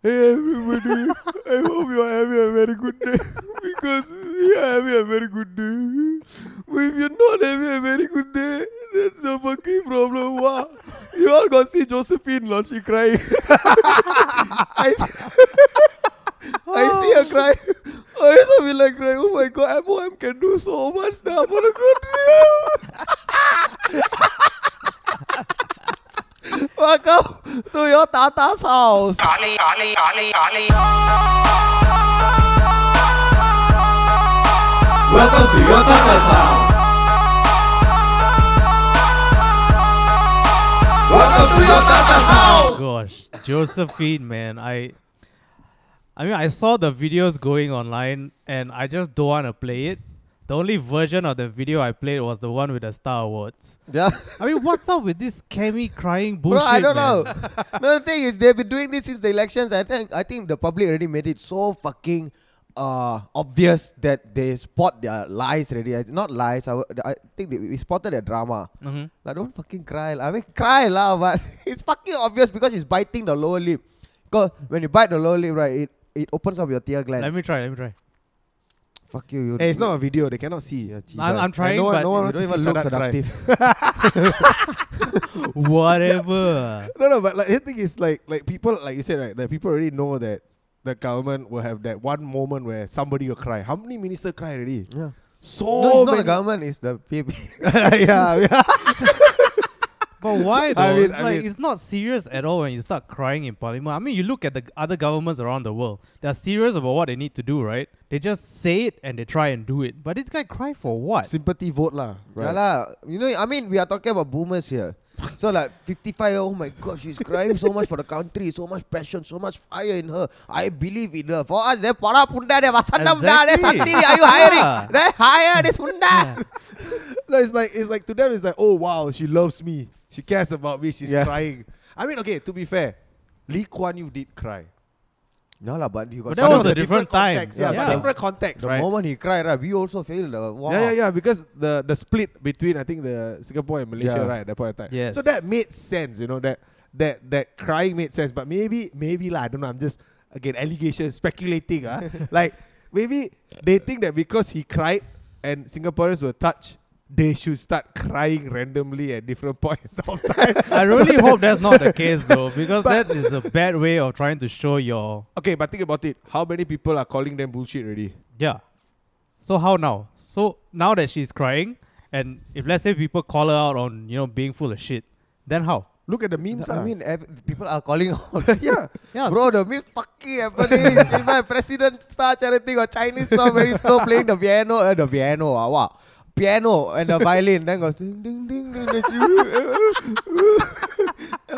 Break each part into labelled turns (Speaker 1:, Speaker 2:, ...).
Speaker 1: Hey everybody, I hope you are having a very good day because we are having a very good day. But if you're not having a very good day, that's a fucking problem. Wow. You all gonna see Josephine Lord, she crying. I, see- I see her cry. I also be like crying, oh my god, MOM can do so much now for the country. Welcome to your Tata's house.
Speaker 2: Ollie, Ollie, Ollie, Ollie.
Speaker 1: Welcome to your Tata's house. Welcome to your Tata's house.
Speaker 3: gosh, Josephine, man, I, I mean, I saw the videos going online, and I just don't want to play it. The only version of the video I played was the one with the Star Awards.
Speaker 1: Yeah.
Speaker 3: I mean, what's up with this Kemi crying
Speaker 1: Bro,
Speaker 3: bullshit?
Speaker 1: I don't
Speaker 3: man?
Speaker 1: know. no, the thing is, they've been doing this since the elections. I think I think the public already made it so fucking uh, obvious that they spot their lies already. It's Not lies. I, would- I think they, we spotted their drama.
Speaker 3: Mhm.
Speaker 1: Like, don't fucking cry. lah. I mean, cry lah, but it's fucking obvious because it's biting the lower lip. Because when you bite the lower lip, right, it, it opens up your tear glands.
Speaker 3: Let me try. Let me try.
Speaker 1: Fuck you. you
Speaker 4: Hey, it's not a video. They cannot see. uh, Chida.
Speaker 3: I'm- I'm
Speaker 4: And
Speaker 3: trying,
Speaker 4: No
Speaker 3: but
Speaker 4: one, no one
Speaker 1: you
Speaker 4: wants
Speaker 1: don't
Speaker 4: to
Speaker 1: even
Speaker 4: see
Speaker 1: look
Speaker 4: Sadat cry.
Speaker 1: seductive.
Speaker 3: Whatever.
Speaker 4: No, no, but like the thing is, like, like people, like you said, right? That people already know that the government will have that one moment where somebody will cry. How many minister cry already?
Speaker 1: Yeah.
Speaker 4: So
Speaker 1: no, it's not
Speaker 4: many.
Speaker 1: the government, it's the PAP.
Speaker 4: yeah, yeah.
Speaker 3: But why though?
Speaker 4: I mean-
Speaker 3: it's
Speaker 4: I
Speaker 3: like
Speaker 4: mean-
Speaker 3: it's not serious at all when you start crying in parliament. I mean, you look at the g- other governments around the world. They're serious about what they need to do, right? They just say it and they try and do it. But this guy cry for what?
Speaker 4: Sympathy vote lah.
Speaker 1: Yeah
Speaker 4: Right.
Speaker 1: lah. You know, I mean, we are talking about boomers here. So like 55, oh my god, she's crying so much for the country, so much passion, so much fire in her. I believe in her. For us, they para punda, they vasandam da, they
Speaker 3: Exactly.
Speaker 1: sandi, are you
Speaker 3: Yeah.
Speaker 1: hiring? They hire this punda.
Speaker 4: No, it's like it's like to them it's like, oh wow, she loves me. She cares about me. She's
Speaker 1: Yeah.
Speaker 4: crying. I mean, okay, to be fair, Lee Kuan Yew did cry.
Speaker 1: No lah, but you got
Speaker 3: But
Speaker 1: some
Speaker 3: that
Speaker 1: of
Speaker 3: was
Speaker 1: the,
Speaker 3: a different time.
Speaker 4: Context. Yeah,
Speaker 3: Yeah.
Speaker 4: but different context,
Speaker 1: the
Speaker 4: right?
Speaker 1: moment he cried, right, we also failed. Uh, wow.
Speaker 4: Yeah, yeah, yeah. Because the the split between I think the Singapore and Malaysia,
Speaker 1: Yeah.
Speaker 4: right, at that point of time.
Speaker 3: Yes.
Speaker 4: So that made sense, you know, that that that crying made sense. But maybe maybe lah, I don't know, I'm just again allegations, speculating, ah. like maybe they think that because he cried and Singaporeans were touched, they should start crying randomly at different point of time.
Speaker 3: I really hope that's not the case though, because
Speaker 4: But-
Speaker 3: that is a bad way of trying to show your
Speaker 4: okay, but think about it. How many people are calling them bullshit already?
Speaker 3: yeah. So how now? So now that she's crying, and if let's say people call her out on you know being full of shit, then how?
Speaker 4: Look at the memes.
Speaker 1: I
Speaker 4: ah.
Speaker 1: mean, ev- people are calling out.
Speaker 4: yeah.
Speaker 3: Yeah,
Speaker 1: Bro, the meat fucking happening. If my president start chanting a Chinese song very slow playing the piano, uh, the piano, ah, wow. Piano and the violin, then goes ding ding ding ding. ding, ding.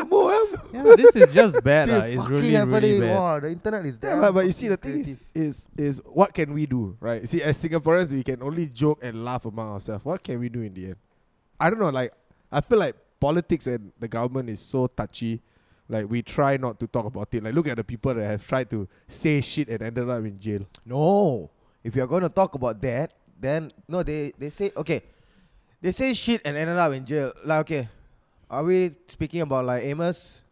Speaker 1: MOM.
Speaker 3: yeah, this is just bad.
Speaker 1: Dude,
Speaker 3: lah. It's
Speaker 1: fucking
Speaker 3: really really
Speaker 1: happening.
Speaker 3: bad.
Speaker 1: Wow, the internet is
Speaker 4: Yeah,
Speaker 1: there.
Speaker 4: but, but you see, the thing is, is, is what can we do, right? See, as Singaporeans, we can only joke and laugh among ourselves. What can we do in the end? I don't know. Like, I feel like politics and the government is so touchy. Like, we try not to talk about it. Like, look at the people that have tried to say shit and ended up in jail.
Speaker 1: No, if you're going to talk about that, then no, they they say okay, they say shit and ended up in jail. Like okay, are we speaking about like Amos?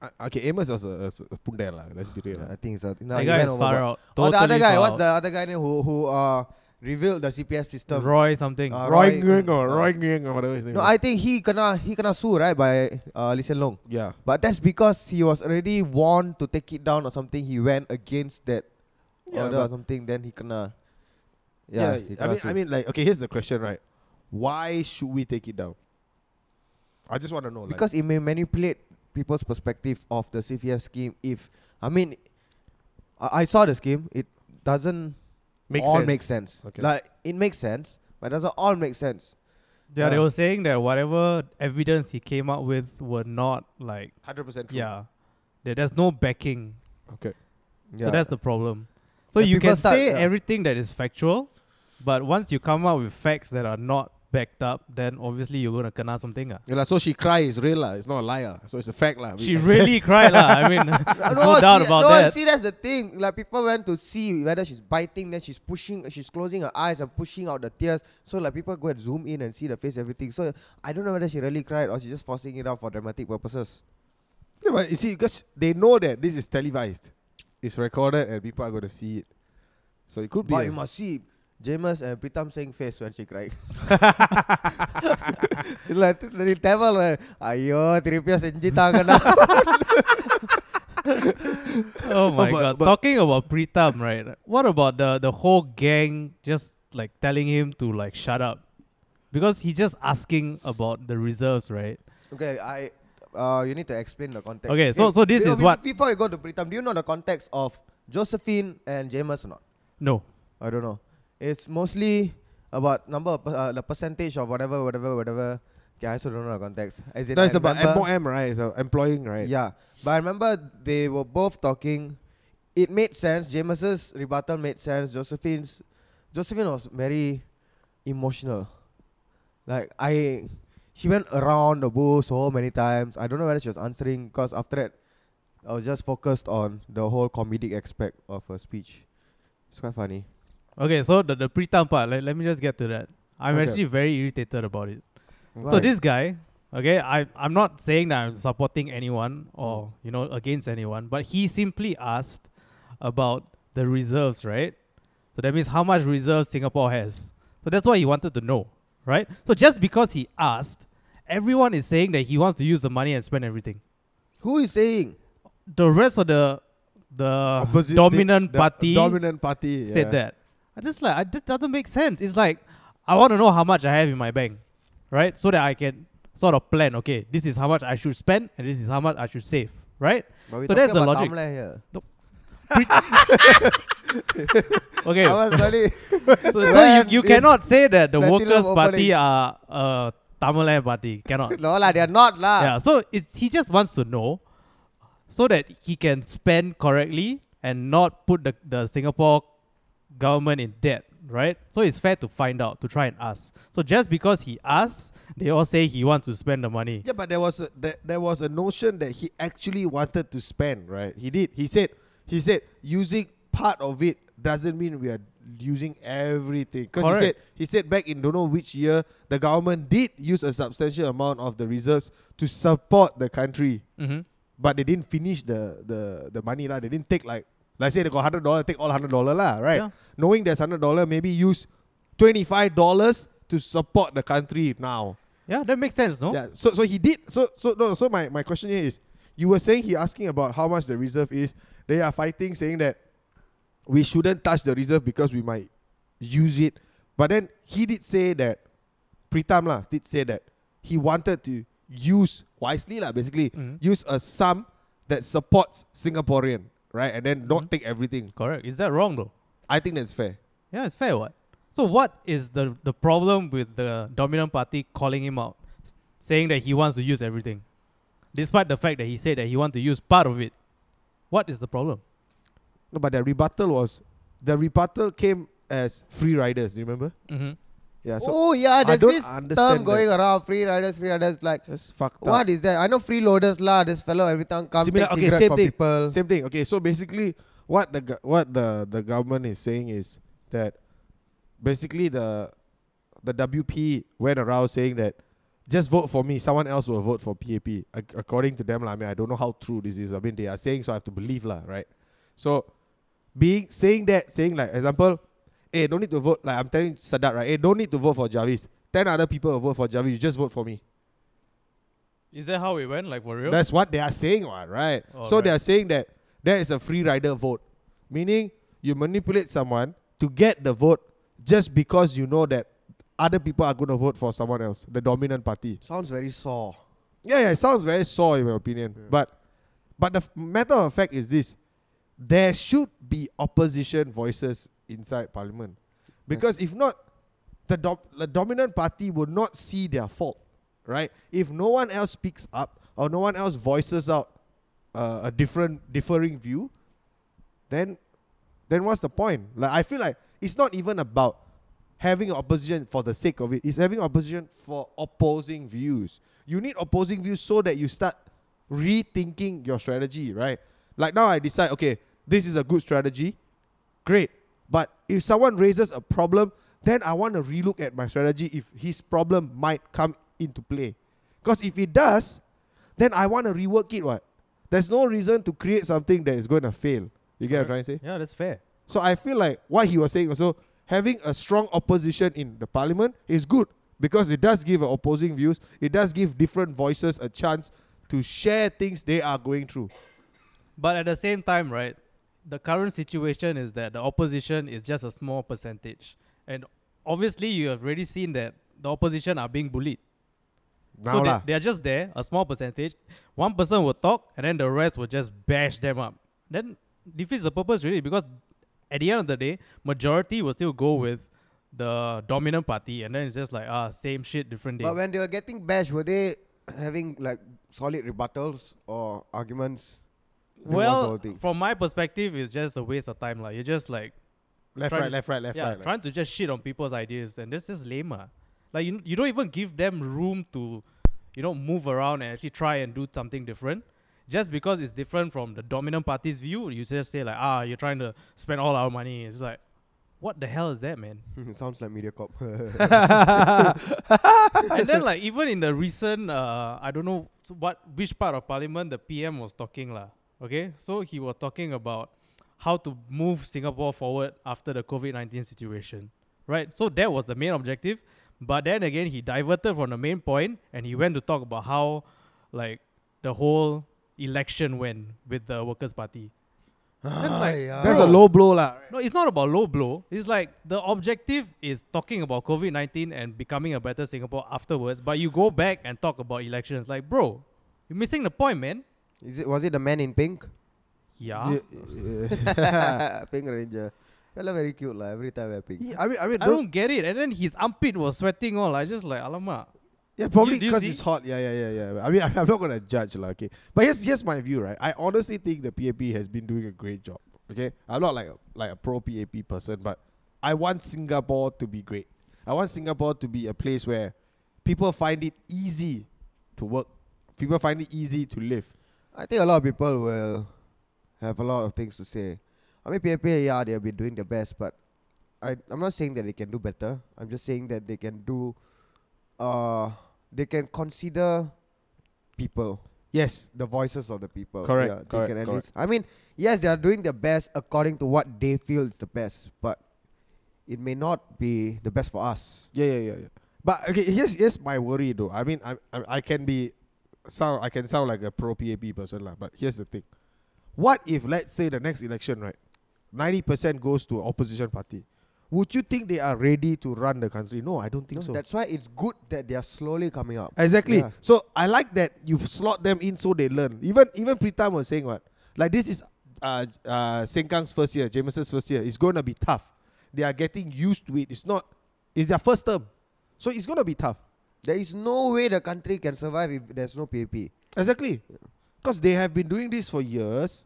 Speaker 4: Uh, okay, Amos was a, was a pundel lah. Let's be real.
Speaker 1: I think so. No,
Speaker 3: the
Speaker 1: he
Speaker 3: guy
Speaker 1: went
Speaker 3: is
Speaker 1: overboard.
Speaker 3: far out.
Speaker 1: oh, the other
Speaker 3: Totally
Speaker 1: guy.
Speaker 3: far
Speaker 1: What's
Speaker 3: out.
Speaker 1: the other guy name who who uh revealed the CPF system?
Speaker 3: Roy something.
Speaker 1: Uh,
Speaker 4: Roy
Speaker 1: Roy-
Speaker 4: Nguyen or
Speaker 1: uh,
Speaker 4: Roy Nguyen or whatever his name
Speaker 1: No,
Speaker 4: is.
Speaker 1: I think he gonna he gonna sue right by uh Lee Hsien Loong.
Speaker 4: yeah.
Speaker 1: But that's because he was already warned to take it down or something. He went against that
Speaker 4: Yeah,
Speaker 1: order or
Speaker 4: but-
Speaker 1: something. Then he gonna yeah.
Speaker 4: Yeah,
Speaker 1: he
Speaker 4: I
Speaker 1: kena
Speaker 4: mean,
Speaker 1: sue.
Speaker 4: I mean, like, okay, here's the question, right? Why should we take it down? I just want to know. like-
Speaker 1: because it may manipulate people's perspective of the CPF scheme. If I mean, I, I saw the scheme. It doesn't all make sense.
Speaker 4: Okay.
Speaker 1: Like it makes sense, but it doesn't all make sense.
Speaker 3: yeah, they
Speaker 1: Yeah.
Speaker 3: were saying that whatever evidence he came up with were not like
Speaker 4: Hundred percent
Speaker 3: yeah, there, there's no backing.
Speaker 4: Okay.
Speaker 1: Yeah.
Speaker 3: So that's the problem. So
Speaker 1: And
Speaker 3: you
Speaker 1: people
Speaker 3: can
Speaker 1: start-
Speaker 3: say
Speaker 1: yeah.
Speaker 3: everything that is factual, but once you come out with facts that are not backed up, then obviously you're gonna kena something. ah.
Speaker 4: Yeah, lah, so she cry is real lah. It's not a lie lah. So it's a fact lah. We-
Speaker 3: She really cried lah. I mean,
Speaker 1: Uh,
Speaker 3: there's
Speaker 1: no,
Speaker 3: no, doubt
Speaker 1: see,
Speaker 3: about
Speaker 1: no,
Speaker 3: that.
Speaker 1: See, that's the thing. Like people went to see whether she's biting, then she's pushing, she's closing her eyes and pushing out the tears. So like people go and zoom in and see the face, everything. So I don't know whether she really cried or she's just forcing it out for dramatic purposes.
Speaker 4: Yeah, but you see, because they know that this is televised. it's recorded and people are gonna see it. So it could be.
Speaker 1: But
Speaker 4: a-
Speaker 1: you must see James and Pritam saying face when she cried. இல்ல நீ தேவையில்ல ஐயோ திருப்பியா செஞ்சுட்டாங்கண்ணா
Speaker 3: Oh my
Speaker 4: But-
Speaker 3: god.
Speaker 4: but-
Speaker 3: Talking about Pritam, right? What about the the whole gang just like telling him to like shut up? Because he just asking about the reserves, right?
Speaker 1: Okay, I uh, you need to explain the context.
Speaker 3: Okay, so- so this
Speaker 1: you know,
Speaker 3: is
Speaker 1: be-
Speaker 3: what-
Speaker 1: Before you go to Pritam, do you know the context of Josephine and James or not?
Speaker 3: No.
Speaker 1: I don't know. It's mostly about number of, per- uh, the percentage of whatever, whatever, whatever. Okay, I also don't know the context. As in,
Speaker 4: no,
Speaker 1: I
Speaker 4: it's about
Speaker 1: remember-
Speaker 4: MOM, right? It's about employing, right?
Speaker 1: Yeah, but I remember they were both talking. It made sense. James's rebuttal made sense. Josephine's Josephine was very emotional. Like I, she went around the bush so many times. I don't know whether she was answering because after that, I was just focused on the whole comedic aspect of her speech. It's quite funny.
Speaker 3: Okay, so the, the Pritam part, let, let me just get to that. I'm
Speaker 4: Okay.
Speaker 3: actually very irritated about it. So
Speaker 1: Right.
Speaker 3: this guy, okay, I I'm not saying that I'm supporting anyone or you know against anyone, but he simply asked about the reserves, right? So that means how much reserves Singapore has. So that's what he wanted to know, right? So just because he asked, everyone is saying that he wants to use the money and spend everything.
Speaker 1: Who is saying?
Speaker 3: The rest of the the
Speaker 4: Opposite-
Speaker 3: dominant
Speaker 4: the- the
Speaker 3: party
Speaker 4: Dominant party.
Speaker 3: said
Speaker 4: yeah.
Speaker 3: that. I just like I, that doesn't make sense. It's like I want to know how much I have in my bank, right? So that I can sort of plan. Okay, this is how much I should spend, and this is how much I should save, right?
Speaker 1: But we
Speaker 3: So
Speaker 1: talking
Speaker 3: that's the
Speaker 1: about
Speaker 3: logic.
Speaker 1: Tamla here.
Speaker 3: Okay,
Speaker 1: I was really-
Speaker 3: so, so you,
Speaker 1: When
Speaker 3: you
Speaker 1: is
Speaker 3: cannot say that the
Speaker 1: Platinum
Speaker 3: workers' party
Speaker 1: opening?
Speaker 3: are uh, Tamil Nadu party. Cannot.
Speaker 1: no lah, they are not lah.
Speaker 3: yeah. So it's he just wants to know, so that he can spend correctly and not put the the Singapore government in debt, right? So it's fair to find out to try and ask. So just because he asks, they all say he wants to spend the money.
Speaker 4: Yeah, but there was a, there, there was a notion that he actually wanted to spend, right? He did. He said he said using part of it doesn't mean we are using everything. Because he said
Speaker 3: Correct.
Speaker 4: he said back in don't know which year the government did use a substantial amount of the reserves to support the country,
Speaker 3: Mm-hmm.
Speaker 4: but they didn't finish the the the money lah. They didn't take like let's say they got hundred dollar, take all hundred dollar lah, right?
Speaker 3: Yeah.
Speaker 4: Knowing there's hundred dollar, maybe use twenty five dollars to support the country now.
Speaker 3: Yeah, that makes sense, no?
Speaker 4: Yeah. So so he did. So so no. So my my question here is, you were saying he asking about how much the reserve is. They are fighting, saying that we shouldn't touch the reserve because we might use it. But then he did say that Pritam lah did say that he wanted to use wisely lah. Basically,
Speaker 3: Mhm.
Speaker 4: use a sum that supports Singaporean, right? And then not take everything.
Speaker 3: Correct. Is that wrong though?
Speaker 4: I think that's fair.
Speaker 3: Yeah, it's fair. What? So what is the the problem with the dominant party calling him out, s- saying that he wants to use everything, despite the fact that he said that he wants to use part of it? What is the problem?
Speaker 4: No, but the rebuttal was the rebuttal came as free riders. Do you remember?
Speaker 3: Mm-hmm.
Speaker 4: Yeah. So
Speaker 1: Oh yeah,
Speaker 4: I
Speaker 1: there's
Speaker 4: don't
Speaker 1: this term
Speaker 4: understand
Speaker 1: going around free riders, free riders. Like
Speaker 4: that's fucked up.
Speaker 1: what is that? I know freeloaders lah. This fellow every time come
Speaker 4: Similar-
Speaker 1: take
Speaker 4: okay,
Speaker 1: cigarette
Speaker 4: same
Speaker 1: from
Speaker 4: thing,
Speaker 1: people.
Speaker 4: Same thing. Okay, so basically, what the go- what the the government is saying is that basically the the WP went around saying that just vote for me. Someone else will vote for PAP. Ac- according to them, lah. I mean, I don't know how true this is. I mean, they are saying, so I have to believe, lah, right? So being saying that, saying like example, hey, don't need to vote. Like I'm telling Sadat, right? Hey, don't need to vote for Jarvis. Ten other people will vote for Jarvis. Just vote for me.
Speaker 3: Is that how it went? Like for real?
Speaker 4: That's what they are saying, what, right?
Speaker 3: Oh,
Speaker 4: so they
Speaker 3: right.
Speaker 4: are saying that there is a free rider vote, meaning you manipulate someone to get the vote just because you know that other people are going to vote for someone else, the dominant party.
Speaker 1: Sounds very sore.
Speaker 4: Yeah, yeah, it sounds very sore in my opinion. But but the f- matter of fact is this there should be opposition voices inside parliament. Because if not, the, dom- the dominant party will not see their fault, right? If no one else speaks up or no one else voices out uh, a different, differing view, then then what's the point? Like I feel like it's not even about having opposition for the sake of it. It's having opposition for opposing views. You need opposing views so that you start rethinking your strategy, right? Like now I decide, okay, this is a good strategy. Great. But if someone raises a problem, then I want to relook at my strategy if his problem might come into play. Because if it does, then I want to rework it. What? There's no reason to create something that is going to fail. You get what I'm trying
Speaker 3: Correct.
Speaker 4: to say?
Speaker 3: Yeah, that's fair.
Speaker 4: So I feel like what he was saying also having a strong opposition in the parliament is good because it does give a opposing views. It does give different voices a chance to share things they are going through.
Speaker 3: But at the same time, right, the current situation is that the opposition is just a small percentage. And obviously, you have already seen that the opposition are being bullied.
Speaker 4: Now
Speaker 3: so
Speaker 4: lah.
Speaker 3: they, they are just there, a small percentage. One person will talk, and then the rest will just bash them up. Then defeats the purpose, really, because at the end of the day, majority will still go with the dominant party, and then it's just like, ah, same shit, different day.
Speaker 1: But when they were getting bashed, were they having like solid rebuttals or arguments? They want
Speaker 3: well,
Speaker 1: solid thing.
Speaker 3: from my perspective, it's just a waste of time. Like, you're just like,
Speaker 4: left,
Speaker 3: trying
Speaker 4: right,
Speaker 3: to-
Speaker 4: left, right, left,
Speaker 3: yeah,
Speaker 4: right. like-
Speaker 3: trying to just shit on people's ideas, and this is lame. ah. Like you, you don't even give them room to, you know, move around and actually try and do something different. Just because it's different from the dominant party's view, you just say like, ah, you're trying to spend all our money. It's like, what the hell is that, man?
Speaker 1: Sounds like MediaCorp.
Speaker 3: and then like even in the recent, uh, I don't know s- what which part of parliament the PM was talking lah. Okay, so he was talking about how to move Singapore forward after the COVID nineteen situation, right? So that was the main objective, but then again he diverted from the main point and he went to talk about how, like, the whole election went with the Workers' Party. Then, like,
Speaker 4: That's
Speaker 3: bro,
Speaker 4: a low blow lah.
Speaker 3: no, it's not about low blow. It's like the objective is talking about COVID 19 and becoming a better Singapore afterwards, but you go back and talk about elections. Like, bro, you're missing the point, man.
Speaker 1: Is it was it the man in pink?
Speaker 3: Yeah.
Speaker 1: pink ranger. Fella very cute lah. Every time wear pink.
Speaker 4: Yeah, I mean, I mean,
Speaker 3: I
Speaker 4: don't-
Speaker 3: don't get it. And then his armpit was sweating all. I just like, alamak.
Speaker 4: Yeah, probably
Speaker 3: do you
Speaker 4: because
Speaker 3: see?
Speaker 4: it's hot. Yeah, yeah, yeah, yeah. I mean, I'm not gonna judge, lah. Okay, but here's here's my view, right? I honestly think the PAP has been doing a great job. Okay, I'm not like a, like a pro PAP person, but I want Singapore to be great. I want Singapore to be a place where people find it easy to work. People find it easy to live.
Speaker 1: I think a lot of people will have a lot of things to say. I mean, PAPA, yeah, they have been doing their best, but I, I'm not saying that they can do better. I'm just saying that they can do, uh, they can consider people,
Speaker 4: Yes,
Speaker 1: the voices of the people.
Speaker 4: Correct,
Speaker 1: Yeah, they
Speaker 4: correct,
Speaker 1: can at
Speaker 4: correct.
Speaker 1: least- I mean, yes, they are doing their best according to what they feel is the best, but it may not be the best for us.
Speaker 4: Yeah, yeah, yeah, yeah. But okay, here's here's my worry though. I mean, I I, I can be sound I can sound like a pro PAP person lah. But here's the thing: what if let's say the next election, right, ninety percent goes to opposition party? Would you think they are ready to run the country? No, I don't think
Speaker 1: No,
Speaker 4: so.
Speaker 1: That's why it's good that they are slowly coming up.
Speaker 4: Exactly.
Speaker 1: Yeah.
Speaker 4: So I like that you slot them in so they learn. Even even Pritam was saying what like this is uh uh Sengkang's first year, Jameson's first year. It's gonna be tough. They are getting used to it. It's not. It's their first term, so it's gonna be tough.
Speaker 1: There is no way the country can survive if there's no PAP.
Speaker 4: Exactly. Because they have been doing this for years,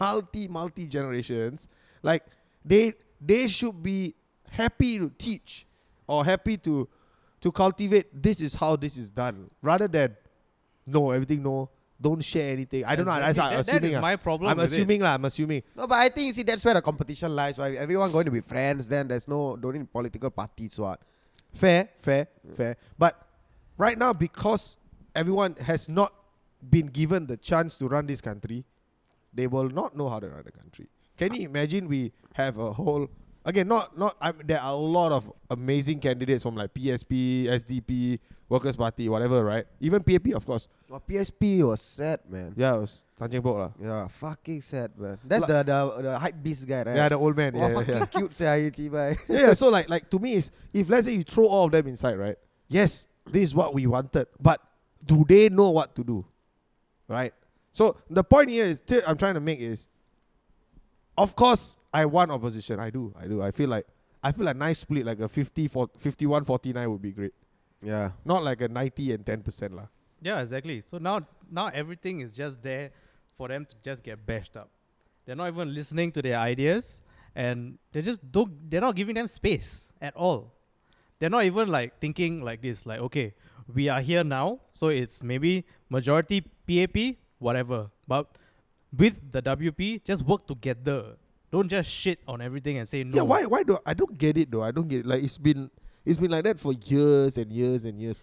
Speaker 4: multi, multi generations. Like they they should be happy to teach or happy to to cultivate this is how this is done. Rather than no, everything no, don't share anything. I don't know.
Speaker 3: Exactly.
Speaker 4: I'm
Speaker 3: That- that
Speaker 4: assuming.
Speaker 3: is
Speaker 4: ah.
Speaker 3: my problem
Speaker 4: I'm
Speaker 3: with it.
Speaker 4: assuming lah, I'm assuming.
Speaker 1: No, but I think you see that's where the competition lies. Right? Everyone going to be friends. Then there's no don't need political parties. What?
Speaker 4: Fair, fair, fair. But right now, because everyone has not been given the chance to run this country, they will not know how to run the country. Can you imagine we have a whole again? Not not. I mean, there are a lot of amazing candidates from like PSP, SDP, Workers Party, whatever, right? Even PAP, of course.
Speaker 1: Well, PSP was sad, man.
Speaker 4: Yeah, it was Tanjung Bok lah.
Speaker 1: Yeah, fucking sad, man. That's
Speaker 4: Like-
Speaker 1: the the the hype beast guy, right?
Speaker 4: Yeah, the old man.
Speaker 1: oh,
Speaker 4: Yeah, yeah,
Speaker 1: fucking
Speaker 4: yeah.
Speaker 1: cute, say IT, bye.
Speaker 4: yeah, yeah. So like, like to me is if let's say you throw all of them inside, right? Yes, this is what we wanted, but do they know what to do, right? So the point here is t- I'm trying to make is, of course I want opposition. I do, I do. I feel like I feel like nice split like a 50 for 51 49 would be great,
Speaker 1: Yeah.
Speaker 4: not like a 90 and 10 percent lah.
Speaker 3: Yeah, exactly. So now, now everything is just there for them to just get bashed up. They're not even listening to their ideas, and they just don't. They're not giving them space at all. They're not even like thinking like this. Like, okay, we are here now, so it's maybe majority PAP, whatever. But with the WP, just work together. Don't just shit on everything and say no.
Speaker 4: Yeah, why why do I don't get it though? I don't get it. Like it's been it's been like that for years and years and years.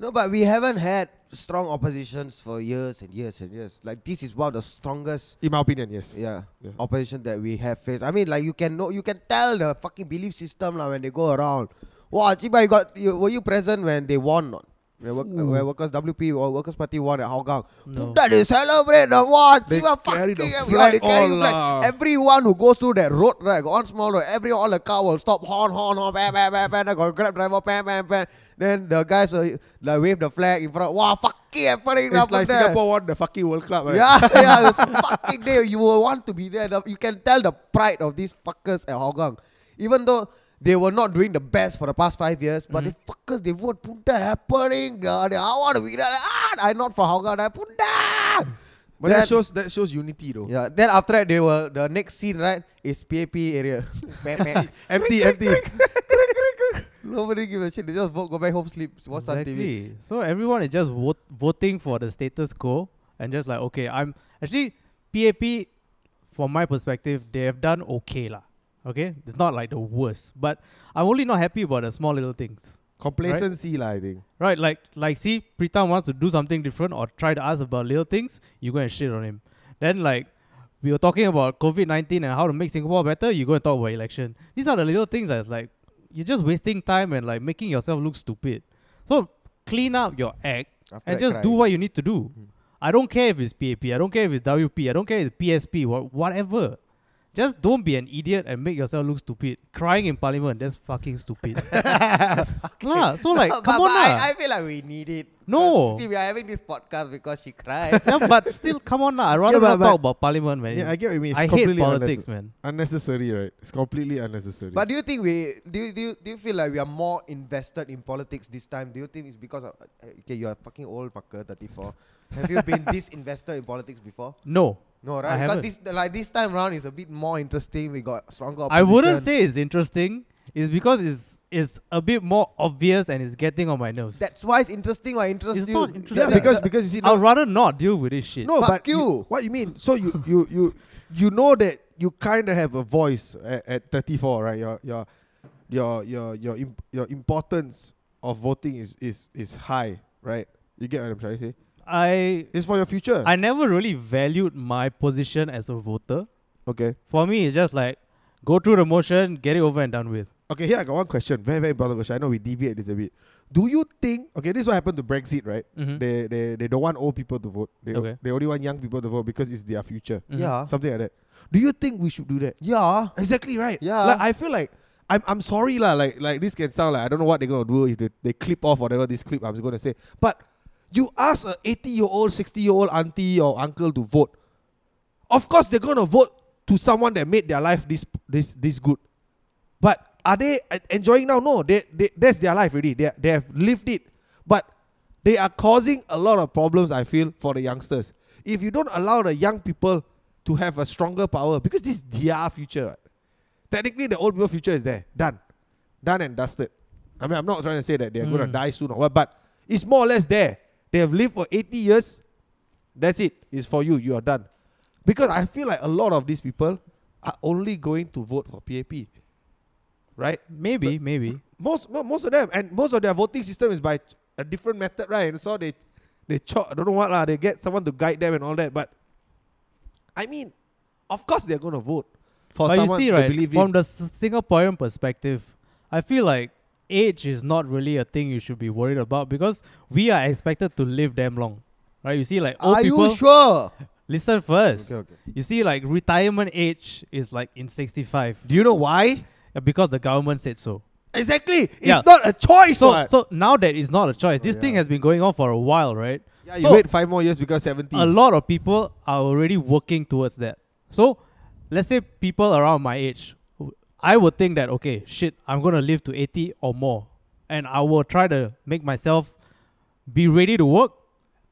Speaker 1: No, but we haven't had strong oppositions for years and years and years. Like this is one of the strongest
Speaker 4: In my opinion, yes.
Speaker 1: yeah,
Speaker 4: Yeah.
Speaker 1: opposition that we have faced. I mean, like you can know, you can tell the fucking belief system lah when they go around. Wow, Chiba, you got you, were you present when they won? or Not? When, work, uh, when workers WP or Workers Party won at Hougang.
Speaker 3: No.
Speaker 1: Puta, they celebrate the wow,
Speaker 4: They
Speaker 1: Chiba
Speaker 4: carry
Speaker 1: fucking
Speaker 4: the
Speaker 1: hell,
Speaker 4: flag
Speaker 1: they carry
Speaker 4: all
Speaker 1: flag.
Speaker 4: lah.
Speaker 1: Everyone who goes through that road, right, got one small road, every all the car will stop horn, horn, horn, bam, bam, bam, bam, then got grab driver, bam, bam, bam. Then the guys will like wave the flag in front. Wow, fucking happening
Speaker 4: It's
Speaker 1: lah,
Speaker 4: like
Speaker 1: puta.
Speaker 4: Singapore won the fucking World Cup, right?
Speaker 1: Yeah, yeah, it's fucking there. You will want to be there. The- You can tell the pride of these fuckers at Hougang. Even though they were not doing the best for the past five years, but the fuckers, they vote Punta happening. Yeah, they, I want to be there. Ah, I not for Hougang, I Punta.
Speaker 4: But that,
Speaker 1: Then-
Speaker 4: shows that shows unity though.
Speaker 1: Yeah, then after that, they were, the next scene, right, is PAP area. Meh, meh.
Speaker 4: Empty, empty.
Speaker 1: Nobody give a shit. They just vote, go back home, sleep, watch some TV.
Speaker 3: Exactly. So everyone is just vote, voting for the status quo and just like okay, I'm actually PAP from my perspective, they have done okay lah. Okay? It's not like the worst. But I'm only not happy about the small little things.
Speaker 4: Complacency, lah. I think.
Speaker 3: Right? Like like see, Pritam wants to do something different or try to ask about little things, you go and shit on him. Then like we were talking about COVID nineteen and how to make Singapore better, you go and talk about election. These are the little things that's like you're just wasting time and like making yourself look stupid. So clean up your act
Speaker 1: After that,
Speaker 3: and just do
Speaker 1: cry.
Speaker 3: what you need to do. I don't care if it's PAP, I don't care if it's WP, I don't care if it's PSP, wha- whatever. Just don't be an idiot and make yourself look stupid. Crying in parliament, that's fucking stupid. lah, so like,
Speaker 1: But-
Speaker 3: come
Speaker 1: but
Speaker 3: on lah.
Speaker 1: I, I feel like we need it.
Speaker 3: No.
Speaker 1: Because, See, we are having this podcast because she cried.
Speaker 3: yeah, but still, come on lah. I rather
Speaker 4: but-
Speaker 3: not
Speaker 4: but-
Speaker 3: talk about parliament, man.
Speaker 4: Yeah, I get what you mean. It's
Speaker 3: I hate
Speaker 4: completely
Speaker 3: politics,
Speaker 4: unnecess-
Speaker 3: man.
Speaker 4: Unnecessary, right? It's completely unnecessary.
Speaker 1: But do you think we do you, do you, do you feel like we are more invested in politics this time? Do you think it's because of uh, okay you are fucking old fucker thirty four? Have you been this invested in politics before?
Speaker 3: No,
Speaker 1: No,
Speaker 3: I
Speaker 1: right? Because
Speaker 3: haven't.
Speaker 1: this like this time round is a bit more interesting. We got stronger.
Speaker 3: I wouldn't
Speaker 1: opposition.
Speaker 3: say it's interesting. It's because it's it's a bit more obvious and it's getting on my nerves.
Speaker 1: that's why it's interesting. Why interest
Speaker 3: It's
Speaker 1: you?
Speaker 3: not
Speaker 4: yeah,
Speaker 3: interesting.
Speaker 4: because because you see, no,
Speaker 3: I'd rather not deal with this shit.
Speaker 4: no
Speaker 1: Fuck
Speaker 4: but
Speaker 1: you.
Speaker 4: What you mean? So you you you you know that you kind of have a voice at, at 34, right? Your your your your your imp- your importance of voting is is is high, right? You get what I'm trying to say?
Speaker 3: I
Speaker 4: It's for your future.
Speaker 3: I never really valued my position as a voter.
Speaker 4: okay.
Speaker 3: For me, it's just like go through the motion, get it over and done with.
Speaker 4: Okay, here I got one question. Very, very important question. I know we deviate this a bit. Do you think okay, this is what happened to Brexit, right?
Speaker 3: Mhm.
Speaker 4: They they they don't want old people to vote. They,
Speaker 3: Okay.
Speaker 4: they only want young people to vote because it's their future.
Speaker 3: Mhm.
Speaker 1: Yeah.
Speaker 4: Something like that. Do you think we should do that?
Speaker 1: Yeah.
Speaker 4: Exactly right.
Speaker 1: Yeah.
Speaker 4: Like, I feel like I'm I'm sorry lah. Like like this can sound like I don't know what they're gonna do if they, they clip off whatever this clip I'm gonna say. But you ask a 80 year old, 60 year old auntie or uncle to vote. Of course they're gonna vote to someone that made their life this this this good. But are they uh, enjoying now? No, they, they that's their life already. They they have lived it, but they are causing a lot of problems. I feel for the youngsters. If you don't allow the young people to have a stronger power, because this is their future. right? Technically, the old people future is there, done, done and dusted. I mean, I'm not trying to say that they're going to
Speaker 3: Mm.
Speaker 4: die soon or what, but it's more or less there. They have lived for 80 years. That's it. It's for you. You are done. Because I feel like a lot of these people are only going to vote for PAP, right?
Speaker 3: Maybe, maybe.
Speaker 4: most mo- most of them and most of their voting system is by a different method, right? And so they they cho- I don't know what lah. They get someone to guide them and all that. But I mean, of course they're gonna vote for
Speaker 3: But you
Speaker 4: someone
Speaker 3: see,
Speaker 4: they
Speaker 3: right,
Speaker 4: believe
Speaker 3: from
Speaker 4: in.
Speaker 3: the S- Singaporean perspective, I feel like age is not really a thing you should be worried about because we are expected to live damn long. Right? You see, like old
Speaker 1: Are
Speaker 3: people.
Speaker 1: you sure?
Speaker 3: Listen first.
Speaker 1: Okay, okay.
Speaker 3: You see, like retirement age is like in 65
Speaker 4: Do you know why?
Speaker 3: uh, because the government said so.
Speaker 4: Exactly. It's
Speaker 3: Yeah.
Speaker 4: not a choice.
Speaker 3: So,
Speaker 4: what.
Speaker 3: so now that it's not a choice, this thing
Speaker 1: Oh, yeah.
Speaker 3: has been going on for a while, right?
Speaker 4: yeah, you
Speaker 3: so-
Speaker 4: wait five more years because seventeen.
Speaker 3: A lot of people are already working towards that. So, let's say people around my age, w- I would think that okay, shit, I'm gonna live to 80 or more, and I will try to make myself be ready to work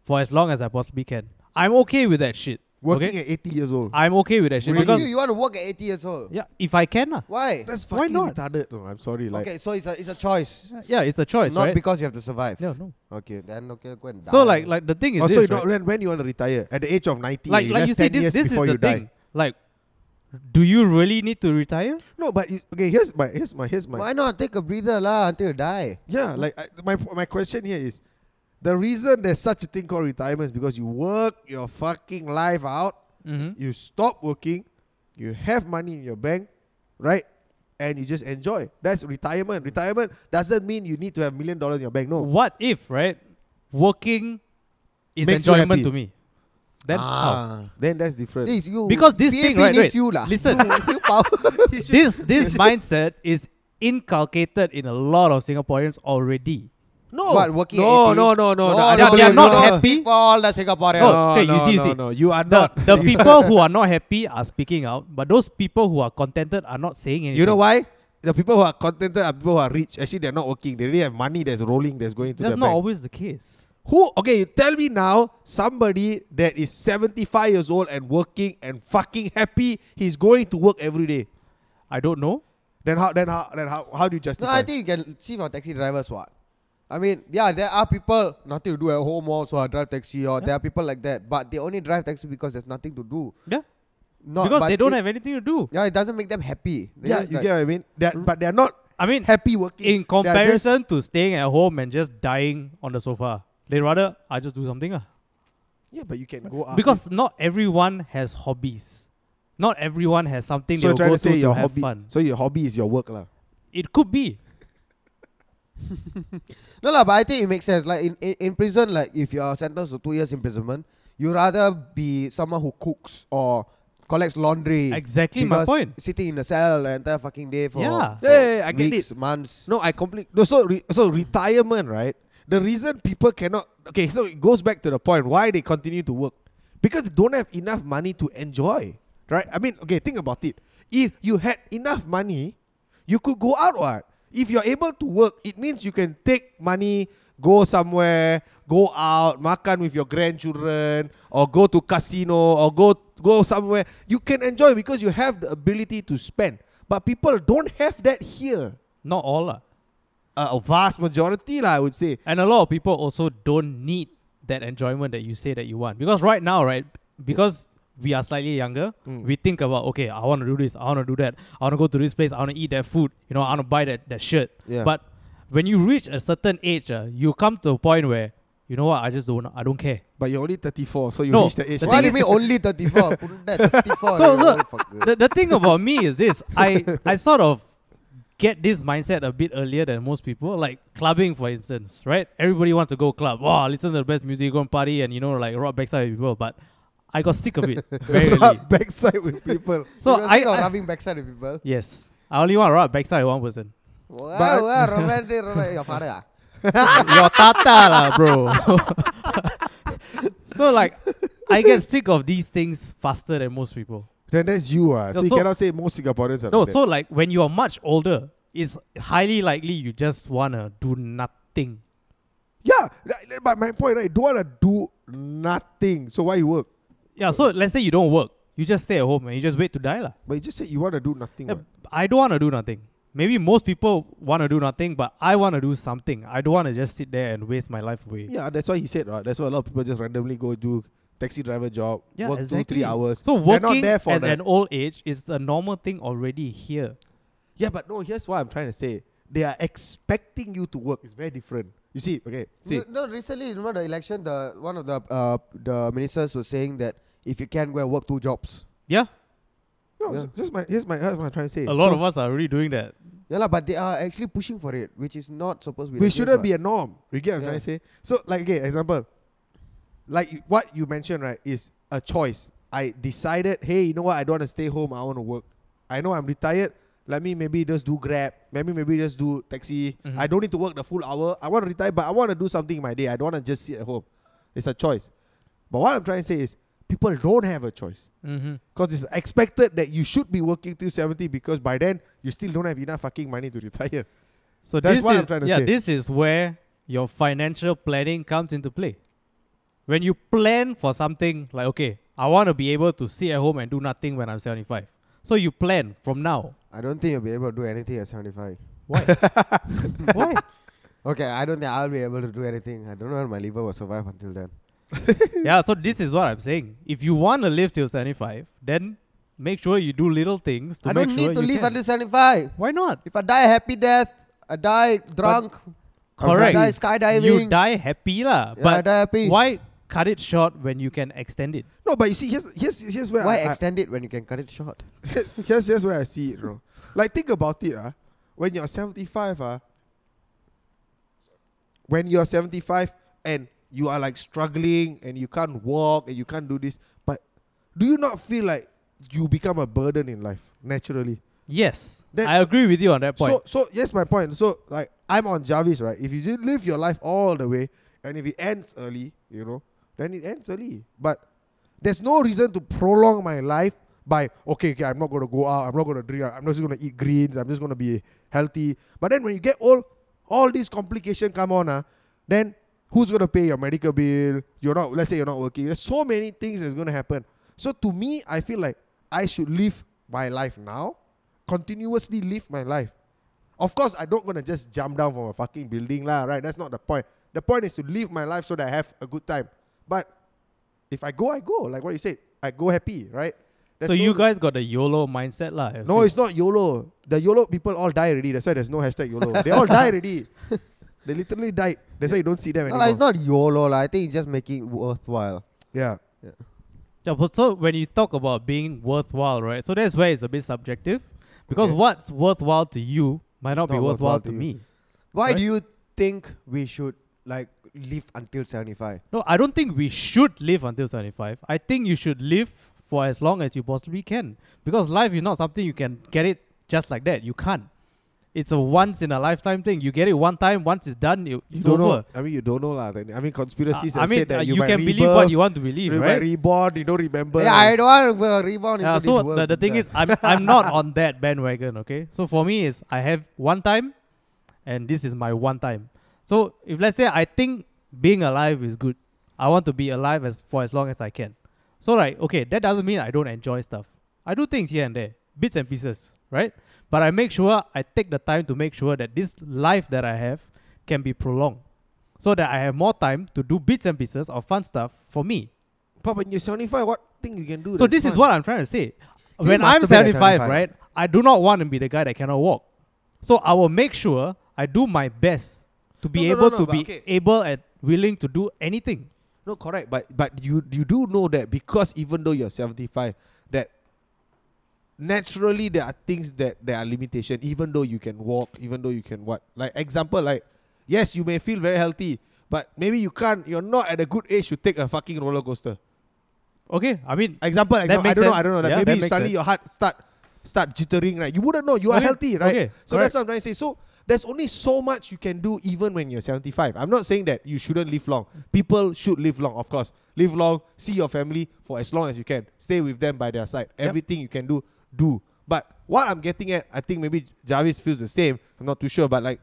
Speaker 3: for as long as I possibly can. I'm okay with that shit.
Speaker 4: working
Speaker 3: okay?
Speaker 4: at eighty years old.
Speaker 3: I'm okay with that shit
Speaker 1: Why do
Speaker 3: because
Speaker 1: you, you want to work at eighty years old?
Speaker 3: yeah, if I can, lah.
Speaker 1: Why?
Speaker 4: That's
Speaker 3: Why
Speaker 4: fucking
Speaker 3: not?
Speaker 4: retarded. No, I'm sorry. Like
Speaker 1: okay, so it's a it's a choice,
Speaker 3: yeah, it's a choice,
Speaker 1: not
Speaker 3: right?
Speaker 1: because you have to survive.
Speaker 3: no, no.
Speaker 1: Okay, then okay, go and
Speaker 3: So
Speaker 1: die.
Speaker 3: like, like the thing is
Speaker 4: oh,
Speaker 3: this,
Speaker 4: so you
Speaker 3: right?
Speaker 4: don't, when when you want to retire at the age of ninety?
Speaker 3: like,
Speaker 4: you
Speaker 3: like
Speaker 4: left
Speaker 3: you see,
Speaker 4: 10
Speaker 3: this,
Speaker 4: years
Speaker 3: this is
Speaker 4: before
Speaker 3: the
Speaker 4: you die.
Speaker 3: thing. Like, do you really need to retire?
Speaker 4: No, but you, okay. Here's my here's my here's my
Speaker 1: why not take a breather lah until you die?
Speaker 4: Yeah, like I, my my question here is, The reason there's such a thing called retirement is because you work your fucking life out,
Speaker 3: hmm
Speaker 4: you stop working, you have money in your bank, right? And you just enjoy. That's retirement. Retirement doesn't mean you need to have million dollars in your bank. No.
Speaker 3: What if, right? Working is
Speaker 4: Makes you
Speaker 3: enjoyment
Speaker 4: happy. Ah.
Speaker 3: to me. Then how?
Speaker 4: Then that's different.
Speaker 1: This you
Speaker 3: Because this thing,
Speaker 1: PFA
Speaker 3: right,
Speaker 1: needs
Speaker 3: wait.
Speaker 1: you lah.
Speaker 3: Listen.
Speaker 1: You power.
Speaker 3: This this mindset is inculcated in a lot of Singaporeans already.
Speaker 4: No.
Speaker 1: What, working
Speaker 4: no,
Speaker 1: at
Speaker 4: no, no, no, no. I
Speaker 3: they
Speaker 4: don't
Speaker 3: they are
Speaker 4: believe
Speaker 3: not
Speaker 4: you.
Speaker 3: happy.
Speaker 1: For all the Singaporeans.
Speaker 3: No,
Speaker 4: No,
Speaker 3: okay, Oh, you
Speaker 4: no,
Speaker 3: see, you
Speaker 4: no,
Speaker 3: see.
Speaker 4: no. You are
Speaker 3: The,
Speaker 4: not.
Speaker 3: the people who are not happy are speaking out, but those people who are contented are not saying anything.
Speaker 4: You know why? The people who are contented are people who are rich. Actually, they're not working. They really have money that's rolling, that's going to
Speaker 3: That's
Speaker 4: the
Speaker 3: not
Speaker 4: bank.
Speaker 3: always the case.
Speaker 4: Who? Okay, you tell me now. Somebody that is 75 years old and working and fucking happy. He's going to work every day.
Speaker 3: I don't know.
Speaker 4: Then how? Then how? Then how? How do you
Speaker 1: No,
Speaker 4: justify?
Speaker 1: I think you can see from taxi drivers what. I mean, yeah, there are people nothing to do at home also. I drive taxi or there are people like that, but they only drive taxi because there's nothing to do.
Speaker 3: Yeah.
Speaker 1: Not
Speaker 3: because
Speaker 1: but
Speaker 3: they don't
Speaker 1: it-
Speaker 3: have anything to do.
Speaker 1: Yeah, it doesn't make them happy. They
Speaker 4: yeah,
Speaker 1: just
Speaker 4: you
Speaker 1: like-
Speaker 4: get what I mean. They're, but they're not
Speaker 3: I mean,
Speaker 4: happy working.
Speaker 3: in
Speaker 4: They are just-
Speaker 3: comparison to staying at home and just dying on the sofa, they rather I just do something. ah.
Speaker 4: yeah, but you can go out
Speaker 3: Because not everyone has hobbies. Not everyone has something
Speaker 4: So
Speaker 3: they
Speaker 4: you're trying
Speaker 3: go
Speaker 4: to say
Speaker 3: to,
Speaker 4: your
Speaker 3: to have
Speaker 4: hobby.
Speaker 3: fun.
Speaker 4: So your hobby is your work, lah.
Speaker 3: It could be.
Speaker 1: No, lah, but I think it makes sense. Like in, in, in prison, like if you are sentenced to two years imprisonment, you rather be someone who cooks or collects laundry.
Speaker 3: Exactly my
Speaker 1: because
Speaker 3: point.
Speaker 1: Sitting in a cell the entire fucking day for,
Speaker 3: Yeah.
Speaker 1: for
Speaker 4: Yeah, yeah, yeah, I get
Speaker 1: weeks, months.
Speaker 4: No, I complete. No, so re- so retirement, right? The reason people cannot okay, so it goes back to the point why they continue to work because they don't have enough money to enjoy, right? I mean, okay, think about it. If you had enough money, you could go out. What if you're able to work? It means you can take money, go somewhere, go out, makan with your grandchildren, or go to casino, or go go somewhere. You can enjoy because you have the ability to spend. But people don't have that here
Speaker 3: Not all. lah.
Speaker 4: a a vast majority, lah, I would say.
Speaker 3: And a lot of people also don't need that enjoyment that you say that you want. Because right now, right, because we are slightly younger,
Speaker 4: Mm.
Speaker 3: we think about, okay, I want to do this, I want to do that, I want to go to this place, I want to eat that food, you know, I want to buy that, that shirt.
Speaker 4: Yeah.
Speaker 3: But when you reach a certain age, uh, you come to a point where, you know what, I just don't, I don't care.
Speaker 4: But you're only 34, so you
Speaker 3: No,
Speaker 4: reach the age.
Speaker 3: the
Speaker 1: Why
Speaker 4: where
Speaker 3: thing
Speaker 1: do
Speaker 4: you-
Speaker 1: you mean only 34? Couldn't that 34?
Speaker 3: So-
Speaker 1: you
Speaker 3: so-
Speaker 1: motherfucker.
Speaker 3: the, the thing about me is this I, I sort of get this mindset a bit earlier than most people like clubbing for instance right everybody wants to go club wow listen to the best music go and party and you know like rock backside with people but i got sick of it very early
Speaker 4: Rub backside with people.
Speaker 3: so
Speaker 1: Because
Speaker 3: I,
Speaker 1: you are
Speaker 3: I-
Speaker 1: rubbing backside with people.
Speaker 3: yes i only want to rock backside with one person
Speaker 1: Wow,
Speaker 4: But-
Speaker 1: wow, romantic, romantic. Your father, ah?
Speaker 3: your tata lah bro so like i get sick of these things faster than most people
Speaker 4: then that's you, ah. So,
Speaker 3: No,
Speaker 4: you
Speaker 3: so-
Speaker 4: cannot say most Singaporeans are
Speaker 3: No,
Speaker 4: like that.
Speaker 3: so like when you are much older, it's highly likely you just wanna do nothing.
Speaker 4: yeah. th- th- But my point, right? Don't wanna do nothing. So why you work?
Speaker 3: Yeah, so, let's say you don't work, you just stay at home and you just wait to die lah.
Speaker 4: But you just said you wanna do nothing.
Speaker 3: Yeah,
Speaker 4: what?
Speaker 3: I don't wanna do nothing. Maybe most people wanna do nothing, but I wanna do something. I don't wanna just sit there and waste my life away.
Speaker 4: Yeah, that's why he said. Right? That's why a lot of people just randomly go do taxi driver job,
Speaker 3: Yeah,
Speaker 4: work
Speaker 3: exactly.
Speaker 4: two three hours.
Speaker 3: So
Speaker 4: They're
Speaker 3: working
Speaker 4: not there for
Speaker 3: at
Speaker 4: that.
Speaker 3: an old age is a normal thing already here.
Speaker 4: Yeah, but no. Here's what I'm trying to say. They are expecting you to work. It's very different. You see? Okay. See.
Speaker 1: No, no, recently, remember the election, the one of the uh, the ministers was saying that if you can go and work two jobs.
Speaker 3: Yeah,
Speaker 4: No,
Speaker 1: Yeah.
Speaker 4: so just my here's my here's what I'm trying to say.
Speaker 3: a lot
Speaker 4: So-
Speaker 3: of us are already doing that.
Speaker 1: Yeah, lah, but they are actually pushing for it, which is not supposed to be. the
Speaker 4: We
Speaker 1: case,
Speaker 4: shouldn't
Speaker 1: what.
Speaker 4: be a norm. You get what I'm
Speaker 1: Yeah.
Speaker 4: trying to say? So, like, okay, example, like you- what you mentioned, right, is a choice. I decided, hey, you know what? I don't want to stay home. I want to work. I know I'm retired. Let me maybe just do Grab. Maybe maybe just do taxi.
Speaker 3: Mhm.
Speaker 4: I don't need to work the full hour. I want to retire, but I want to do something in my day. I don't want to just sit at home. It's a choice. But what I'm trying to say is, people don't have a choice
Speaker 3: Mm-hmm.
Speaker 4: because it's expected that you should be working till 70 because by then you still don't have enough fucking money to retire.
Speaker 3: So
Speaker 4: That's
Speaker 3: this
Speaker 4: what I'm
Speaker 3: is-
Speaker 4: trying to
Speaker 3: yeah,
Speaker 4: say.
Speaker 3: this is where your financial planning comes into play. When you plan for something like, okay, I want to be able to sit at home and do nothing when I'm 75. So you plan from now.
Speaker 1: I don't think you'll be able to do anything at 75.
Speaker 3: Why? Why?
Speaker 1: Okay, I don't think I'll be able to do anything. I don't know if my liver will survive until then.
Speaker 3: Yeah, so this is what I'm saying. If you want to live till 75, then make sure you do little things to
Speaker 1: I
Speaker 3: make
Speaker 1: don't
Speaker 3: sure
Speaker 1: need to
Speaker 3: you
Speaker 1: live
Speaker 3: can.
Speaker 1: until 75.
Speaker 3: Why not?
Speaker 1: If I die a happy death, I die drunk,
Speaker 3: Correct.
Speaker 1: Die skydiving.
Speaker 3: You die happy lah,
Speaker 1: Yeah, I
Speaker 3: but
Speaker 1: die happy.
Speaker 3: why cut it short when you can extend it?
Speaker 4: No, but you see, here's here's here's where
Speaker 1: Why
Speaker 4: I, I-
Speaker 1: extend it when you can cut it short?
Speaker 4: here's here's where I see it, bro. Like think about it, ah. When you're 75, ah. When you're 75 and you are like struggling and you can't walk and you can't do this, but do you not feel like you become a burden in life naturally?
Speaker 3: Yes, I
Speaker 4: That's-
Speaker 3: agree with you on that point.
Speaker 4: So so yes, my point. So like I'm on Jarvis, right? If you just live your life all the way and if it ends early, you know, then it ends early. But there's no reason to prolong my life by okay, okay, I'm not gonna go out, I'm not gonna drink, I'm just gonna eat greens, I'm just gonna be healthy. But then when you get old, all these complications come on, ah, then who's gonna pay your medical bill? You're not let's say you're not working. There's so many things that's gonna happen. So to me, I feel like I should live my life now, continuously live my life. Of course, I don't gonna just jump down from a fucking building, lah. Right? That's not the point. The point is to live my life so that I have a good time. But if I go, I go. Like what you said, I go happy, right? There's
Speaker 3: So
Speaker 4: no-
Speaker 3: you guys got the YOLO mindset lah. I
Speaker 4: No,
Speaker 3: assume.
Speaker 4: it's not YOLO. The YOLO people all die already. That's why there's no hashtag YOLO. they all die already. They literally died. That's why you don't see them
Speaker 1: No,
Speaker 4: anymore.
Speaker 1: lah, it's not YOLO. lah. I think it's just making it worthwhile.
Speaker 4: Yeah.
Speaker 3: Yeah, but so when you talk about being worthwhile, right? So that's where it's a bit subjective, because
Speaker 4: Okay.
Speaker 3: what's worthwhile to you might not, be
Speaker 1: not
Speaker 3: worthwhile,
Speaker 1: worthwhile
Speaker 3: to
Speaker 1: to you.
Speaker 3: me.
Speaker 1: Why
Speaker 3: Right.
Speaker 1: do you think we should like live until 75?
Speaker 3: No, I don't think we should live until seventy-five. I think you should live for as long as you possibly can, because life is not something you can get it just like that. You can't. It's a once in a lifetime thing. You get it one time. Once it's done, you,
Speaker 4: You
Speaker 3: it's
Speaker 4: don't
Speaker 3: over.
Speaker 4: know. I mean, you don't know, lah. then. I mean, conspiracies
Speaker 3: Uh, I
Speaker 4: have
Speaker 3: mean,
Speaker 4: said that
Speaker 3: uh,
Speaker 4: you,
Speaker 3: you
Speaker 4: might
Speaker 3: can
Speaker 4: rebirth,
Speaker 3: believe what you want to believe,
Speaker 4: you might
Speaker 3: right?
Speaker 4: reborn. You don't remember.
Speaker 1: yeah, I don't want to uh, rebound
Speaker 3: Yeah,
Speaker 1: into
Speaker 3: so
Speaker 1: this world.
Speaker 3: the, the thing
Speaker 1: yeah.
Speaker 3: is, I'm I'm not on that bandwagon. Okay, so for me is I have one time, and this is my one time. So if let's say I think being alive is good, I want to be alive as for as long as I can. So like okay, that doesn't mean I don't enjoy stuff. I do things here and there, bits and pieces, right? But I make sure I take the time to make sure that this life that I have can be prolonged, so that I have more time to do bits and pieces of fun stuff for me.
Speaker 4: But when you're 75, what thing you can do?
Speaker 3: So
Speaker 4: that's
Speaker 3: this is
Speaker 4: fun?
Speaker 3: what I'm trying to say. When
Speaker 1: masturbate
Speaker 3: I'm
Speaker 1: at
Speaker 3: 75,
Speaker 1: 75.
Speaker 3: right, I do not want to be the guy that cannot walk. So I will make sure I do my best to be
Speaker 4: No, no,
Speaker 3: able
Speaker 4: no, no,
Speaker 3: to
Speaker 4: but
Speaker 3: be
Speaker 4: okay.
Speaker 3: able and willing to do anything.
Speaker 4: No, correct. But but you you do know that because even though you're 75, that naturally there are things that there are limitation. Even though you can walk, even though you can what, like example, like yes, you may feel very healthy, but maybe you can't. You're not at a good age to take a fucking roller coaster.
Speaker 3: Okay, I mean,
Speaker 4: Example, example I
Speaker 3: makes
Speaker 4: don't know, I
Speaker 3: sense.
Speaker 4: don't know. Like
Speaker 3: Yeah, that
Speaker 4: maybe
Speaker 3: makes
Speaker 4: suddenly
Speaker 3: sense.
Speaker 4: your heart start start jittering, right? You wouldn't know. You are
Speaker 3: Okay,
Speaker 4: healthy, right?
Speaker 3: okay,
Speaker 4: so that's what I'm trying to say. So there's only so much you can do even when you're 75. I'm not saying that you shouldn't live long. People should live long, of course. Live long, see your family for as long as you can. Stay with them by their side. Everything you can do, do. But what I'm getting at, I think maybe Jarvis feels the same. I'm not too sure, but like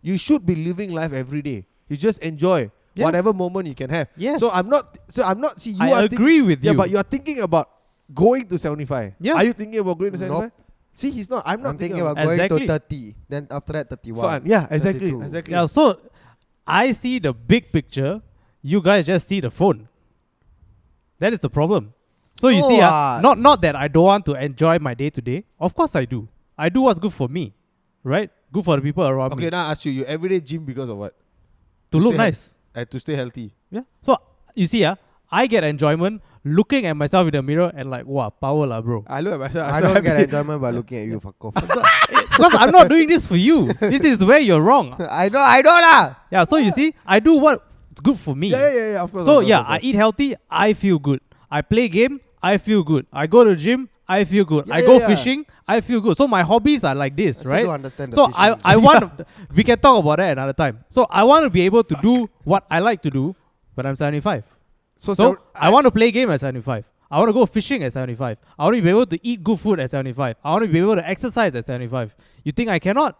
Speaker 4: you should be living life every day. You just enjoy
Speaker 3: Yes.
Speaker 4: whatever moment you can have.
Speaker 3: Yes.
Speaker 4: So I'm not so I'm not see you
Speaker 3: I
Speaker 4: are think-
Speaker 3: agree with
Speaker 4: yeah,
Speaker 3: you.
Speaker 4: but you are thinking about going to 75.
Speaker 3: Yeah.
Speaker 4: Are you thinking about going to
Speaker 1: Nope.
Speaker 4: 75? See, he's not. I'm
Speaker 1: I'm
Speaker 4: not
Speaker 1: thinking about
Speaker 3: Exactly.
Speaker 1: going to 30. Then after that, 31.
Speaker 4: fun. Yeah, exactly.
Speaker 1: 32.
Speaker 4: Exactly.
Speaker 3: yeah, so I see the big picture. You guys just see the phone. That is the problem. So you
Speaker 1: No,
Speaker 3: see,
Speaker 1: ah.
Speaker 3: uh, not not that I don't want to enjoy my day to day. Of course I do. I do what's good for me, right? Good for the people around
Speaker 4: Okay,
Speaker 3: me
Speaker 4: now I ask you, you everyday gym because of what?
Speaker 3: to
Speaker 4: stay
Speaker 3: look
Speaker 4: healthy.
Speaker 3: nice.
Speaker 4: Uh, to stay healthy.
Speaker 3: Yeah. So you see, ah, I get enjoyment looking at myself in the mirror and like, wow, power lah, bro.
Speaker 4: I look at myself. I'm
Speaker 1: I
Speaker 4: so
Speaker 1: don't get
Speaker 4: happy.
Speaker 1: enjoyment by looking at you, fuck off.
Speaker 3: Because I'm not doing this for you. This is where you're wrong.
Speaker 1: I know, I know lah.
Speaker 3: Yeah. So you see, I do what's good for me.
Speaker 4: Yeah, yeah, yeah, yeah. Of course.
Speaker 3: So
Speaker 4: of course,
Speaker 3: yeah,
Speaker 4: of
Speaker 3: I
Speaker 4: course.
Speaker 3: eat healthy. I feel good. I play game. I feel good. I go to gym. I feel good.
Speaker 4: Yeah,
Speaker 3: I
Speaker 4: yeah,
Speaker 3: go
Speaker 4: yeah.
Speaker 3: fishing. I feel good. So my hobbies are like
Speaker 1: I
Speaker 3: this,
Speaker 1: still
Speaker 3: right?
Speaker 1: don't understand the
Speaker 3: so I,
Speaker 1: fishing.
Speaker 3: I want we can talk about that another time. So I want to be able to do what I like to do when I'm 75.
Speaker 4: So,
Speaker 3: So
Speaker 4: sev-
Speaker 3: I, want to play game at 75. I want to go fishing at 75. I want to be able to eat good food at 75. I want to be able to exercise at 75. You think I cannot?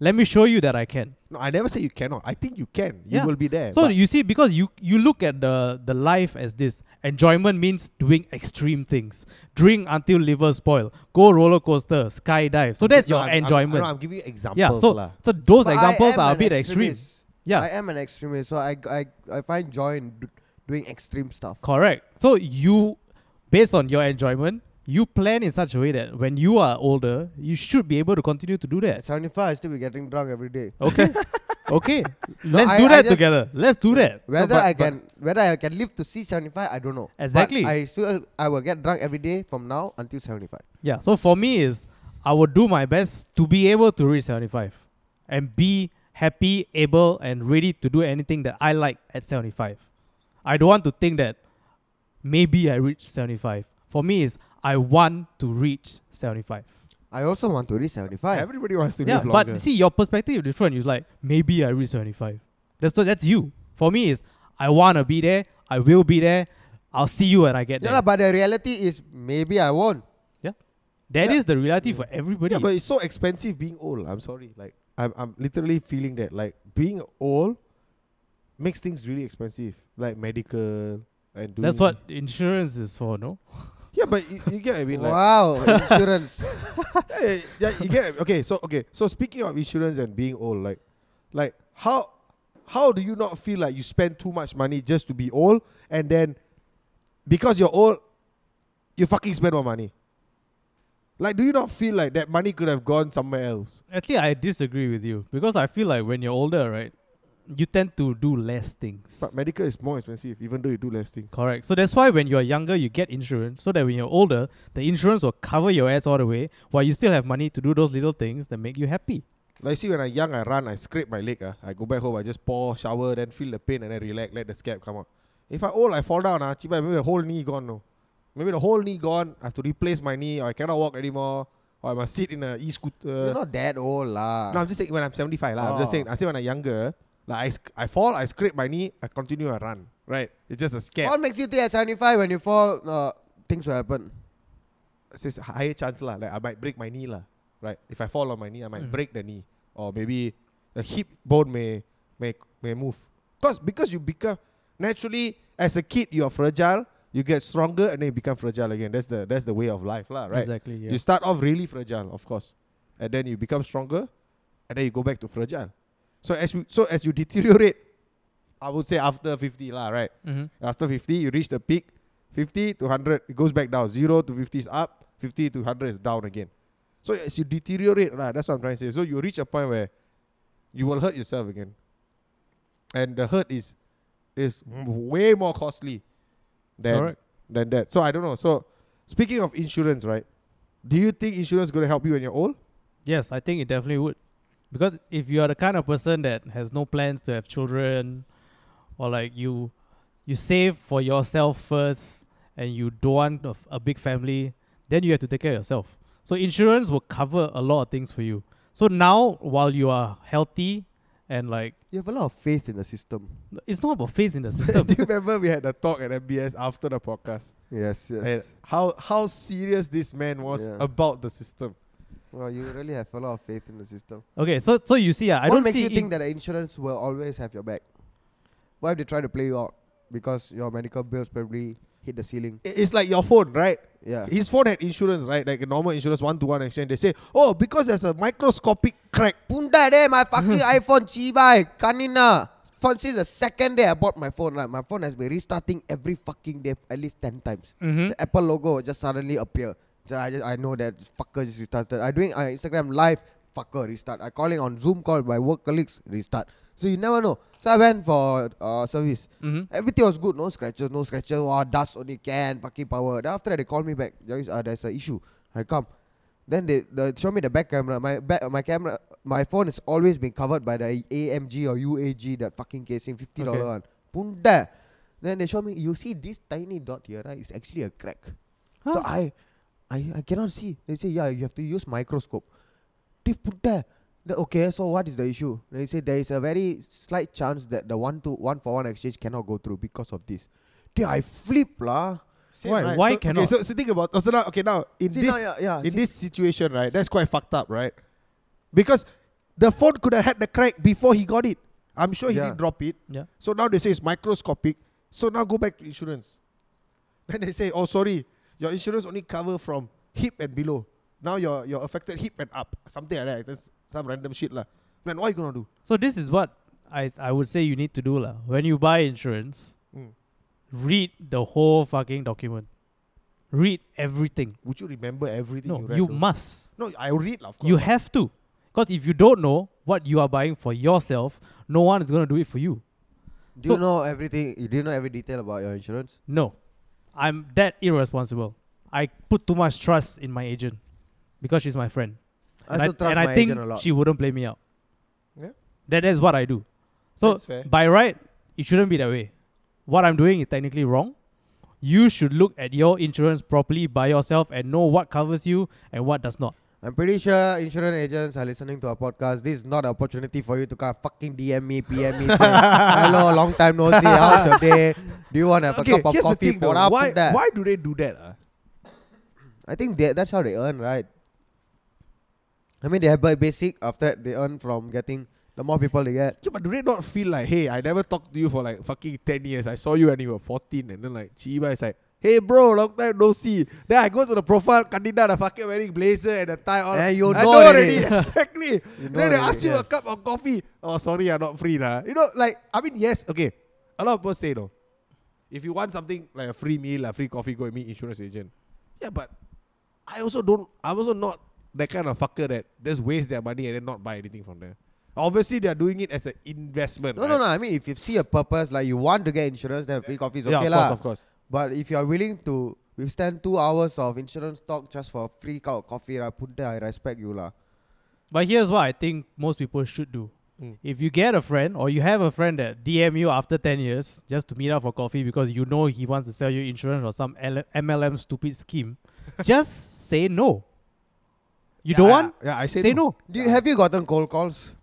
Speaker 3: Let me show you that I can.
Speaker 4: No, I never say you cannot. I think you can. You
Speaker 3: Yeah.
Speaker 4: will be there.
Speaker 3: So
Speaker 4: but-
Speaker 3: you see, because you you look at the the life as this enjoyment means doing extreme things, drink until liver spoil, go roller coaster, skydive. So that's
Speaker 4: No,
Speaker 3: your
Speaker 4: I'm- I'm-
Speaker 3: enjoyment.
Speaker 4: no, I'm giving you examples.
Speaker 3: yeah. So
Speaker 4: lah.
Speaker 3: so those
Speaker 1: But I
Speaker 3: examples
Speaker 1: am
Speaker 3: are a
Speaker 1: an
Speaker 3: bit extreme.
Speaker 1: extremist.
Speaker 3: Yeah.
Speaker 1: I am an extremist, so I, I, I find joy in d- doing extreme stuff.
Speaker 3: Correct. So you, based on your enjoyment, you plan in such a way that when you are older, you should be able to continue to do
Speaker 1: At
Speaker 3: that.
Speaker 1: 75, I still be getting drunk every day.
Speaker 3: Okay, okay. Let's
Speaker 1: I-
Speaker 3: do
Speaker 1: I
Speaker 3: that
Speaker 1: just-
Speaker 3: together. Let's do that.
Speaker 1: Whether
Speaker 4: but-
Speaker 1: I
Speaker 4: but-
Speaker 1: can, whether I can live to see 75, I don't know. But
Speaker 3: Exactly.
Speaker 1: I still, I will get drunk every day from now until 75.
Speaker 3: Yeah. So for me is I would do my best to be able to reach 75 and be happy, able and ready to do anything that I like at 75. I don't want to think that maybe I reach 75. For me is I want to reach 75.
Speaker 1: I also want to reach 75.
Speaker 4: Everybody wants to
Speaker 3: yeah,
Speaker 4: live longer.
Speaker 3: but see your perspective is different. It's like maybe I reach 75. That's so that's you. For me is I want to be there. I will be there. I'll see you when I get
Speaker 1: yeah, lah,
Speaker 3: there.
Speaker 1: but the reality is maybe I won't.
Speaker 3: That is
Speaker 4: yeah.
Speaker 3: the reality for everybody.
Speaker 4: Yeah, but it's so expensive being old. I'm sorry. Like I'm I'm literally feeling that like being old makes things really expensive. Like medical and doing
Speaker 3: that's what insurance is for, no?
Speaker 4: Yeah, but you, you get what I mean like
Speaker 1: wow, insurance.
Speaker 4: yeah, yeah, you get okay, so okay. So speaking of insurance and being old, like like how how do you not feel like you spend too much money just to be old and then because you're old you fucking spend more money? Like do you not feel like that money could have gone somewhere else?
Speaker 3: Actually, I disagree with you because I feel like when you're older, right, you tend to do less things.
Speaker 4: But medical is more expensive, even though you do less things.
Speaker 3: Correct. So that's why when you're younger, you get insurance so that when you're older, the insurance will cover your ass all the way while you still have money to do those little things that make you happy.
Speaker 4: Like see, when I young, I run, I scrape my leg. Ah, I go back home, I just pour, shower, then feel the pain, and then relax, let the scab come out. If I old, I fall down. Ah, chiba, maybe the whole knee gone. No, maybe the whole knee gone. I have to replace my knee, or I cannot walk anymore, or I must sit in a e-scooter.
Speaker 1: You're not that old, lah.
Speaker 4: no, I'm just saying when I'm 75 lah. I'm just
Speaker 1: Oh.
Speaker 4: saying. I say when I'm younger, like I, sc- I fall, I scrape my knee, I continue, I run. Right? It's just a scab.
Speaker 1: What makes you think at 75 when you fall, uh, things will happen?
Speaker 4: It's just a higher chance lah. Like I might break my knee lah. Right? If I fall on my knee, I might
Speaker 3: Mm.
Speaker 4: break the knee, or maybe the hip bone may may may move. Cause because you become naturally as a kid you are fragile. You get stronger and then you become fragile again. That's the that's the way of life lah. Right?
Speaker 3: Exactly. Yeah.
Speaker 4: You start off really fragile, of course, and then you become stronger, and then you go back to fragile. So as you so as you deteriorate, I would say after fifty lah, right?
Speaker 3: Mhm.
Speaker 4: After 50, you reach the peak. 50 to 100, it goes back down. 0 to 50 is up. 50 to 100 is down again. So as you deteriorate, right, that's what I'm trying to say. So you reach a point where you will hurt yourself again. And the hurt is is m- way more costly than,
Speaker 3: Correct.
Speaker 4: than that. So I don't know. So speaking of insurance, right, do you think insurance is going to help you when you're old?
Speaker 3: Yes, I think it definitely would. Because if you are the kind of person that has no plans to have children or like you you save for yourself first and you don't want a, f- a big family, then you have to take care of yourself. So insurance will cover a lot of things for you. So now while you are healthy and like
Speaker 1: You have a lot of faith in the system.
Speaker 3: it's not about faith in the
Speaker 4: do
Speaker 3: system.
Speaker 4: you remember we had the talk at MBS after the podcast?
Speaker 1: Yes, yes.
Speaker 4: And how, how serious this man was
Speaker 1: Yeah.
Speaker 4: about the system.
Speaker 1: Well, you really have a lot of faith in the system.
Speaker 3: okay, so so you see, uh, I
Speaker 1: what
Speaker 3: don't
Speaker 1: makes
Speaker 3: see
Speaker 1: you
Speaker 3: in-
Speaker 1: think that the insurance will always have your back? Why if they try to play you out? Because your medical bills probably hit the ceiling.
Speaker 4: I- It's like your phone, right?
Speaker 1: Yeah.
Speaker 4: His phone had insurance, right? Like a normal insurance, one to one exchange. They say, oh, because there's a microscopic crack.
Speaker 1: Punda there, my fucking iPhone chibai, kanina. Phone since the second day I bought my phone, right? My phone has been restarting every fucking day at least ten times.
Speaker 3: Mhm.
Speaker 1: The Apple logo will just suddenly appear. So I just I know that fucker just restarted. I doing uh, Instagram live, fucker restart. I calling on Zoom call my work colleagues restart. So you never know. So I went for uh, service.
Speaker 3: Mhm.
Speaker 1: Everything was good, no scratches, no scratches. Wow, dust only can fucking power. Then after that they call me back. There is uh, there's an issue. I come. Then they, they show me the back camera. My back, my camera, my phone has always been covered by the AMG or UAG that fucking casing, fifty dollar
Speaker 4: Okay.
Speaker 1: one. Punda. Then they show me. You see this tiny dot here, right? It's actually a crack. So I, I, I cannot see. They say, yeah, you have to use microscope. They put there. The- okay, so what is the issue? They say there is a very slight chance that the one to one for one exchange cannot go through because of this. They I flip lah.
Speaker 4: Same,
Speaker 3: Why- why
Speaker 4: so,
Speaker 3: cannot?
Speaker 4: Okay, so, so think about. oh, So now, okay, now in
Speaker 1: See
Speaker 4: this
Speaker 1: now, yeah, yeah,
Speaker 4: in
Speaker 1: see-
Speaker 4: this situation, right? That's quite fucked up, right? Because the phone could have had the crack before he got it. I'm sure he
Speaker 1: Yeah.
Speaker 4: didn't drop it.
Speaker 3: Yeah.
Speaker 4: So now they say it's microscopic. So now go back to insurance. Then they say, oh, sorry, your insurance only cover from hip and below. Now you're you're affected hip and up, something like that. That's some random shit lah. Man, what are you gonna do?
Speaker 3: So this is what I I would say you need to do lah. When you buy insurance,
Speaker 4: Mm.
Speaker 3: read the whole fucking document. Read everything.
Speaker 4: Would you remember everything
Speaker 3: No,
Speaker 4: you
Speaker 3: you,
Speaker 4: read? though?
Speaker 3: must.
Speaker 4: No, I read, lah, of course.
Speaker 3: You have to. Because if you don't know what you are buying for yourself, no one is going to do it for you.
Speaker 1: Do
Speaker 3: So-
Speaker 1: you know everything? Do you know every detail about your insurance?
Speaker 3: No. I'm that irresponsible. I put too much trust in my agent because she's my friend.
Speaker 1: I
Speaker 3: and
Speaker 1: also trust
Speaker 3: and
Speaker 1: my
Speaker 3: I think
Speaker 1: agent a lot.
Speaker 3: she wouldn't play me out.
Speaker 4: Yeah.
Speaker 3: That is what I do. So
Speaker 4: That's fair.
Speaker 3: by right, it shouldn't be that way. What I'm doing is technically wrong. You should look at your insurance properly by yourself and know what covers you and what does not.
Speaker 1: I'm pretty sure insurance agents are listening to our podcast. This is not an opportunity for you to kind of fucking DM me, PM me. say, Hello, long time no see. How's your day? Do you want to have a
Speaker 4: okay,
Speaker 1: cup of
Speaker 4: here's the
Speaker 1: coffee?
Speaker 4: thing, though.
Speaker 1: Put up
Speaker 4: Why,
Speaker 1: with that.
Speaker 4: why do they do that? ah?
Speaker 1: I think they, that's how they earn, right? I mean, they have ba- basic. After that, they earn from getting the more people they get.
Speaker 4: Yeah, but do they not feel like, hey, I never talked to you for like fucking 10 years. I saw you when you were 14. And then like, Chiba is like, hey, bro, long time no see. Then I go to the profile, Candida, the fucking wearing blazer and the tie. All,
Speaker 1: Eh, you
Speaker 4: I
Speaker 1: know already.
Speaker 4: exactly.
Speaker 1: You know
Speaker 4: then they
Speaker 1: already,
Speaker 4: ask you a
Speaker 1: yes.
Speaker 4: cup of coffee. Oh, sorry, I'm not free. lah. You know, like, I mean, yes, okay. A lot of people say, no. If you want something like a free meal, a free coffee, go and meet insurance agent. Yeah, but I also don't. I'm also not that kind of fucker that just waste their money and then not buy anything from there. Obviously, they are doing it as an investment.
Speaker 1: No,
Speaker 4: right?
Speaker 1: no, no. I mean, if you see a purpose, like you want to get insurance, then free coffee is
Speaker 4: yeah,
Speaker 1: okay,
Speaker 4: of
Speaker 1: lah.
Speaker 4: course, of course.
Speaker 1: But if you are willing to withstand two hours of insurance talk just for free cup of coffee, right, put there, I respect you, lah.
Speaker 3: But here's what I think most people should do.
Speaker 4: Mm.
Speaker 3: If you get a friend or you have a friend that DM you after 10 years just to meet up for coffee because you know he wants to sell you insurance or some L- MLM stupid scheme, just say no. You don't want?
Speaker 4: Yeah, I
Speaker 3: Say,
Speaker 4: say,
Speaker 3: no.
Speaker 1: Do you have you gotten cold calls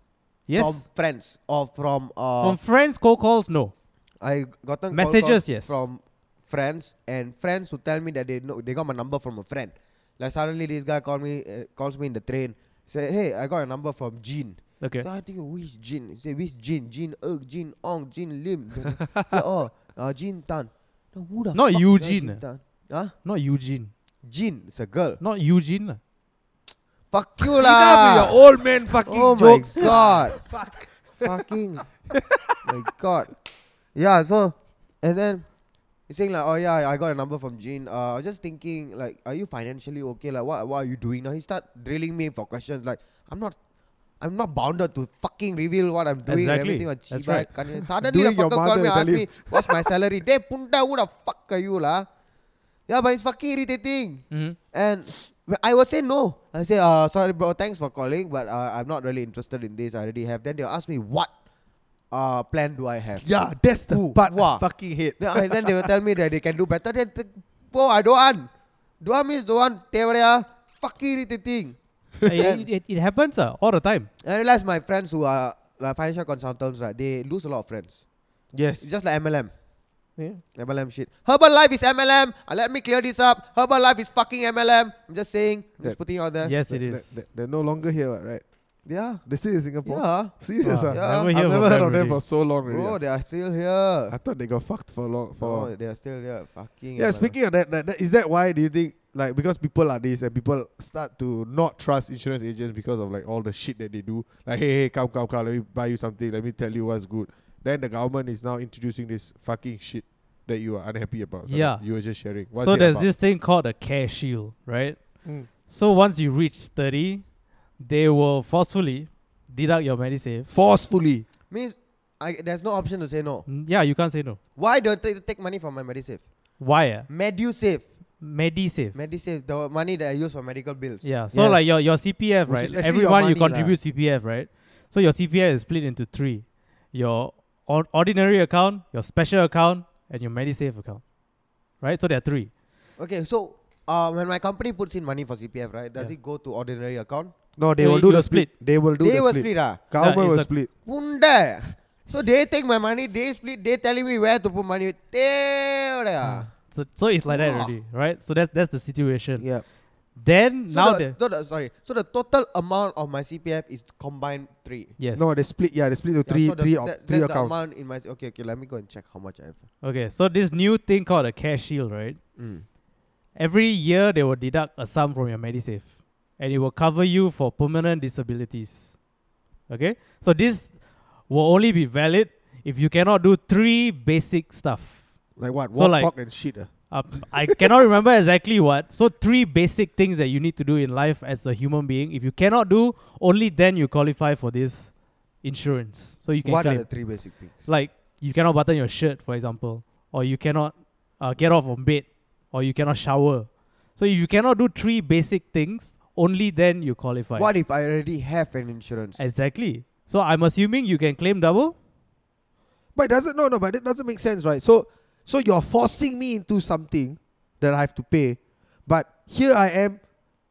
Speaker 3: Yes.
Speaker 1: from friends or from uh?
Speaker 3: From friends, cold calls, no.
Speaker 1: I gotten cold
Speaker 3: Messages,
Speaker 1: calls
Speaker 3: yes.
Speaker 1: from friends and friends who tell me that they know they got my number from a friend. Like suddenly this guy called me uh, calls me in the train. Say hey, I got a number from Gene.
Speaker 3: Okay.
Speaker 1: So I think which Jin? He say which Jin? Jin Erk, Jin Ong, Jin Lim. Then he say oh, uh, Jin Tan. No, who the
Speaker 3: Not
Speaker 1: fuck
Speaker 3: Eugene.
Speaker 1: Is that Jin Tan? Huh?
Speaker 3: Not Eugene.
Speaker 1: Jin, it's a girl.
Speaker 3: Not Eugene. lah.
Speaker 1: Fuck you
Speaker 4: Enough with
Speaker 1: lah.
Speaker 4: your old man fucking
Speaker 1: Oh my
Speaker 4: jokes.
Speaker 1: god. Fuck. Fucking. my god. Yeah. So, and then he's saying like, oh yeah, I got a number from Jin. Uh, I was just thinking like, are you financially okay? Like, what what are you doing now? He start drilling me for questions like, I'm not. I'm not bounded to fucking reveal what I'm doing and
Speaker 3: Exactly.
Speaker 1: everything on
Speaker 3: That's
Speaker 1: Chiba.
Speaker 3: right.
Speaker 1: Kanye. Suddenly the
Speaker 4: Doing your
Speaker 1: fucker called me
Speaker 4: mother will
Speaker 1: asked
Speaker 4: tell
Speaker 1: me, what's my salary? They punta, who the fuck are you lah? Yeah, but it's fucking irritating.
Speaker 3: Mhm.
Speaker 1: And wh- I would say no. I say, uh, sorry, bro, thanks for calling, but uh, I'm not really interested in this. I already have. Then they'll ask me, what uh, plan do I have?
Speaker 4: Yeah, that's the
Speaker 1: Who?
Speaker 4: part.
Speaker 1: Wha?
Speaker 4: I Fucking hate.
Speaker 1: Then, and then they will tell me that they can do better. Then, th- bro, I don't want. Don't want means don't want. Tevariya, fucking irritating.
Speaker 3: Uh, it, it, it happens uh, all the time.
Speaker 1: I realize my friends who are like, financial consultants, right, they lose a lot of friends.
Speaker 4: Yes.
Speaker 1: It's just like MLM.
Speaker 4: yeah.
Speaker 1: MLM shit. Herbalife is MLM. Uh, let me clear this up. Herbalife is fucking MLM. I'm just saying. I'm just
Speaker 4: That-
Speaker 1: putting it out there.
Speaker 3: Yes, it
Speaker 4: They-
Speaker 3: is.
Speaker 4: they- They're no longer here, what, right?
Speaker 1: Yeah.
Speaker 4: They're still in Singapore.
Speaker 1: Yeah.
Speaker 4: Serious,
Speaker 3: Wow.
Speaker 4: ah?
Speaker 1: Yeah.
Speaker 4: I've
Speaker 3: Never hear
Speaker 4: never heard
Speaker 3: from them
Speaker 4: of them
Speaker 3: already.
Speaker 4: for so long already.
Speaker 1: Bro,
Speaker 4: ah.
Speaker 1: they are still here.
Speaker 4: I thought they got fucked for long. For
Speaker 1: No, they are still here. Fucking.
Speaker 4: yeah,
Speaker 1: hell,
Speaker 4: speaking of that, that, that, is that why do you think like because people are this and people start to not trust insurance agents because of like all the shit that they do? Like, hey, hey, come, come, come, let me buy you something, let me tell you what's good. Then the government is now introducing this fucking shit that you are unhappy about. So
Speaker 3: Yeah.
Speaker 4: you were just sharing. What's
Speaker 3: so
Speaker 4: it
Speaker 3: there's
Speaker 4: about?
Speaker 3: this thing called a care shield, right?
Speaker 4: Mm.
Speaker 3: So once you reach 30, they will forcefully deduct your MediSave.
Speaker 1: man.
Speaker 4: forcefully.
Speaker 1: means I, there's no option to say no.
Speaker 3: Mm, Yeah, you can't say no.
Speaker 1: Why don't they take money from my MediSave?
Speaker 3: Why? Uh?
Speaker 1: MediSave,
Speaker 3: MediSave.
Speaker 1: MediSave, the money that I use for medical bills.
Speaker 3: Yeah. So
Speaker 4: Yes.
Speaker 3: like your your CPF,
Speaker 4: Which
Speaker 3: right?
Speaker 4: is actually your
Speaker 3: Everyone you
Speaker 4: money lah.
Speaker 3: contribute CPF, right? So your CPF is split into three: your or- ordinary account, your special account, and your MediSave account. Right. So there are three.
Speaker 1: Okay, so uh, when my company puts in money for CPF, right, does
Speaker 3: Yeah.
Speaker 1: it go to ordinary account?
Speaker 4: No, they
Speaker 3: No,
Speaker 4: will
Speaker 3: you-
Speaker 4: do
Speaker 3: you
Speaker 4: the
Speaker 3: split.
Speaker 4: split. They will do
Speaker 1: they
Speaker 4: the
Speaker 1: were
Speaker 4: split.
Speaker 1: split, ah.
Speaker 4: Government
Speaker 3: Yeah,
Speaker 4: will
Speaker 3: it's a-
Speaker 4: split.
Speaker 1: Punda. So they take my money, they split, they telling me where to put money. Tevda.
Speaker 3: So, so it's like that
Speaker 1: Wow.
Speaker 3: already, right? So that's that's the situation.
Speaker 4: Yeah.
Speaker 3: Then
Speaker 1: So
Speaker 3: now
Speaker 1: the,
Speaker 3: the
Speaker 1: so the, sorry. So the total amount of my CPF is combined three.
Speaker 3: yes.
Speaker 4: No, they split. Yeah, they split to
Speaker 1: Yeah,
Speaker 4: three,
Speaker 1: so the-
Speaker 4: three, op-
Speaker 1: that-
Speaker 4: three
Speaker 1: that's the
Speaker 4: accounts.
Speaker 1: amount in my okay, okay. Let me go and check how much I have.
Speaker 3: Okay. So this new thing called a cash shield, right?
Speaker 1: Mm.
Speaker 3: Every year they will deduct a sum from your MediSave, and it will cover you for permanent disabilities. Okay, so this will only be valid if you cannot do three basic stuff.
Speaker 4: Like what?
Speaker 3: So
Speaker 4: Walk,
Speaker 3: like-
Speaker 4: talk, and shit. ah.
Speaker 3: Um, I cannot remember exactly what. So three basic things that you need to do in life as a human being. If you cannot do, only then you qualify for this insurance. So you can
Speaker 1: What
Speaker 3: claim.
Speaker 1: are the three basic things?
Speaker 3: like you cannot button your shirt, for example, or you cannot uh, get off from bed, or you cannot shower. So if you cannot do three basic things, only then you qualify.
Speaker 1: What if I already have an insurance?
Speaker 3: Exactly. So I'm assuming you can claim double.
Speaker 4: But it doesn't no no but it doesn't make sense, right? So so you're forcing me into something that I have to pay, but here I am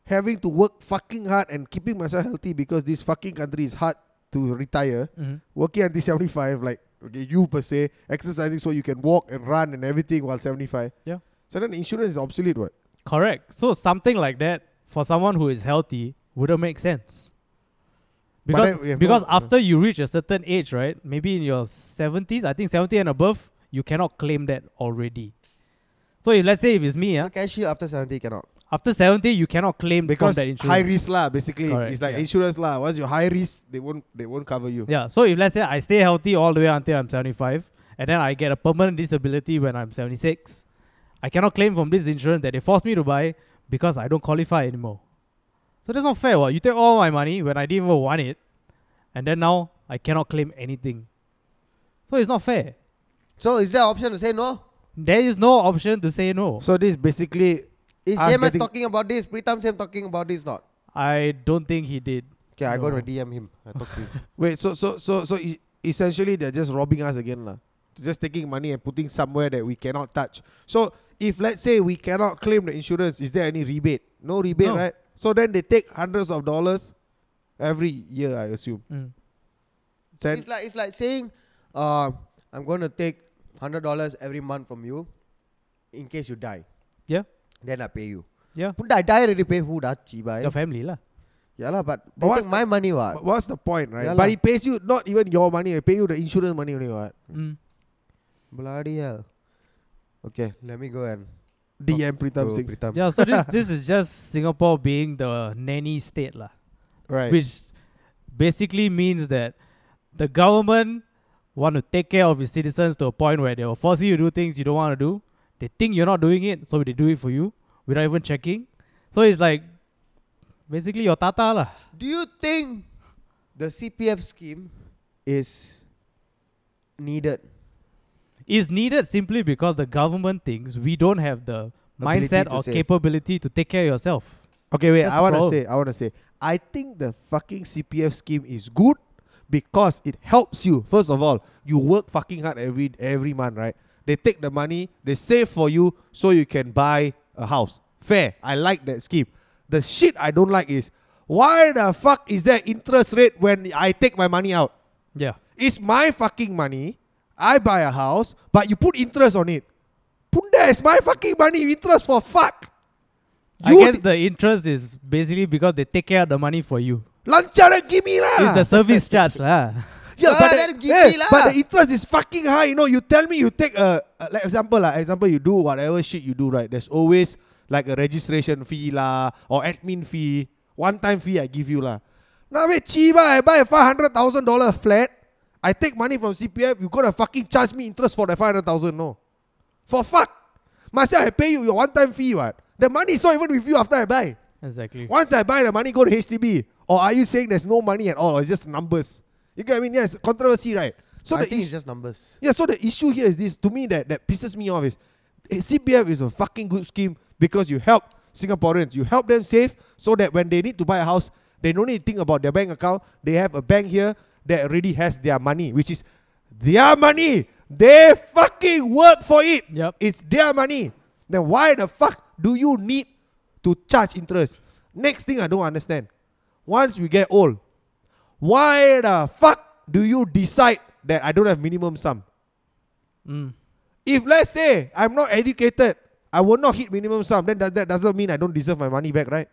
Speaker 4: having to work fucking hard and keeping myself healthy because this fucking country is hard to retire. Working until seventy five, like okay, you per se, exercising so you can walk and run and everything while seventy five.
Speaker 3: Yeah.
Speaker 4: So then insurance is obsolete, what?
Speaker 3: Correct. So something like that for someone who is healthy wouldn't make sense.
Speaker 4: But
Speaker 3: Because
Speaker 4: then we have
Speaker 3: because
Speaker 4: no- uh,
Speaker 3: after you reach a certain age, right? Maybe in your seventies, I think seventy and above, you cannot claim that already. So if let's say if it's me, ah, yeah,
Speaker 1: So cash shield after 70 cannot.
Speaker 3: after seventy you cannot claim
Speaker 4: Because
Speaker 3: from that insurance.
Speaker 4: high risk lah, basically.
Speaker 3: Correct,
Speaker 4: it's like
Speaker 3: yeah.
Speaker 4: insurance lah. Once you're high risk, they won't they won't cover you.
Speaker 3: Yeah. So if let's say I stay healthy all the way until I'm 75, and then I get a permanent disability when I'm 76, I cannot claim from this insurance that they forced me to buy because I don't qualify anymore. So that's not fair. What you take all my money when I didn't even want it, and then now I cannot claim anything. So it's not fair.
Speaker 1: So is there an option to say no?
Speaker 3: There is no option to say no.
Speaker 4: So this basically
Speaker 1: Is
Speaker 4: Us
Speaker 1: James
Speaker 4: getting-
Speaker 1: talking about this? Pritam Sam talking about this not?
Speaker 3: I don't think he did.
Speaker 1: Okay, I
Speaker 3: No.
Speaker 1: gonna DM him. I talk to him.
Speaker 4: Wait, so so so so e- essentially they're just robbing us again, lah. Just taking money and putting somewhere that we cannot touch. So if let's say we cannot claim the insurance, is there any rebate? No rebate,
Speaker 3: No.
Speaker 4: right? So then they take hundreds of dollars every year, I assume.
Speaker 3: Mm.
Speaker 4: Then
Speaker 1: it's like it's like saying, uh, I'm gonna take hundred dollars every month from you, in case you die.
Speaker 3: Yeah.
Speaker 1: Then I pay you.
Speaker 3: Yeah.
Speaker 1: Pun I die already pay who that chiba.
Speaker 3: Your family lah.
Speaker 1: Yeah lah, but,
Speaker 4: But
Speaker 1: they
Speaker 4: what's
Speaker 1: take my money what?
Speaker 4: but what's the point, right?
Speaker 1: Yeah
Speaker 4: but
Speaker 1: lah.
Speaker 4: he pays you not even your money; he pay you the insurance money only, what?
Speaker 3: Mm.
Speaker 1: Bloody hell. Okay, let me go and
Speaker 4: DM Pritam
Speaker 1: go
Speaker 4: Singh,
Speaker 1: Pritam.
Speaker 3: Yeah. So this this is just Singapore being the nanny state lah.
Speaker 4: right?
Speaker 3: which basically means that the government want to take care of its citizens to a point where they will force you to do things you don't want to do. They think you're not doing it, so they do it for you without even checking. So it's like basically your tata lah.
Speaker 1: Do you think the CPF scheme is needed?
Speaker 3: Is needed simply because the government thinks we don't have the
Speaker 1: Ability
Speaker 3: mindset
Speaker 1: to
Speaker 3: or
Speaker 1: save.
Speaker 3: capability to take care of yourself.
Speaker 4: Okay, wait.
Speaker 3: That's
Speaker 4: I
Speaker 3: the
Speaker 4: want to
Speaker 3: problem.
Speaker 4: say. I want to say. I think the fucking CPF scheme is good because it helps you. First of all, you work fucking hard every every month, right? They take the money, they save for you, so you can buy a house. Fair. I like that scheme. The shit I don't like is why the fuck is there interest rate when I take my money out?
Speaker 3: Yeah.
Speaker 4: It's my fucking money. I buy a house, but you put interest on it. Punda, it's my fucking money. Interest for fuck.
Speaker 3: I
Speaker 4: You
Speaker 3: guess
Speaker 4: thi-
Speaker 3: the interest is basically because they take care of the money for you.
Speaker 4: Lancaran, eh, give me lah.
Speaker 3: It's the service charge lah.
Speaker 4: Yeah,
Speaker 1: Ah,
Speaker 4: but,
Speaker 1: then
Speaker 4: the,
Speaker 1: give
Speaker 4: eh,
Speaker 1: me lah.
Speaker 4: but the interest is fucking high. You know, you tell me you take a, a like example lah. Example, you do whatever shit you do, right? There's always like a registration fee lah or admin fee, one time fee I give you lah. Now wait, chiba, I buy a five hundred thousand dollar flat. I take money from CPF. You gonna fucking charge me interest for the five hundred thousand? No, for fuck. Myself, I pay you your one time fee. What? The money is not even with you after I buy.
Speaker 3: exactly.
Speaker 4: Once I buy the money, go to HDB. Or are you saying there's no money at all? Or it's just numbers? You get what I mean? Yes, controversy, right? So
Speaker 1: I
Speaker 4: the
Speaker 1: think
Speaker 4: is-
Speaker 1: it's just numbers.
Speaker 4: yeah, so the issue here is this. To me, that that pisses me off is eh, CPF is a fucking good scheme because you help Singaporeans, you help them save so that when they need to buy a house, they don't need to think about their bank account. They have a bank here that already has their money, which is their money. They fucking work for it.
Speaker 3: Yup.
Speaker 4: It's their money. Then why the fuck do you need to charge interest? Next thing I don't understand. Once we get old, why the fuck do you decide that I don't have minimum sum?
Speaker 3: Mm.
Speaker 4: If let's say I'm not educated, I will not hit minimum sum, then that, that doesn't mean I don't deserve my money back, right?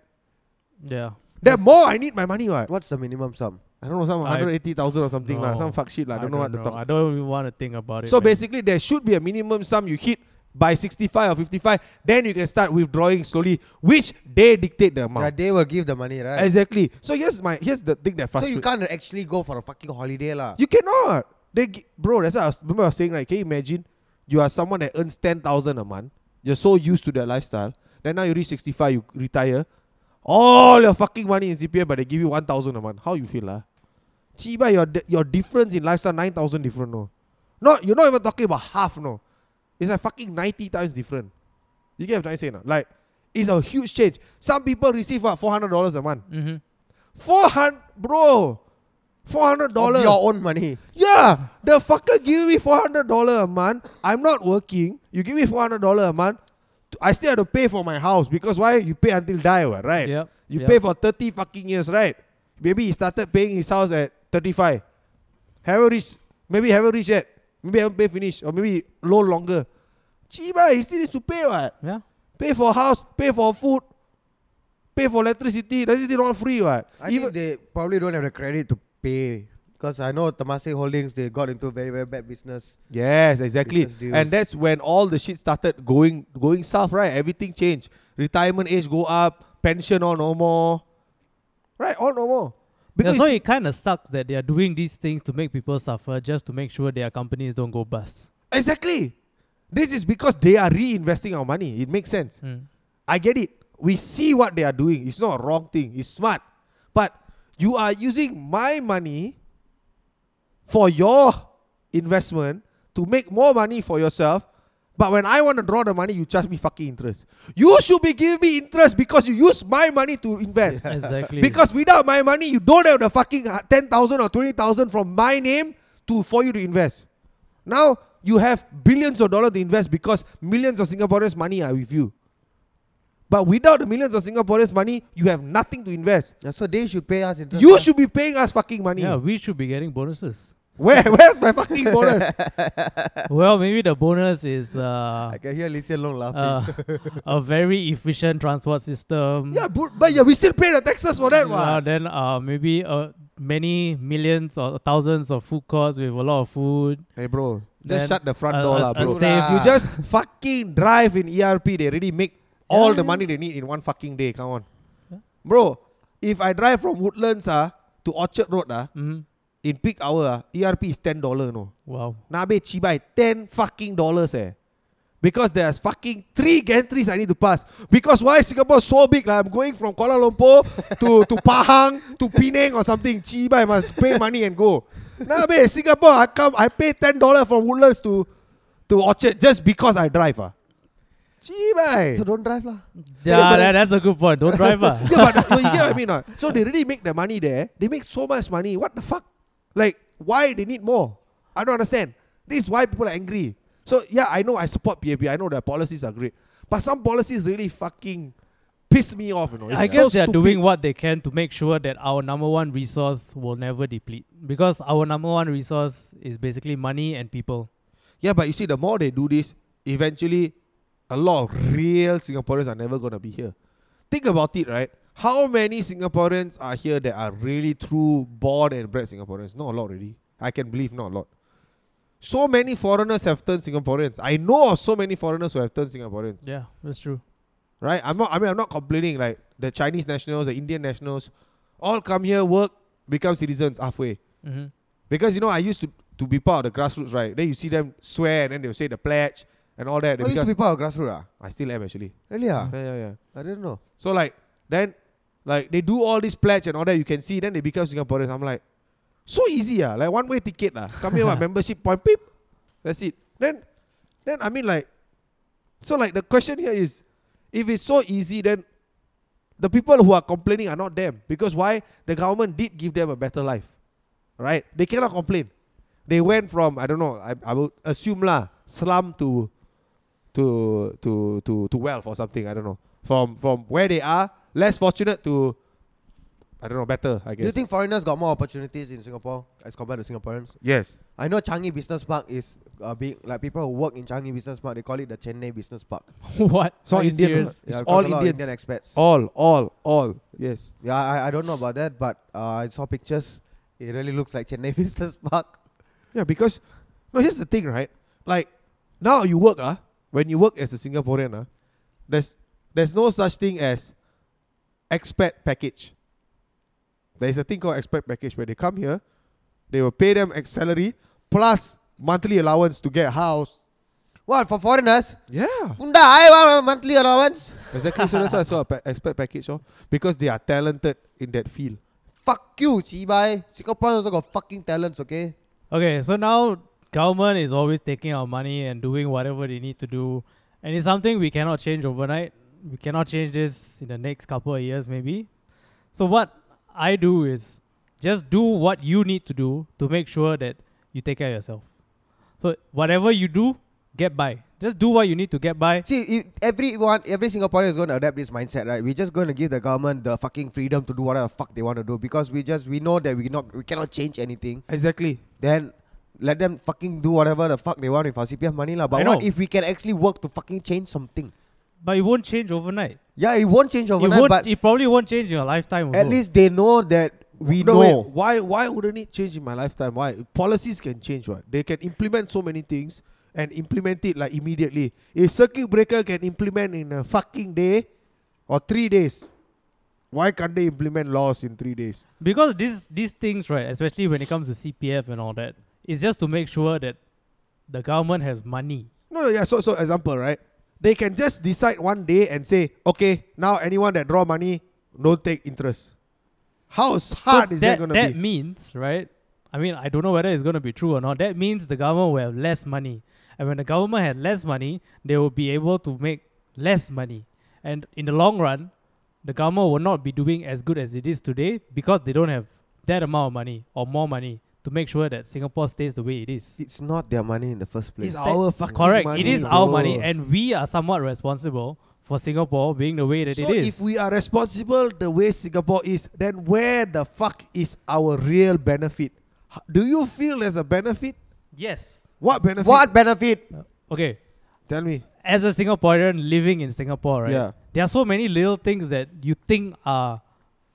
Speaker 3: Yeah.
Speaker 4: That more I need my money, what?
Speaker 1: What's the minimum sum?
Speaker 4: I don't know, some
Speaker 3: I-
Speaker 4: 180,000 or something, lah.
Speaker 3: No.
Speaker 4: some fuck shit, lah. I don't know what to
Speaker 3: know.
Speaker 4: talk
Speaker 3: I don't even want to think about it.
Speaker 4: So
Speaker 3: man.
Speaker 4: basically, there should be a minimum sum you hit by 65 or 55, then you can start withdrawing slowly, which they dictate the
Speaker 1: Yeah,
Speaker 4: amount.
Speaker 1: they will give the money, right?
Speaker 4: Exactly. So here's my here's the thing that
Speaker 1: so
Speaker 4: frustrates
Speaker 1: you can't actually go for a fucking holiday lah.
Speaker 4: You cannot. They gi- bro, that's what I was, remember I was saying, right? Can you imagine you are someone that earns ten thousand a month You're so used to that lifestyle. Then now you reach 65, you retire. All your fucking money in CPF, but they give you 1,000 a month. How you feel, lah? Chiba, your, di- your difference in lifestyle, 9,000 different, no. Not, you're not even talking about half, no. It's like fucking 90 times different. You get what I'm saying? or not? Like, it's a huge change. Some people receive what, $400 a month.
Speaker 3: Mm-hmm.
Speaker 4: 400, bro. $400.
Speaker 1: Of your own money.
Speaker 4: Yeah, the fucker give me four hundred dollar a month. I'm not working. You give me four hundred dollar a month. I still have to pay for my house because why? You pay until die, what, right?
Speaker 3: Yep,
Speaker 4: You
Speaker 3: yep.
Speaker 4: pay for thirty fucking years, right? Maybe he started paying his house at thirty five. Haven't reached. Maybe haven't reached yet. Maybe haven't pay finish or maybe loan longer. Chiba, he still needs to pay what?
Speaker 3: Yeah.
Speaker 4: Pay for house, pay for food, pay for electricity. That's it all free what?
Speaker 1: I think they probably don't have the credit to pay. Because I know Temasek Holdings, they got into very, very bad business.
Speaker 4: Yes, exactly.
Speaker 1: Business deals.
Speaker 4: And that's when all the shit started going going south, right? Everything changed. Retirement age go up, pension all no more. Right, all no more.
Speaker 3: That's
Speaker 4: Because
Speaker 3: why it kind of sucks that they are doing these things to make people suffer just to make sure their companies don't go bust.
Speaker 4: exactly. This is because they are reinvesting our money. It makes sense.
Speaker 3: Mm.
Speaker 4: I get it. We see what they are doing. It's not a wrong thing. It's smart. But you are using my money for your investment to make more money for yourself. But when I want to draw the money, you charge me fucking interest. You should be giving me interest because you use my money to invest.
Speaker 3: Exactly.
Speaker 4: Because without my money, you don't have the fucking uh, 10,000 or 20,000 from my name to for you to invest. Now you have billions of dollars to invest because millions of Singaporeans' money are with you. But without the millions of Singaporeans' money, you have nothing to invest.
Speaker 1: Yeah, so they should pay us interest.
Speaker 4: You
Speaker 1: lah.
Speaker 4: should be paying us fucking money.
Speaker 3: yeah, we should be getting bonuses.
Speaker 4: Where, where's my fucking bonus?
Speaker 3: well, maybe the bonus is uh,
Speaker 1: I can hear Lee Hsien Loong laughing.
Speaker 3: uh, a very efficient transport system.
Speaker 4: yeah, but, but yeah, we still pay the taxes for that
Speaker 3: Uh,
Speaker 4: one.
Speaker 3: then uh, maybe uh, many millions or thousands of food courts with a lot of food.
Speaker 4: Hey, bro,
Speaker 3: Then
Speaker 4: just shut the front
Speaker 3: a-
Speaker 4: door,
Speaker 3: a-
Speaker 4: lah,
Speaker 3: a
Speaker 4: bro.
Speaker 3: safe-
Speaker 4: You just fucking drive in ERP. They already make all
Speaker 3: Yeah,
Speaker 4: the
Speaker 3: yeah.
Speaker 4: money they need in one fucking day. Come on,
Speaker 3: Yeah.
Speaker 4: bro. If I drive from Woodlands ah to Orchard Road ah
Speaker 3: Mhm.
Speaker 4: in peak hour ah, ERP is ten dollar no.
Speaker 3: Wow.
Speaker 4: Nabe Chibai, 10 fucking dollars eh. Because there's fucking three gantries I need to pass. Because why Singapore is so big? Like I'm going from Kuala Lumpur to, to Pahang to Penang or something. Chibai I must pay money and go. Nabe, Singapore, I come, I pay ten dollars from Woodlands to to Orchard just because I drive. Ah. Chibai.
Speaker 1: so don't drive lah.
Speaker 3: Yeah,
Speaker 4: but-
Speaker 3: that, that's a good point. Don't drive. ah.
Speaker 4: yeah, but you get what I mean. Or? So they really make the money there. They make so much money. What the fuck? Like, why they need more? I don't understand. This is why people are angry. So yeah, I know I support PAP. I know their policies are great, but some policies really fucking piss me off. You know, It's
Speaker 3: I
Speaker 4: so
Speaker 3: guess they're
Speaker 4: stupid.
Speaker 3: doing what they can to make sure that our number one resource will never deplete because our number one resource is basically money and people.
Speaker 4: Yeah, but you see, the more they do this, eventually, a lot of real Singaporeans are never gonna be here. Think about it, right? How many Singaporeans are here that are really true born and bred Singaporeans? Not a lot, really. I can believe not a lot. So many foreigners have turned Singaporeans. I know of so many foreigners who have turned Singaporeans
Speaker 3: Yeah, that's true.
Speaker 4: right? I'm not. I mean, I'm not complaining. Like the Chinese nationals, the Indian nationals, all come here, work, become citizens halfway.
Speaker 3: Mm-hmm.
Speaker 4: Because you know, I used to to be part of the grassroots, right? Then you see them swear, and then they'll say the pledge and all that. They
Speaker 1: I Oh, used to
Speaker 4: become-
Speaker 1: be part of grassroots ah.
Speaker 4: I still am actually.
Speaker 1: Really ah?
Speaker 4: Yeah, yeah, yeah.
Speaker 1: I didn't know.
Speaker 4: So like then, like they do all this pledge and all that. You can see then they become Singaporeans. I'm like, so easy ah, like one way ticket lah. Come here, what membership point, beep. That's it. Then, then I mean like, so like the question here is, if it's so easy, then the people who are complaining are not them because why? The government did give them a better life, right? They cannot complain. They went from I don't know. I I would assume lah slum to to to to to wealth or something. I don't know. From from where they are, less fortunate to I don't know, better. I
Speaker 1: Do
Speaker 4: guess.
Speaker 1: you think foreigners got more opportunities in Singapore as compared to Singaporeans?
Speaker 4: yes.
Speaker 1: I know Changi Business Park is uh, being like people who work in Changi Business Park. They call it the Chennai Business Park.
Speaker 3: what?
Speaker 4: So
Speaker 3: Are you
Speaker 4: Indian,
Speaker 3: serious?
Speaker 4: It's
Speaker 1: because a
Speaker 4: all
Speaker 1: lot of
Speaker 4: Indians.
Speaker 1: Indian expats.
Speaker 4: All all all. Yes.
Speaker 1: Yeah, I, I don't know about that, but uh, I saw pictures. It really looks like Chennai Business Park.
Speaker 4: Yeah, because no, here's the thing, right? Like now you work, ah, when you work as a Singaporean, ah, there's there's no such thing as expat package. There is a thing called expat package where they come here, they will pay them ex salary plus monthly allowance to get a house,
Speaker 1: What for foreigners?
Speaker 4: Yeah.
Speaker 1: Bunda, I want a monthly allowance.
Speaker 4: Exactly. So that's why I saw a pa- expert package, oh, because they are talented in that field.
Speaker 1: Fuck you, Chibai. Singaporeans also got fucking talents, okay?
Speaker 3: Okay, so now government is always taking our money and doing whatever they need to do, and it's something we cannot change overnight. We cannot change this in the next couple of years, maybe. So what I do is just do what you need to do to make sure that you take care of yourself. So whatever you do, get by. Just do what you need to get by.
Speaker 1: See, if everyone, every Singaporean is going to adapt this mindset, right? We're just going to give the government the fucking freedom to do whatever the fuck they want to do because we just we know that we not we cannot change anything.
Speaker 4: Exactly.
Speaker 1: Then let them fucking do whatever the fuck they want with our CPF money, lah. But
Speaker 3: I
Speaker 1: what
Speaker 3: know.
Speaker 1: if we can actually work to fucking change something?
Speaker 3: But it won't change overnight.
Speaker 1: Yeah, it won't change
Speaker 3: it
Speaker 1: overnight,
Speaker 3: won't.
Speaker 1: but
Speaker 3: it probably won't change in your lifetime.
Speaker 1: at
Speaker 3: also.
Speaker 1: least they know that we
Speaker 4: no,
Speaker 1: know.
Speaker 4: wait, why why wouldn't it change in my lifetime? Why policies can change? What they can implement so many things and implement it like immediately. If circuit breaker can implement in a fucking day or three days, why can't they implement laws in three days?
Speaker 3: because these these things right especially when it comes to cpf and all that it's just to make sure that the government has money
Speaker 4: No, no, yeah. So, so example, right? They can just decide one day and say, okay, now anyone that draw money, don't take interest. How s-
Speaker 3: So
Speaker 4: hard is that,
Speaker 3: that,
Speaker 4: going
Speaker 3: that
Speaker 4: to be?
Speaker 3: means right i mean i don't know whether it's going to be true or not that means the government will have less money and when the government had less money they will be able to make less money and in the long run the government will not be doing as good as it is today because they don't have that amount of money or more money to make sure that singapore stays the way it is
Speaker 1: It's not their money in the first place.
Speaker 4: it's our fucking
Speaker 3: Correct.
Speaker 4: money.
Speaker 3: it is our
Speaker 4: bro.
Speaker 3: money, and we are somewhat responsible for Singapore being the way that
Speaker 4: so
Speaker 3: it is.
Speaker 4: if we are responsible the way Singapore is, then where the fuck is our real benefit? H- Do you feel there's a benefit?
Speaker 3: yes. Uh,
Speaker 4: What benefit?
Speaker 1: What benefit?
Speaker 3: Okay.
Speaker 4: Tell me.
Speaker 3: As a Singaporean living in Singapore, right?
Speaker 4: Yeah.
Speaker 3: There are so many little things that you think are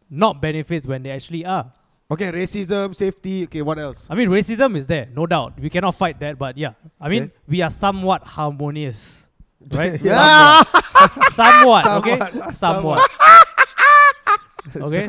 Speaker 3: not benefits when they actually are.
Speaker 4: Okay, racism, safety. Okay, what else?
Speaker 3: I mean, racism is there, no doubt. We cannot fight that, but yeah. I mean,
Speaker 4: Okay.
Speaker 3: we are somewhat harmonious, right?
Speaker 1: Yeah.
Speaker 3: somewhat,
Speaker 4: Somewhat,
Speaker 3: okay,
Speaker 4: not
Speaker 3: somewhat. okay,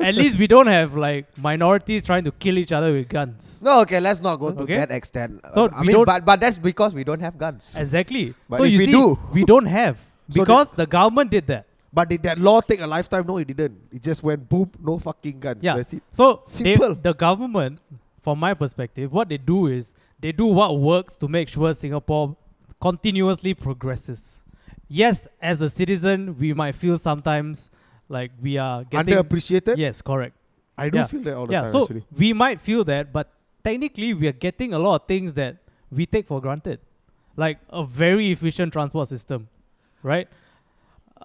Speaker 3: at least we don't have like minorities trying to kill each other with guns.
Speaker 1: No, okay, let's not go to
Speaker 3: Okay.
Speaker 1: that extent.
Speaker 3: So
Speaker 1: I
Speaker 3: we
Speaker 1: mean,
Speaker 3: don't-
Speaker 1: but but that's because we don't have guns.
Speaker 3: Exactly.
Speaker 1: But
Speaker 3: so
Speaker 1: if
Speaker 3: you
Speaker 1: we
Speaker 3: see,
Speaker 1: do-
Speaker 3: we don't have
Speaker 4: So
Speaker 3: because the government did that.
Speaker 4: But did that law take a lifetime? No, it didn't. It just went boom, no fucking guns.
Speaker 3: Yeah.
Speaker 4: That's it.
Speaker 3: So they,
Speaker 4: Simple.
Speaker 3: the government, from my perspective, what they do is they do what works to make sure Singapore continuously progresses. Yes, as a citizen, we might feel sometimes like we are getting
Speaker 4: Underappreciated.
Speaker 3: Yes, correct.
Speaker 4: I do
Speaker 3: Yeah.
Speaker 4: feel that all the
Speaker 3: yeah,
Speaker 4: time
Speaker 3: so
Speaker 4: actually.
Speaker 3: we might feel that, but technically we are getting a lot of things that we take for granted, like a very efficient transport system, right?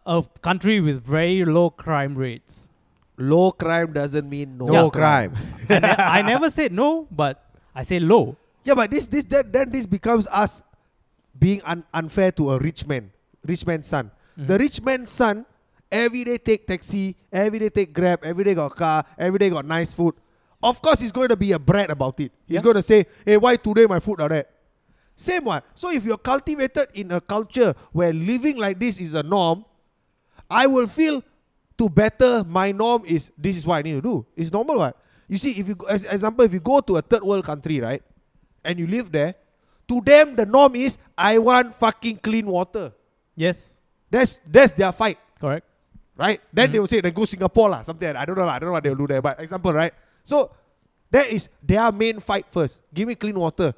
Speaker 3: A country with very low crime rates.
Speaker 4: Low crime doesn't mean no
Speaker 3: Yeah.
Speaker 1: crime.
Speaker 3: I, ne- I never said no, but I say low.
Speaker 4: Yeah, but this this that then this becomes us being un- unfair to a rich man, rich man's son. The rich man's son every day take taxi, every day take grab, every day got car, every day got nice food. Of course, he's going to be a brat about it. He's
Speaker 3: Yeah.
Speaker 4: going to say, "Hey, why today my food are that?" Same one. So if you're cultivated in a culture where living like this is a norm, I will feel to better my norm is this is what I need to do. It's normal what? You see, if you go- as example, if you go to a third world country, right, and you live there, to them the norm is I want fucking clean water.
Speaker 3: Yes,
Speaker 4: That's that's their fight,
Speaker 3: correct.
Speaker 4: right? Then they will say then go Singapore lah, something like that. I don't know lah, I don't know what they'll do there. But example, right? So that is their main fight first. Give me clean water.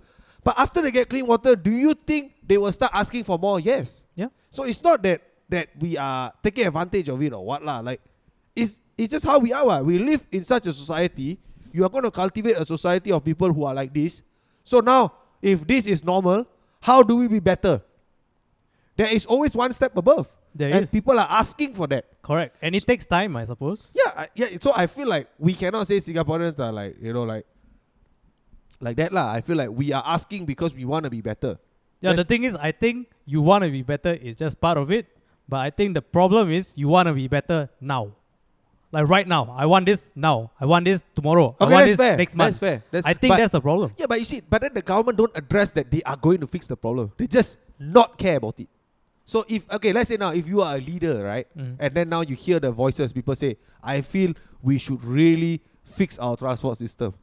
Speaker 4: But after they get clean water, do you think they will start asking for more? Yes.
Speaker 3: Yeah.
Speaker 4: So it's not that that we are taking advantage of it or what lah. Like, it's it's just how we are. What. We live in such a society. You are going to cultivate a society of people who are like this. So now, if this is normal, how do we be better? There is always one step above,
Speaker 3: There
Speaker 4: and
Speaker 3: is.
Speaker 4: people are asking for that.
Speaker 3: Correct. And it takes time, I suppose.
Speaker 4: Yeah, I, yeah. So I feel like we cannot say Singaporeans are like you know like like that lah. I feel like we are asking because we want to be better.
Speaker 3: Yeah, the
Speaker 4: That's-
Speaker 3: thing is, I think you want to be better is just part of it. But I think the problem is you want to be better now. Like right now. I want this now. I want this tomorrow. I
Speaker 4: Okay,
Speaker 3: want
Speaker 4: that's
Speaker 3: this
Speaker 4: fair.
Speaker 3: next month.
Speaker 4: That's fair. That's-
Speaker 3: I think
Speaker 4: but-
Speaker 3: that's the problem.
Speaker 4: Yeah, but you see, but then the government don't address that they are going to fix the problem. They just not care about it. So if okay, let's say now if you are a leader, right,
Speaker 3: Mm.
Speaker 4: and then now you hear the voices, people say, I feel we should really fix our transport system.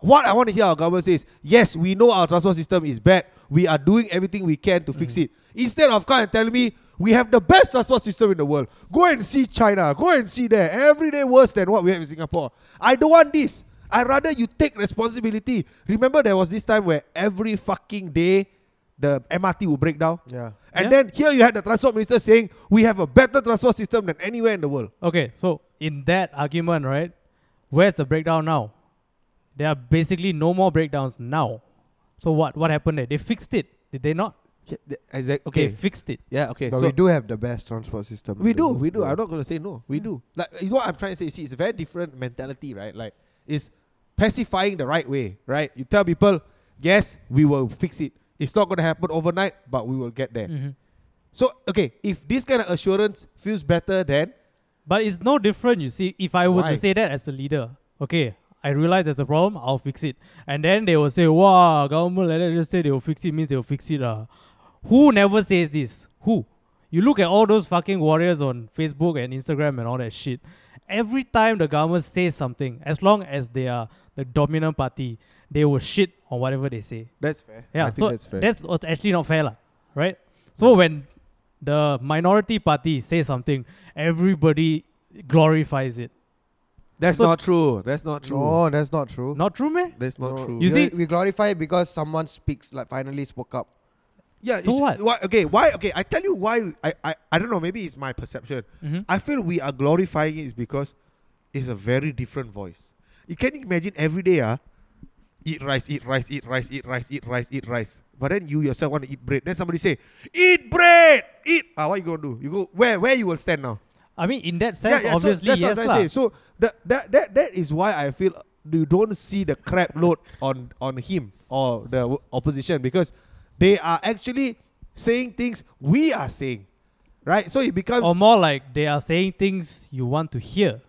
Speaker 4: What I want to hear our government says, yes, we know our transport system is bad. we are doing everything we can to fix it. Instead of come and tell me we have the best transport system in the world. Go and see China. Go and see there. Every day worse than what we have in Singapore. I don't want this. I rather you take responsibility. Remember there was this time where every fucking day the MRT will break down.
Speaker 1: Yeah.
Speaker 4: And
Speaker 3: Yeah.
Speaker 4: then here you had the transport minister saying we have a better transport system than anywhere in the world.
Speaker 3: Okay, so in that argument, right, where's the breakdown now? There are basically no more breakdowns now. So what? What happened there? They fixed it, did they not?
Speaker 4: Exactly.
Speaker 3: Okay, fixed it.
Speaker 4: Yeah. Okay.
Speaker 1: But
Speaker 4: so
Speaker 1: we do have the best transport system.
Speaker 4: We
Speaker 1: in the
Speaker 4: do,
Speaker 1: world.
Speaker 4: we do.
Speaker 1: Yeah.
Speaker 4: I'm not gonna say no. We do. Like is what I'm trying to say. You see, it's a very different mentality, right? Like it's pacifying the right way, right? You tell people, yes, we will fix it. It's not gonna happen overnight, but we will get there.
Speaker 3: Mhm.
Speaker 4: So okay, if this kind of assurance feels better than
Speaker 3: But it's no different, you see. If I were
Speaker 4: Why?
Speaker 3: to say that as a leader, okay, I realize there's a problem, I'll fix it. And then they will say, wow, government like that just say they will fix it means they will fix it. Uh. Who never says this? Who? You look at all those fucking warriors on Facebook and Instagram and all that shit. Every time the government says something, as long as they are the dominant party, they will shit on whatever they say.
Speaker 4: that's fair. I
Speaker 3: Yeah,
Speaker 4: think
Speaker 3: so
Speaker 4: that's fair.
Speaker 3: what's actually not fair, lah, right? So when the minority party says something, everybody glorifies it.
Speaker 4: that's
Speaker 3: so-
Speaker 4: not true. That's not
Speaker 1: No, that's not true.
Speaker 3: Not true, man.
Speaker 4: That's
Speaker 1: No,
Speaker 3: You see-
Speaker 1: we glorify it because someone speaks, like finally spoke up.
Speaker 4: yeah.
Speaker 3: So
Speaker 4: it's-
Speaker 3: what?
Speaker 4: Why, okay. Why? Okay. I tell you why. I, I I don't know. Maybe it's my perception.
Speaker 3: Mhm.
Speaker 4: I feel we are glorifying it is because it's a very different voice. You can imagine every day, ah, eat rice, eat rice, eat rice, eat rice, eat rice, eat rice. But then you yourself want to eat bread. Then somebody say, eat bread, eat. Ah, what you gonna do? You go where? Where you will stand now?
Speaker 3: I mean, in that sense,
Speaker 4: so
Speaker 3: obviously,
Speaker 4: that's
Speaker 3: yes,
Speaker 4: what
Speaker 3: lah.
Speaker 4: I say. So that that that that is why I feel you don't see the crap load on on him or the w- opposition because they are actually saying things we are saying, right? So it becomes
Speaker 3: or more like they are saying things you want to hear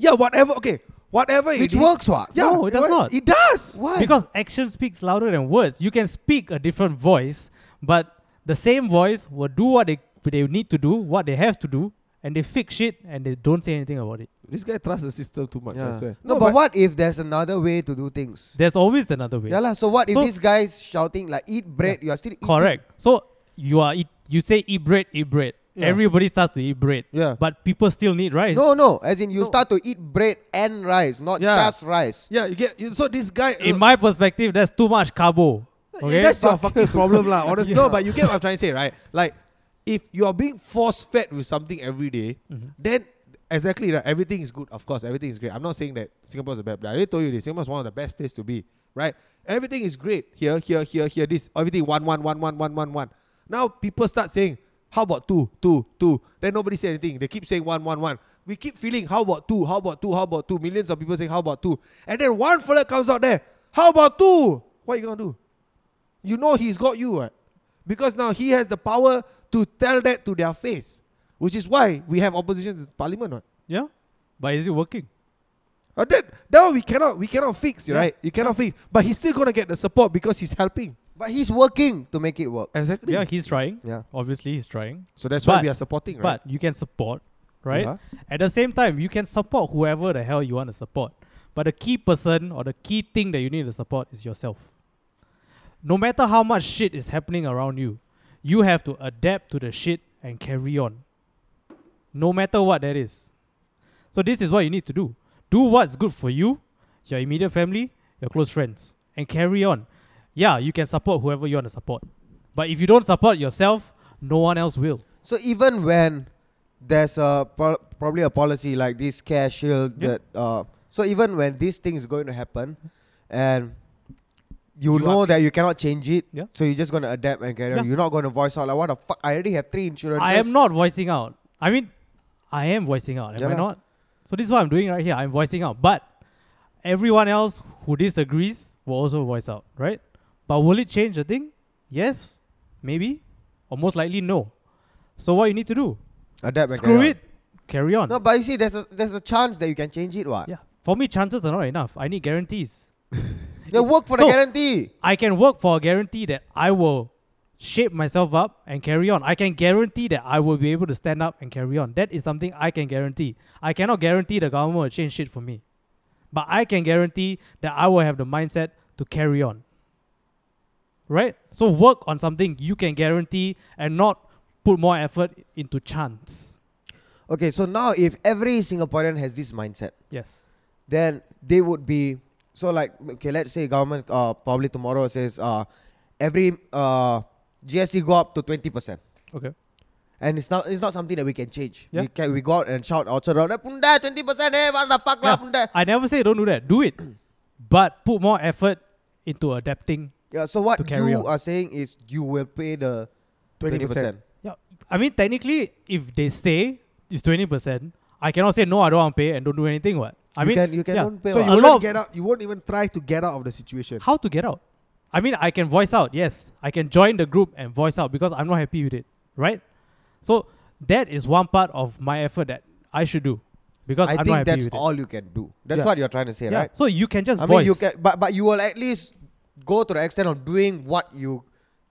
Speaker 4: yeah, whatever. Okay, whatever. it
Speaker 1: Which
Speaker 4: is-
Speaker 1: works, what?
Speaker 4: Yeah,
Speaker 3: No, it does
Speaker 4: wa-
Speaker 3: not.
Speaker 4: It does.
Speaker 1: Why?
Speaker 3: because action speaks louder than words. You can speak a different voice, but the same voice will do what they they need to do, what they have to do, and they fix shit and they don't say anything about it.
Speaker 4: This guy trusts the system too much.
Speaker 1: Yeah. No, but, what if there's another way to do things?
Speaker 3: There's always another way.
Speaker 1: Yeah, lah. So what if
Speaker 3: So-
Speaker 1: this guy's shouting like eat bread? You are still eating.
Speaker 3: Correct. So you are eat, you say eat bread, eat bread.
Speaker 4: Yeah.
Speaker 3: Everybody starts to eat bread.
Speaker 4: Yeah.
Speaker 3: But people still need rice.
Speaker 1: No, no. As in you
Speaker 4: No.
Speaker 1: start to eat bread and rice, not
Speaker 4: Yeah.
Speaker 1: just rice.
Speaker 4: Yeah, you get. You, so this guy.
Speaker 3: In
Speaker 4: uh,
Speaker 3: my perspective, that's too much carbo.
Speaker 4: Yeah,
Speaker 3: Okay.
Speaker 4: that's your fucking problem, lah. Honestly, no,
Speaker 1: Yeah.
Speaker 4: but you get what I'm trying to say, right? Like, if you are being force fed with something every day, then exactly right, everything is good. Of course, everything is great. I'm not saying that Singapore is a bad. I already told you this. Singapore is one of the best place to be, right? Everything is great here, here, here, here. This everything one, one, one, one, one, one, one. Now people start saying, "How about two, two, two?" Then nobody say anything. They keep saying one, one, one. We keep feeling, "How about two? How about two? How about two? Millions of people saying, "How about two? And then one fella comes out there, "How about two? What you gonna do? You know he's got you, right? Because now he has the power to tell that to their face, which is why we have opposition in parliament, right?
Speaker 3: Yeah. But is it working?
Speaker 4: Uh, that that one we cannot we cannot fix,
Speaker 3: Yeah.
Speaker 4: right? You cannot fix, but he's still gonna get the support because he's helping.
Speaker 1: But he's working to make it work.
Speaker 4: Exactly.
Speaker 3: Yeah, he's trying.
Speaker 1: Yeah.
Speaker 3: Obviously, he's trying.
Speaker 4: so that's why
Speaker 3: but-
Speaker 4: we are supporting, right?
Speaker 3: But you can support, right?
Speaker 4: Yeah.
Speaker 3: At the same time, you can support whoever the hell you want to support. But the key person or the key thing that you need to support is yourself. No matter how much shit is happening around you, you have to adapt to the shit and carry on. No matter what that is. So this is what you need to do. Do what's good for you, your immediate family, your close friends, and carry on. Yeah, you can support whoever you want to support. But if you don't support yourself, no one else will.
Speaker 1: So even when there's a pro- probably a policy like this care shield
Speaker 3: Yeah.
Speaker 1: that uh, so even when this thing is going to happen and you,
Speaker 4: You
Speaker 1: know
Speaker 4: are-
Speaker 1: that you cannot change it,
Speaker 3: Yeah.
Speaker 1: so you're just gonna adapt and carry on.
Speaker 3: Yeah.
Speaker 1: You're not gonna voice out like what the fuck I already have three insurances.
Speaker 3: I am not voicing out. I mean, I am voicing out. Am
Speaker 1: Yeah
Speaker 3: I
Speaker 1: lah.
Speaker 3: not? So this is what I'm doing right here. I'm voicing out. But everyone else who disagrees will also voice out, right? But will it change the thing? Yes, maybe, or most likely no. So what you need to do?
Speaker 1: adapt and
Speaker 3: Screw
Speaker 1: carry on.
Speaker 3: it. Carry on.
Speaker 1: No, but you see, there's a there's a chance that you can change it. What?
Speaker 3: yeah. For me, chances are not enough. I need guarantees.
Speaker 1: They work for the
Speaker 3: No.
Speaker 1: guarantee.
Speaker 3: I can work for a guarantee that I will shape myself up and carry on. I can guarantee that I will be able to stand up and carry on. That is something I can guarantee. I cannot guarantee the government will change shit for me. But I can guarantee that I will have the mindset to carry on. right? So work on something you can guarantee and not put more effort into chance.
Speaker 1: Okay, so now if every Singaporean has this mindset,
Speaker 3: Yes.
Speaker 1: then they would be so like okay, let's say government uh, probably tomorrow says uh, every uh, GST go up to twenty percent.
Speaker 3: Okay.
Speaker 1: And it's not it's not something that we can change.
Speaker 3: Yeah.
Speaker 1: We can we go out and shout outside Punda twenty percent, hey, what the fuck lah,
Speaker 3: Yeah.
Speaker 1: Punda.
Speaker 3: Ah, I never say don't do that. Do it. but put more effort into adapting.
Speaker 1: Yeah, so what
Speaker 3: To carry
Speaker 1: you
Speaker 3: on.
Speaker 1: are saying is you will pay the twenty
Speaker 4: 20%.
Speaker 1: percent.
Speaker 3: Yeah. I mean technically if they say it's twenty percent, I cannot say no I don't want to pay and don't do anything what. I
Speaker 1: you
Speaker 3: mean
Speaker 1: can you can
Speaker 3: yeah.
Speaker 1: don't pay.
Speaker 4: So
Speaker 1: what?
Speaker 4: you
Speaker 3: a lot
Speaker 4: won't
Speaker 3: of-
Speaker 4: get out. You won't even try to get out of the situation.
Speaker 3: how to get out. I mean, I can voice out. Yes, I can join the group and voice out because I'm not happy with it, right? So that is one part of my effort that I should do because
Speaker 1: I
Speaker 3: am not
Speaker 1: think
Speaker 3: happy
Speaker 1: that's
Speaker 3: with
Speaker 1: all you can do. That's
Speaker 3: Yeah.
Speaker 1: what you're trying to say,
Speaker 3: it. Yeah.
Speaker 1: right?
Speaker 3: So you can just
Speaker 1: I
Speaker 3: voice.
Speaker 1: mean, you can, but but you will at least go to the extent of doing what you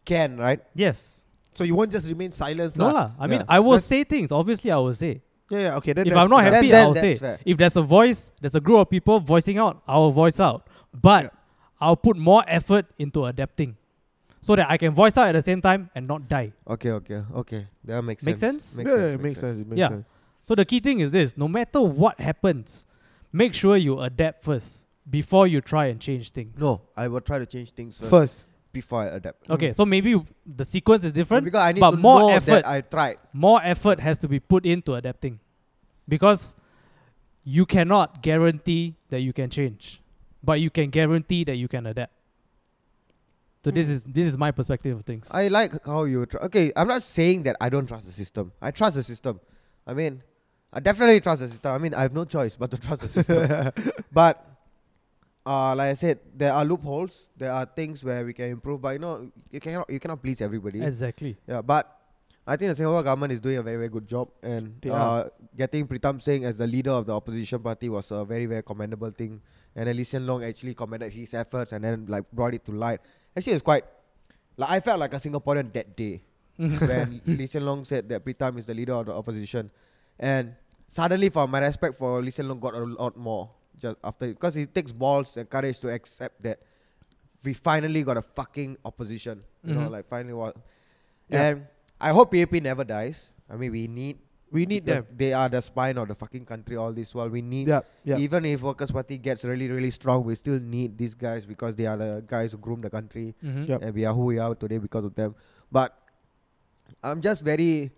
Speaker 1: can, right?
Speaker 3: yes.
Speaker 4: So you won't just remain silent.
Speaker 3: No
Speaker 4: lah.
Speaker 3: lah. I mean,
Speaker 4: Yeah.
Speaker 3: I will
Speaker 4: That's-
Speaker 3: say things. Obviously, I will say.
Speaker 4: Yeah, yeah. Okay. Then
Speaker 3: if
Speaker 4: that's-
Speaker 3: I'm not
Speaker 4: yeah.
Speaker 1: Then-
Speaker 3: happy,
Speaker 1: then
Speaker 3: I'll
Speaker 1: that's
Speaker 3: say.
Speaker 1: fair.
Speaker 3: If there's a voice, there's a group of people voicing out, I'll voice out. But
Speaker 4: Yeah.
Speaker 3: I'll put more effort into adapting, so that I can voice out at the same time and not die.
Speaker 1: Okay, okay, okay. That makes
Speaker 3: Make
Speaker 1: sense.
Speaker 3: sense?
Speaker 4: yeah, yeah, it makes sense. It makes
Speaker 3: Yeah.
Speaker 4: sense.
Speaker 3: So the key thing is this: no matter what happens, make sure you adapt first before you try and change things.
Speaker 1: No, I will try to change things first,
Speaker 4: First,
Speaker 1: before I adapt. Mm.
Speaker 3: Okay, so maybe w- the sequence is different,
Speaker 1: because I need
Speaker 3: but
Speaker 1: to
Speaker 3: more
Speaker 1: know
Speaker 3: effort,
Speaker 1: that I tried.
Speaker 3: more effort has to be put into adapting, because you cannot guarantee that you can change, but you can guarantee that you can adapt. So this is this is my perspective of things.
Speaker 1: I like how you tr- okay. I'm not saying that I don't trust the system. I trust the system. I mean, I definitely trust the system. I mean, I have no choice but to trust the system. but uh, like I said, there are loopholes. There are things where we can improve. But you know, you cannot you cannot please everybody.
Speaker 3: exactly.
Speaker 1: Yeah, but I think the Singapore government is doing a very, very good job, and
Speaker 4: They
Speaker 1: uh, getting Pritam Singh as the leader of the opposition party was a very, very commendable thing. And Alison Long actually commended his efforts and then like brought it to light. Actually, it's quite like I felt like a Singaporean that day when Lee Hsien Long said that Pritam is the leader of the opposition, and suddenly, for my respect for Lee Hsien Long got a lot more just after because it takes balls and courage to accept that we finally got a fucking opposition. You know,
Speaker 3: Mhm.
Speaker 1: like finally what,
Speaker 4: Yeah.
Speaker 1: and I hope PAP never dies. I mean, we need
Speaker 4: we need
Speaker 1: because
Speaker 4: them.
Speaker 1: They are the spine of the fucking country. All this while we need.
Speaker 4: Yeah, yeah.
Speaker 1: Even if Workers' Party gets really, really strong, we still need these guys because they are the guys who groom the country
Speaker 3: Mhm.
Speaker 4: Yeah. Yep.
Speaker 1: and we are who we are today because of them. But I'm just very,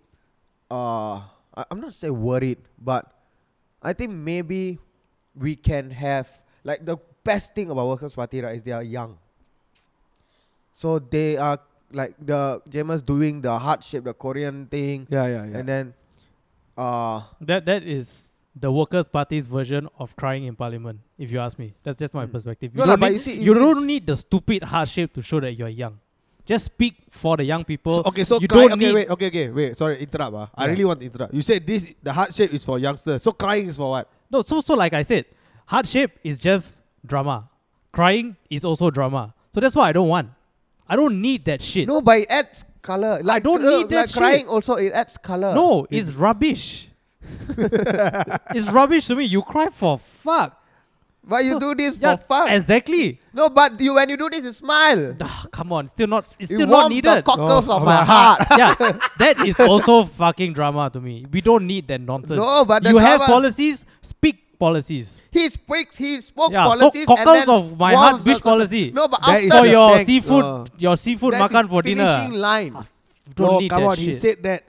Speaker 1: uh, I- I'm not say worried, but I think maybe we can have like the best thing about Workers' Party right is they are young, so they are like the James doing the hardship, the Korean thing,
Speaker 4: Yeah, yeah, yeah.
Speaker 1: and then, uh,
Speaker 3: That that is the Workers' Party's version of crying in Parliament. If you ask me, that's just my
Speaker 4: Mm.
Speaker 3: perspective.
Speaker 1: No lah,
Speaker 3: don't
Speaker 1: but
Speaker 3: need,
Speaker 1: you see, it
Speaker 3: you
Speaker 1: means-
Speaker 3: don't need the stupid hardship to show that you're young. Just speak for the young people.
Speaker 4: So- okay, so
Speaker 3: you
Speaker 4: cry-
Speaker 3: don't
Speaker 4: okay,
Speaker 3: need-
Speaker 4: wait, okay, okay, wait. Sorry, interrupt. Ah, I
Speaker 3: Yeah.
Speaker 4: really want to interrupt. You said this the hardship is for youngsters. So crying is for what?
Speaker 3: No, so so like I said, hardship is just drama. Crying is also drama. So that's what I don't want. I don't need that shit.
Speaker 1: no, but it adds color. Like
Speaker 3: don't
Speaker 1: uh,
Speaker 3: need
Speaker 1: like
Speaker 3: that shit.
Speaker 1: crying also it adds color.
Speaker 3: No, it's rubbish. it's rubbish to me. You cry for fuck.
Speaker 1: but you
Speaker 3: So-
Speaker 1: do this
Speaker 3: Yeah,
Speaker 1: for fun.
Speaker 3: Exactly.
Speaker 1: no, but you when you do this, you smile.
Speaker 3: Ah, come on, still not. It's
Speaker 1: it
Speaker 3: still
Speaker 1: warms
Speaker 3: not needed.
Speaker 1: the cockles
Speaker 4: Oh,
Speaker 1: of
Speaker 4: of
Speaker 1: my
Speaker 4: my
Speaker 1: heart.
Speaker 3: yeah, that is also fucking drama to me. We don't need that nonsense.
Speaker 1: No, but the
Speaker 3: you have
Speaker 1: drama-
Speaker 3: policies, speak policies.
Speaker 1: He speaks. He spoke
Speaker 3: Yeah,
Speaker 1: policies.
Speaker 3: cock-
Speaker 1: and
Speaker 3: cockles
Speaker 1: then
Speaker 3: of my
Speaker 1: warms
Speaker 3: heart.
Speaker 1: the
Speaker 3: Which
Speaker 1: cockles.
Speaker 3: policy?
Speaker 1: No, but
Speaker 4: That is
Speaker 3: for
Speaker 1: after
Speaker 4: the
Speaker 3: your
Speaker 4: stank-
Speaker 3: seafood,
Speaker 4: uh,
Speaker 3: your seafood
Speaker 1: that's
Speaker 3: makan
Speaker 1: his
Speaker 3: for
Speaker 1: finishing
Speaker 3: dinner.
Speaker 1: line.
Speaker 3: Ah, Don't
Speaker 4: No,
Speaker 3: need
Speaker 4: come
Speaker 3: that
Speaker 4: on.
Speaker 3: shit.
Speaker 4: He said that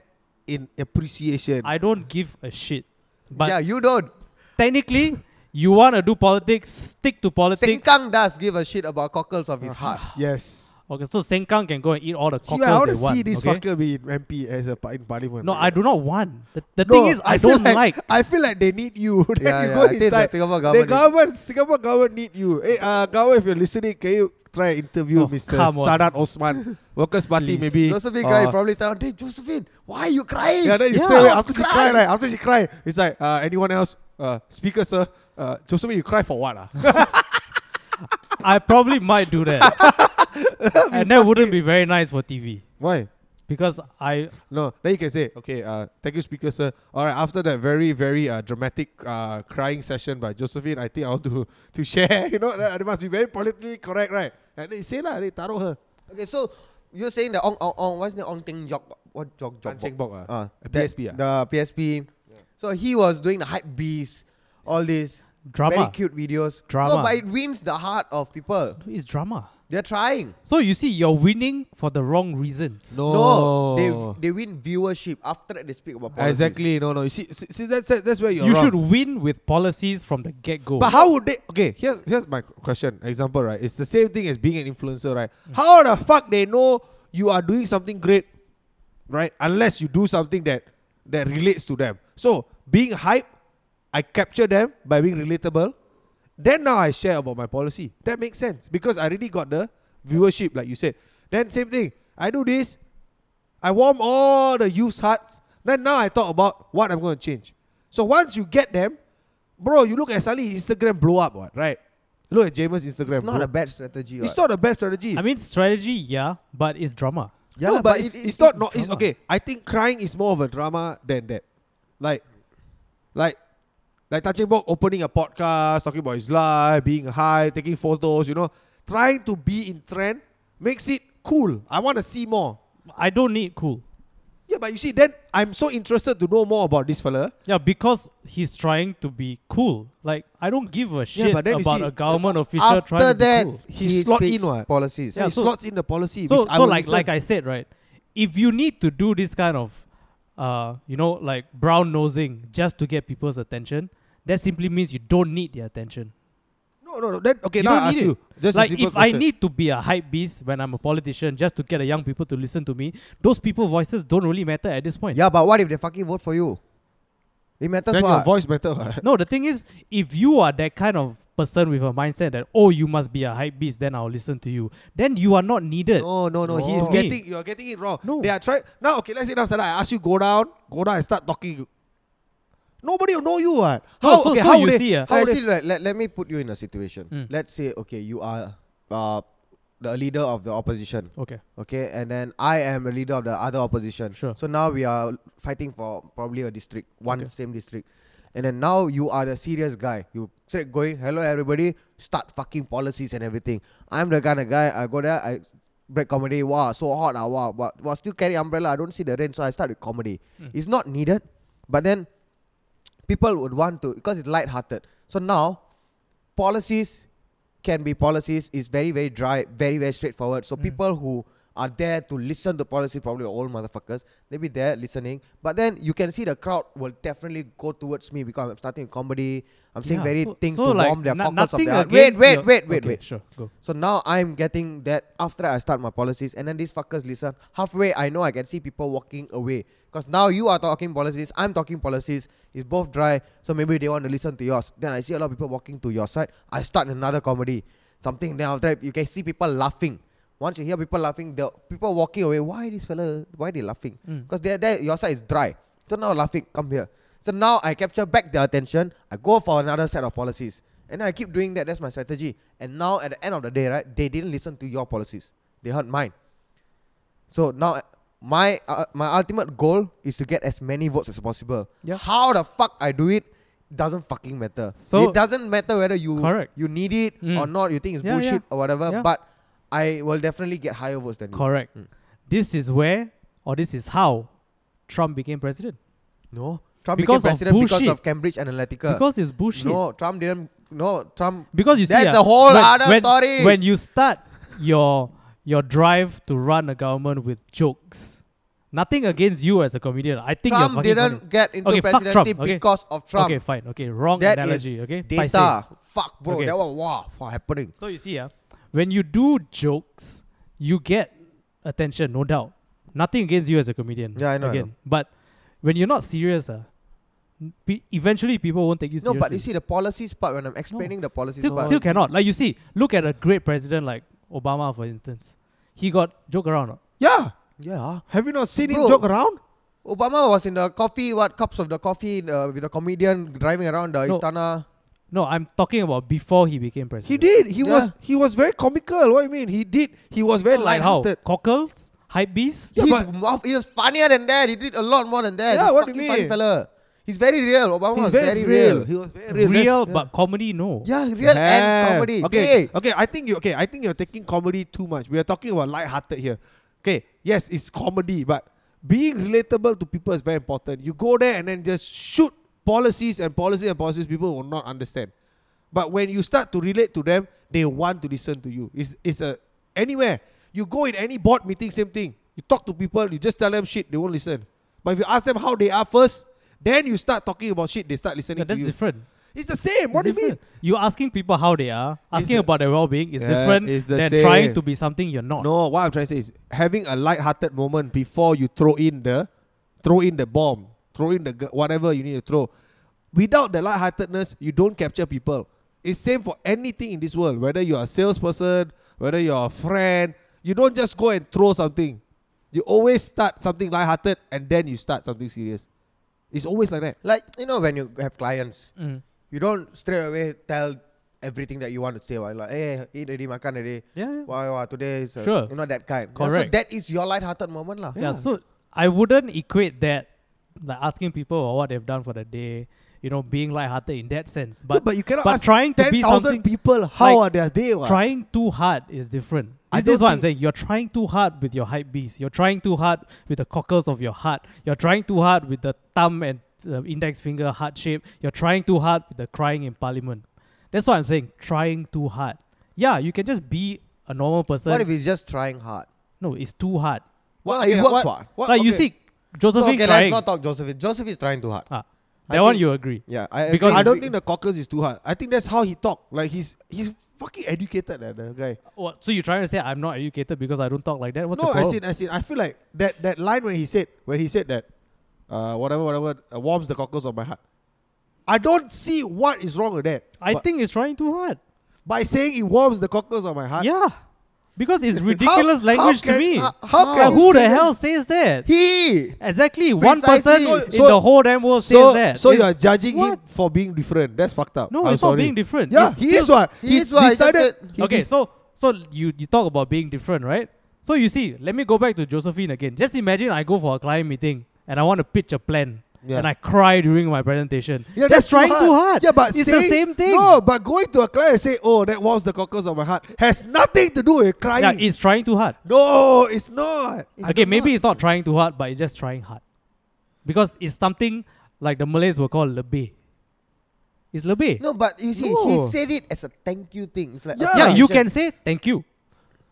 Speaker 4: in appreciation.
Speaker 3: I don't give a shit. But
Speaker 1: yeah, you don't.
Speaker 3: technically, you want to do politics, stick to politics.
Speaker 1: Sengkang does give a shit about cockles of his heart.
Speaker 4: yes.
Speaker 3: Okay, so Sengkang can go and eat all the
Speaker 4: See,
Speaker 3: cockles
Speaker 4: I want
Speaker 3: they
Speaker 4: to
Speaker 3: want.
Speaker 4: see this
Speaker 3: okay?
Speaker 4: fucker be in MP as a par- in parliament.
Speaker 3: No, I do not want. The, the
Speaker 4: No,
Speaker 3: thing is, I,
Speaker 4: feel
Speaker 3: don't like.
Speaker 4: I feel like they need you. then
Speaker 1: Yeah,
Speaker 4: you
Speaker 1: yeah,
Speaker 4: go
Speaker 1: I think the
Speaker 4: inside.
Speaker 1: Singapore
Speaker 4: the
Speaker 1: government need-
Speaker 4: government, Singapore government need you. Hey, uh, government, if you're listening, can you try and interview
Speaker 3: Oh,
Speaker 4: Mr.
Speaker 3: come on.
Speaker 4: Sadat Osman, Workers Party,
Speaker 3: Please.
Speaker 4: maybe.
Speaker 1: Josephine
Speaker 4: uh,
Speaker 1: cried. Probably started. Hey, Josephine, why are you crying?
Speaker 4: Yeah, then you
Speaker 3: Yeah.
Speaker 4: stay away after she cry,
Speaker 1: Cry.
Speaker 4: right? After she cry, it's like uh, anyone else, uh, speaker sir, uh, Josephine, you cry for what? ah?
Speaker 3: I probably might do that. and that wouldn't be very nice for TV.
Speaker 4: Why?
Speaker 3: Because I
Speaker 4: No, then you can say, okay, uh, thank you, speaker sir. All right, after that very very uh, dramatic uh, crying session by Josephine, I think I want to to share. You know, that- it must be very politically correct, right? And then you say lah, they taruh her.
Speaker 1: Okay, so you're saying the Ong Ong Ong, what's the Ong Ting Jok? What Jok
Speaker 4: Tan
Speaker 1: Jok?
Speaker 4: Cheng
Speaker 1: Bok?
Speaker 4: Bok ah.
Speaker 1: Ah,
Speaker 4: A
Speaker 1: that-
Speaker 4: PSP ah?
Speaker 1: The PSP. So he was doing the hype beast, all these very
Speaker 3: Drama.
Speaker 1: cute videos. No,
Speaker 3: Drama.
Speaker 1: but it wins the heart of people.
Speaker 3: It's drama.
Speaker 1: They're trying.
Speaker 3: So you see, you're winning for the wrong reasons.
Speaker 4: Oh.
Speaker 1: No, they they win viewership after that they speak about politics.
Speaker 4: exactly. No, no. You see, see, see that's that's where you're
Speaker 3: you
Speaker 4: wrong.
Speaker 3: should win with policies from the get go.
Speaker 4: But how would they? Okay, here's here's my qu- question. Example, right? It's the same thing as being an influencer, right? How the fuck they know you are doing something great, right? Unless you do something that that relates to them. So being hype, I capture them by being relatable. Then now I share about my policy. That makes sense because I already got the viewership, like you said. Then same thing. I do this. I warm all the youth's hearts. Then now I talk about what I'm going to change. So once you get them, bro, you look at Sally Instagram blow up, what right? Look at James Instagram.
Speaker 1: It's not
Speaker 4: bro.
Speaker 1: a bad strategy.
Speaker 4: It's
Speaker 1: what.
Speaker 4: not a bad strategy.
Speaker 3: I mean, strategy, yeah, but it's drama.
Speaker 1: Yeah,
Speaker 4: no,
Speaker 1: lah,
Speaker 4: but, it's,
Speaker 1: it- it-
Speaker 4: it's
Speaker 1: it-
Speaker 4: not. Not it's
Speaker 3: drama.
Speaker 4: okay. I think crying is more of a drama than that. Like, like, like touching Bok opening a podcast, talking about his life, being high, taking photos. You know, trying to be in trend makes it cool. I want to see more.
Speaker 3: I don't need cool.
Speaker 4: Yeah, but you see, then I'm so interested to know more about this fella.
Speaker 3: Yeah, because he's trying to be cool. Like I don't give a shit
Speaker 4: but then you
Speaker 3: about
Speaker 4: see, uh,
Speaker 3: a government official
Speaker 1: After
Speaker 3: trying to
Speaker 1: that,
Speaker 3: be cool.
Speaker 1: he,
Speaker 4: He slot
Speaker 1: speaks
Speaker 4: in what?
Speaker 1: policies.
Speaker 4: Yeah,
Speaker 3: Yeah,
Speaker 4: he
Speaker 3: so-
Speaker 4: slots in the policy.
Speaker 3: So,
Speaker 4: which I
Speaker 3: so
Speaker 4: will
Speaker 3: like
Speaker 4: listen.
Speaker 3: like I said, right? If you need to do this kind of, uh, you know, like brown nosing just to get people's attention, that simply means you don't need their attention.
Speaker 4: no no no. Then okay,
Speaker 3: You
Speaker 4: now
Speaker 3: don't
Speaker 4: I
Speaker 3: need
Speaker 4: ask
Speaker 3: it.
Speaker 4: you. Just a
Speaker 3: like
Speaker 4: simple
Speaker 3: if I
Speaker 4: question.
Speaker 3: need to be a hype beast when I'm a politician just to get the young people to listen to me, those people voices don't really matter at this point.
Speaker 1: Yeah, but what if they fucking vote for you? It matters
Speaker 4: then your
Speaker 1: what.
Speaker 4: voice better. what?
Speaker 3: No, the thing is, if you are that kind of person with a mindset that oh you must be a hype beast, then I'll listen to you. Then you are not needed.
Speaker 4: No, no, no. He is
Speaker 3: No. Me.
Speaker 4: getting you are getting it wrong.
Speaker 3: No.
Speaker 4: They are trying now. Okay, let's say now, Sada, I ask you go down, go down, and start talking. Nobody will know you. What?
Speaker 3: No,
Speaker 1: Oh,
Speaker 4: How?
Speaker 3: so-
Speaker 4: okay,
Speaker 3: so
Speaker 4: how
Speaker 3: you
Speaker 4: they,
Speaker 3: see, ah,
Speaker 4: how
Speaker 1: I
Speaker 4: they, Hmm.
Speaker 1: see, let, let, let me put you in a situation.
Speaker 3: Mm.
Speaker 1: Let's say, okay, you are uh, the leader of the opposition,
Speaker 3: Okay.
Speaker 1: okay, and then I am a leader of the other opposition.
Speaker 3: Sure.
Speaker 1: So now we are fighting for probably a district, one
Speaker 3: Okay.
Speaker 1: same district. And then now you are the serious guy. You straight going, hello everybody, start fucking policies and everything. I'm the kind of guy, I go there, I break comedy, wow, so hot, ah, wow, but wow, still carry umbrella, I don't see the rain, so I start with comedy.
Speaker 3: Hmm.
Speaker 1: It's not needed, but then people would want to because it's light-hearted. So now policies can be policies. It's very very dry, very very straightforward.
Speaker 3: Hmm.
Speaker 1: So people who are there to listen to policy probably are old motherfuckers. They be there listening, but then you can see the crowd will definitely go towards me because I'm starting comedy. I'm saying
Speaker 3: Yeah,
Speaker 1: very
Speaker 3: so-
Speaker 1: things
Speaker 3: so
Speaker 1: to
Speaker 3: like
Speaker 1: warm their
Speaker 3: no-
Speaker 1: cockles of
Speaker 3: nothing
Speaker 1: their heart. Wait
Speaker 3: against
Speaker 1: wait
Speaker 3: your-
Speaker 1: wait wait
Speaker 3: okay,
Speaker 1: wait.
Speaker 3: Sure, go.
Speaker 1: So now I'm getting that after I start my policies, and then these fuckers listen. Halfway, I know I can see people walking away. Because now you are talking policies, I'm talking policies. It's both dry, so maybe they want to listen to yours. Then I see a lot of people walking to your side. I start another comedy. Something, then after that, you can see people laughing. Once you hear people laughing, the people walking away, why this fella, why they laughing?
Speaker 3: Hmm.
Speaker 1: Because they're there, your side is dry. So now laughing, come here. So now I capture back their attention. I go for another set of policies. And I keep doing that. That's my strategy. And now at the end of the day, right, they didn't listen to your policies. They heard mine. So now uh, my uh, my ultimate goal is to get as many votes as possible.
Speaker 3: Yeah.
Speaker 1: How the fuck I do it doesn't fucking matter.
Speaker 3: So-
Speaker 1: it doesn't matter whether you
Speaker 3: Correct.
Speaker 1: you need it
Speaker 3: Mm.
Speaker 1: or not, you think it's
Speaker 3: Yeah,
Speaker 1: bullshit
Speaker 3: yeah.
Speaker 1: or whatever,
Speaker 3: Yeah.
Speaker 1: but I will definitely get higher votes than you.
Speaker 3: Correct. This is where, or this is how, Trump became president.
Speaker 1: No. Trump
Speaker 3: Because of
Speaker 1: became president because
Speaker 3: bullshit.
Speaker 1: of Cambridge Analytica.
Speaker 3: Because it's bullshit.
Speaker 1: no, Trump didn't no Trump
Speaker 3: Because you see,
Speaker 1: That's
Speaker 3: ah,
Speaker 1: a whole other
Speaker 3: when,
Speaker 1: story.
Speaker 3: When you start your your drive to run a government with jokes, nothing against you as a comedian. I think you're
Speaker 1: Trump
Speaker 3: fucking
Speaker 1: didn't
Speaker 3: funny.
Speaker 1: get into
Speaker 3: Okay, fuck Trump,
Speaker 1: presidency
Speaker 3: okay.
Speaker 1: because of Trump.
Speaker 3: Okay, fine. Okay, wrong
Speaker 1: That is
Speaker 3: analogy. Okay,
Speaker 1: data.
Speaker 3: paiseh.
Speaker 1: Fuck, bro.
Speaker 3: Okay.
Speaker 1: That was wow for happening.
Speaker 3: So you see, ah, when you do jokes, you get attention, no doubt. Nothing against you as a comedian.
Speaker 1: Yeah, I know, I
Speaker 3: Again,
Speaker 1: know.
Speaker 3: but when you're not serious, uh, pe- eventually people won't take you
Speaker 1: No,
Speaker 3: seriously.
Speaker 1: but you see the policies part when I'm explaining the policies
Speaker 3: still,
Speaker 1: part.
Speaker 3: still cannot. Like you see, look at a great president like Obama, for instance. He got joke around. ah. or not?
Speaker 4: yeah.
Speaker 1: Yeah.
Speaker 4: Have you not seen him
Speaker 1: Bro.
Speaker 4: joke around?
Speaker 1: Obama was in the coffee, what cups of the coffee uh, with a comedian driving around the
Speaker 3: No.
Speaker 1: Istana.
Speaker 3: No, I'm talking about before he became president.
Speaker 4: He did. He
Speaker 1: Yeah.
Speaker 4: was he was very comical. What do you mean? He did. He was very
Speaker 3: Like how?
Speaker 4: light-hearted.
Speaker 3: Cockles, hype beast.
Speaker 4: Yeah,
Speaker 1: He's
Speaker 4: but-
Speaker 1: mouth- he was funnier than that. He did a lot more than that.
Speaker 4: Yeah,
Speaker 1: He's
Speaker 4: what do
Speaker 1: fucking
Speaker 4: you
Speaker 1: funny
Speaker 4: mean?
Speaker 1: fella. He's very real. Obama
Speaker 4: He's
Speaker 1: was
Speaker 4: very, real. He was very real.
Speaker 3: Real,
Speaker 4: That's-
Speaker 3: but comedy, no.
Speaker 1: Yeah, real
Speaker 4: Have.
Speaker 1: and comedy.
Speaker 4: Okay,
Speaker 1: Hey,
Speaker 4: okay. I think you okay. I think you're taking comedy too much. We are talking about light-hearted here. Okay, yes, it's comedy, but being relatable to people is very important. You go there and then just shoot policies and policies and policies. People will not understand. But when you start to relate to them, they want to listen to you. It's it's a anywhere you go in any board meeting, same thing. You talk to people, you just tell them shit, they won't listen. But if you ask them how they are first, then you start talking about shit, they start listening
Speaker 3: Yeah, that's
Speaker 4: to you.
Speaker 3: different.
Speaker 4: It's the same. What
Speaker 3: It's
Speaker 4: do you mean?
Speaker 3: different. You're asking people how they are, asking
Speaker 4: the-
Speaker 3: about their well being is
Speaker 4: Yeah,
Speaker 3: different
Speaker 4: it's the
Speaker 3: than
Speaker 4: same.
Speaker 3: trying to be something you're not.
Speaker 4: No, what I'm trying to say is having a light-hearted moment before you throw in the throw in the bomb, throw in the gu- whatever you need to throw. Without the light-heartedness, you don't capture people. It's same for anything in this world, whether you're a salesperson, whether you're a friend, you don't just go and throw something. You always start something light-hearted and then you start something serious. It's always like that.
Speaker 1: like you know when you have clients,
Speaker 3: Mm.
Speaker 1: you don't straight away tell everything that you want to say. Why like, hey, eat already, makan already.
Speaker 3: Yeah, yeah.
Speaker 1: Wow, wow, today is uh,
Speaker 3: Sure.
Speaker 1: you know that kind. Yeah,
Speaker 3: Correct.
Speaker 1: so that is your light-hearted moment, lah.
Speaker 3: yeah. so I wouldn't equate that, like asking people about what they've done for the day, you know, being lighthearted in that sense. But,
Speaker 4: but you cannot
Speaker 3: but
Speaker 4: ask
Speaker 3: trying to be
Speaker 4: 10,000
Speaker 3: something,
Speaker 4: people how
Speaker 3: like,
Speaker 4: are their day. what?
Speaker 3: trying too hard is different.
Speaker 4: I
Speaker 3: This is
Speaker 4: don't
Speaker 3: what I'm
Speaker 4: think-
Speaker 3: saying. You're trying too hard with your hype beast. You're trying too hard with the cockles of your heart. You're trying too hard with the thumb and the index finger heart shape. You're trying too hard with the crying in parliament. That's what I'm saying. Trying too hard. Yeah, you can just be a normal person.
Speaker 1: what if he's just trying hard?
Speaker 3: no, it's too hard.
Speaker 1: Well, it works. What?
Speaker 3: like you
Speaker 4: okay.
Speaker 3: see, Josephine
Speaker 1: okay,
Speaker 3: crying.
Speaker 1: let's not talk Joseph. Joseph is trying too hard.
Speaker 3: Ah,
Speaker 1: I
Speaker 3: that one
Speaker 1: think-
Speaker 3: you agree.
Speaker 1: Yeah, I
Speaker 3: Because
Speaker 1: agree.
Speaker 4: I
Speaker 3: Is
Speaker 4: don't
Speaker 3: it-
Speaker 4: think the cockles is too hard. I think that's how he talk. Like he's he's fucking educated, eh, the guy.
Speaker 3: What, so you're trying to say I'm not educated because I don't talk like that? What's
Speaker 4: no,
Speaker 3: the
Speaker 4: I
Speaker 3: problem?
Speaker 4: said I said I feel like that that line when he said when he said that, uh, whatever whatever uh, warms the cockles of my heart. I don't see what is wrong with that.
Speaker 3: I
Speaker 4: But-
Speaker 3: think it's trying too hard.
Speaker 4: by saying it warms the cockles of my heart.
Speaker 3: yeah. Because it's ridiculous
Speaker 4: how
Speaker 3: language to
Speaker 4: can-
Speaker 3: me.
Speaker 4: how- how
Speaker 3: Like,
Speaker 4: can you
Speaker 3: who
Speaker 4: say
Speaker 3: the
Speaker 4: that?
Speaker 3: hell says that?
Speaker 1: he.
Speaker 3: exactly. One person
Speaker 1: Precisely.
Speaker 4: So-
Speaker 3: in
Speaker 4: so-
Speaker 3: the whole damn world
Speaker 4: So
Speaker 3: says that.
Speaker 4: so
Speaker 3: It's-
Speaker 4: you are judging him
Speaker 3: what?
Speaker 4: for being different. That's fucked up.
Speaker 3: No,
Speaker 4: I'm
Speaker 3: it's
Speaker 4: Oh, sorry.
Speaker 3: not being different.
Speaker 4: Yeah,
Speaker 3: It's
Speaker 4: he
Speaker 3: still-
Speaker 4: is what
Speaker 1: he is what I just
Speaker 4: decided.
Speaker 1: said.
Speaker 4: he
Speaker 3: okay,
Speaker 4: dec-
Speaker 3: so so you you talk about being different, right? So you see, let me go back to Josephine again. Just imagine I go for a client meeting and I want to pitch a plan
Speaker 4: Yeah.
Speaker 3: and I cry during my presentation.
Speaker 4: Yeah,
Speaker 3: that's,
Speaker 4: too
Speaker 3: trying too hard.
Speaker 4: Yeah, but
Speaker 3: it's the
Speaker 4: saying-
Speaker 3: same thing.
Speaker 4: No, but going to a client and say, "Oh, that warms the cockles of my heart," has nothing to do with crying.
Speaker 3: yeah, it's trying too hard.
Speaker 4: no, it's not. It's
Speaker 3: okay,
Speaker 4: not.
Speaker 3: maybe it's not trying too hard, but it's just trying hard. Because it's something like the Malays will call lebe. It's lebe.
Speaker 1: No, but you see,
Speaker 4: No.
Speaker 1: he said it as a thank you thing. It's like
Speaker 4: Yeah.
Speaker 3: yeah,
Speaker 1: okay,
Speaker 3: you
Speaker 1: sure.
Speaker 3: can say thank you.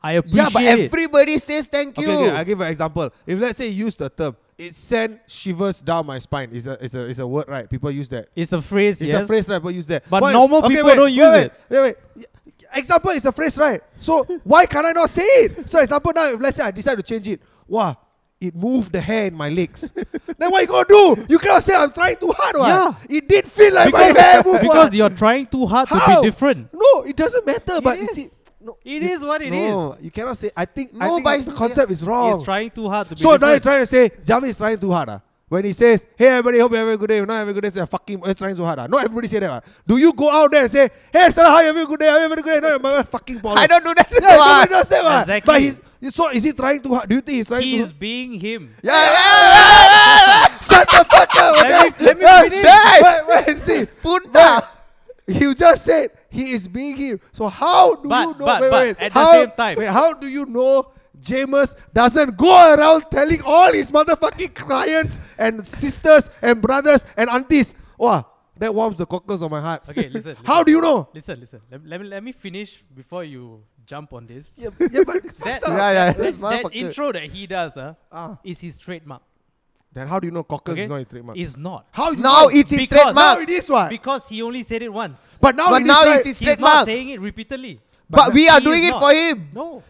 Speaker 3: I appreciate
Speaker 1: Yeah, but
Speaker 3: it.
Speaker 1: everybody says thank you.
Speaker 4: Okay, okay, I'll give an example. If let's say you use the term, it sent shivers down my spine. It's a, it's a, it's a word, right? People use that.
Speaker 3: It's a phrase,
Speaker 4: It's
Speaker 3: yes.
Speaker 4: a phrase, right? People use that.
Speaker 3: But normal people don't use
Speaker 4: wait,
Speaker 3: it.
Speaker 4: Wait, wait, wait. Example is a phrase, right? So why can I not say it? So example now, if let's say I decide to change it, wow, it moved the hair in my legs. then what you gonna do? You cannot say I'm trying too hard, what?
Speaker 3: Yeah.
Speaker 4: It did feel like my hair moved.
Speaker 3: because
Speaker 4: what?
Speaker 3: you're trying too hard
Speaker 4: How?
Speaker 3: to be different.
Speaker 4: No, it doesn't matter. but you
Speaker 3: is.
Speaker 4: see, no,
Speaker 3: It
Speaker 4: you-
Speaker 3: is what it is.
Speaker 4: no, you cannot say. I think. I
Speaker 1: No,
Speaker 4: think
Speaker 1: but
Speaker 4: the
Speaker 1: it's-
Speaker 4: concept is wrong.
Speaker 3: It's trying too hard to be
Speaker 4: So now you're
Speaker 3: different.
Speaker 4: trying to say Javi is trying too hard. Ah. When he says, Hey everybody, hope you have a good day. If not have a good day, say fucking it's trying so hard. Ah. Not everybody say that. Ah. Do you go out there and say, Hey sir, how you have a good day? How you have a good day? No, my fucking problem.
Speaker 1: I don't do that. what?
Speaker 4: yeah, nobody does that. Ah.
Speaker 3: Exactly.
Speaker 4: But he's, he's- so is he trying too hard? Do you think he's trying
Speaker 3: He
Speaker 4: too
Speaker 3: is being him.
Speaker 1: Yeah, yeah, yeah.
Speaker 4: Shut the fuck up.
Speaker 3: Let
Speaker 4: okay?
Speaker 3: me- let me
Speaker 4: Yeah,
Speaker 1: finish.
Speaker 4: shit. Wait, wait, see.
Speaker 1: Punta.
Speaker 4: You just said he is being him. So how do
Speaker 3: But-
Speaker 4: you know?
Speaker 3: but-
Speaker 4: wait,
Speaker 3: but
Speaker 4: wait,
Speaker 3: at the
Speaker 4: how,
Speaker 3: same time-
Speaker 4: wait, how do you know James doesn't go around telling all his motherfucking clients and sisters and brothers and aunties, "Wow, that warms the cockles of my heart."
Speaker 3: Okay, listen.
Speaker 4: how
Speaker 3: listen.
Speaker 4: do you know?
Speaker 3: Listen, listen. Let, let me let me finish before you jump on this.
Speaker 4: Yeah, yeah but it's
Speaker 3: That,
Speaker 4: fucked up.
Speaker 1: Yeah, yeah.
Speaker 3: that-
Speaker 1: This
Speaker 3: that
Speaker 1: motherfucker.
Speaker 3: intro that he does, uh,
Speaker 4: Ah.
Speaker 3: is his trademark.
Speaker 4: Then how do you know cockles
Speaker 3: Okay?
Speaker 4: is not his trademark?
Speaker 3: It's not.
Speaker 4: how you
Speaker 1: now
Speaker 4: know?
Speaker 1: Oh, it's his
Speaker 3: Because-
Speaker 4: now
Speaker 1: trademark.
Speaker 4: it is what?
Speaker 3: Because he only said it once.
Speaker 4: But now
Speaker 1: But
Speaker 4: it is
Speaker 1: now
Speaker 4: like-
Speaker 1: it's his
Speaker 3: He's not
Speaker 1: trademark.
Speaker 3: saying it repeatedly.
Speaker 1: But we are
Speaker 3: He is
Speaker 1: doing it
Speaker 3: not.
Speaker 1: for him.
Speaker 3: No.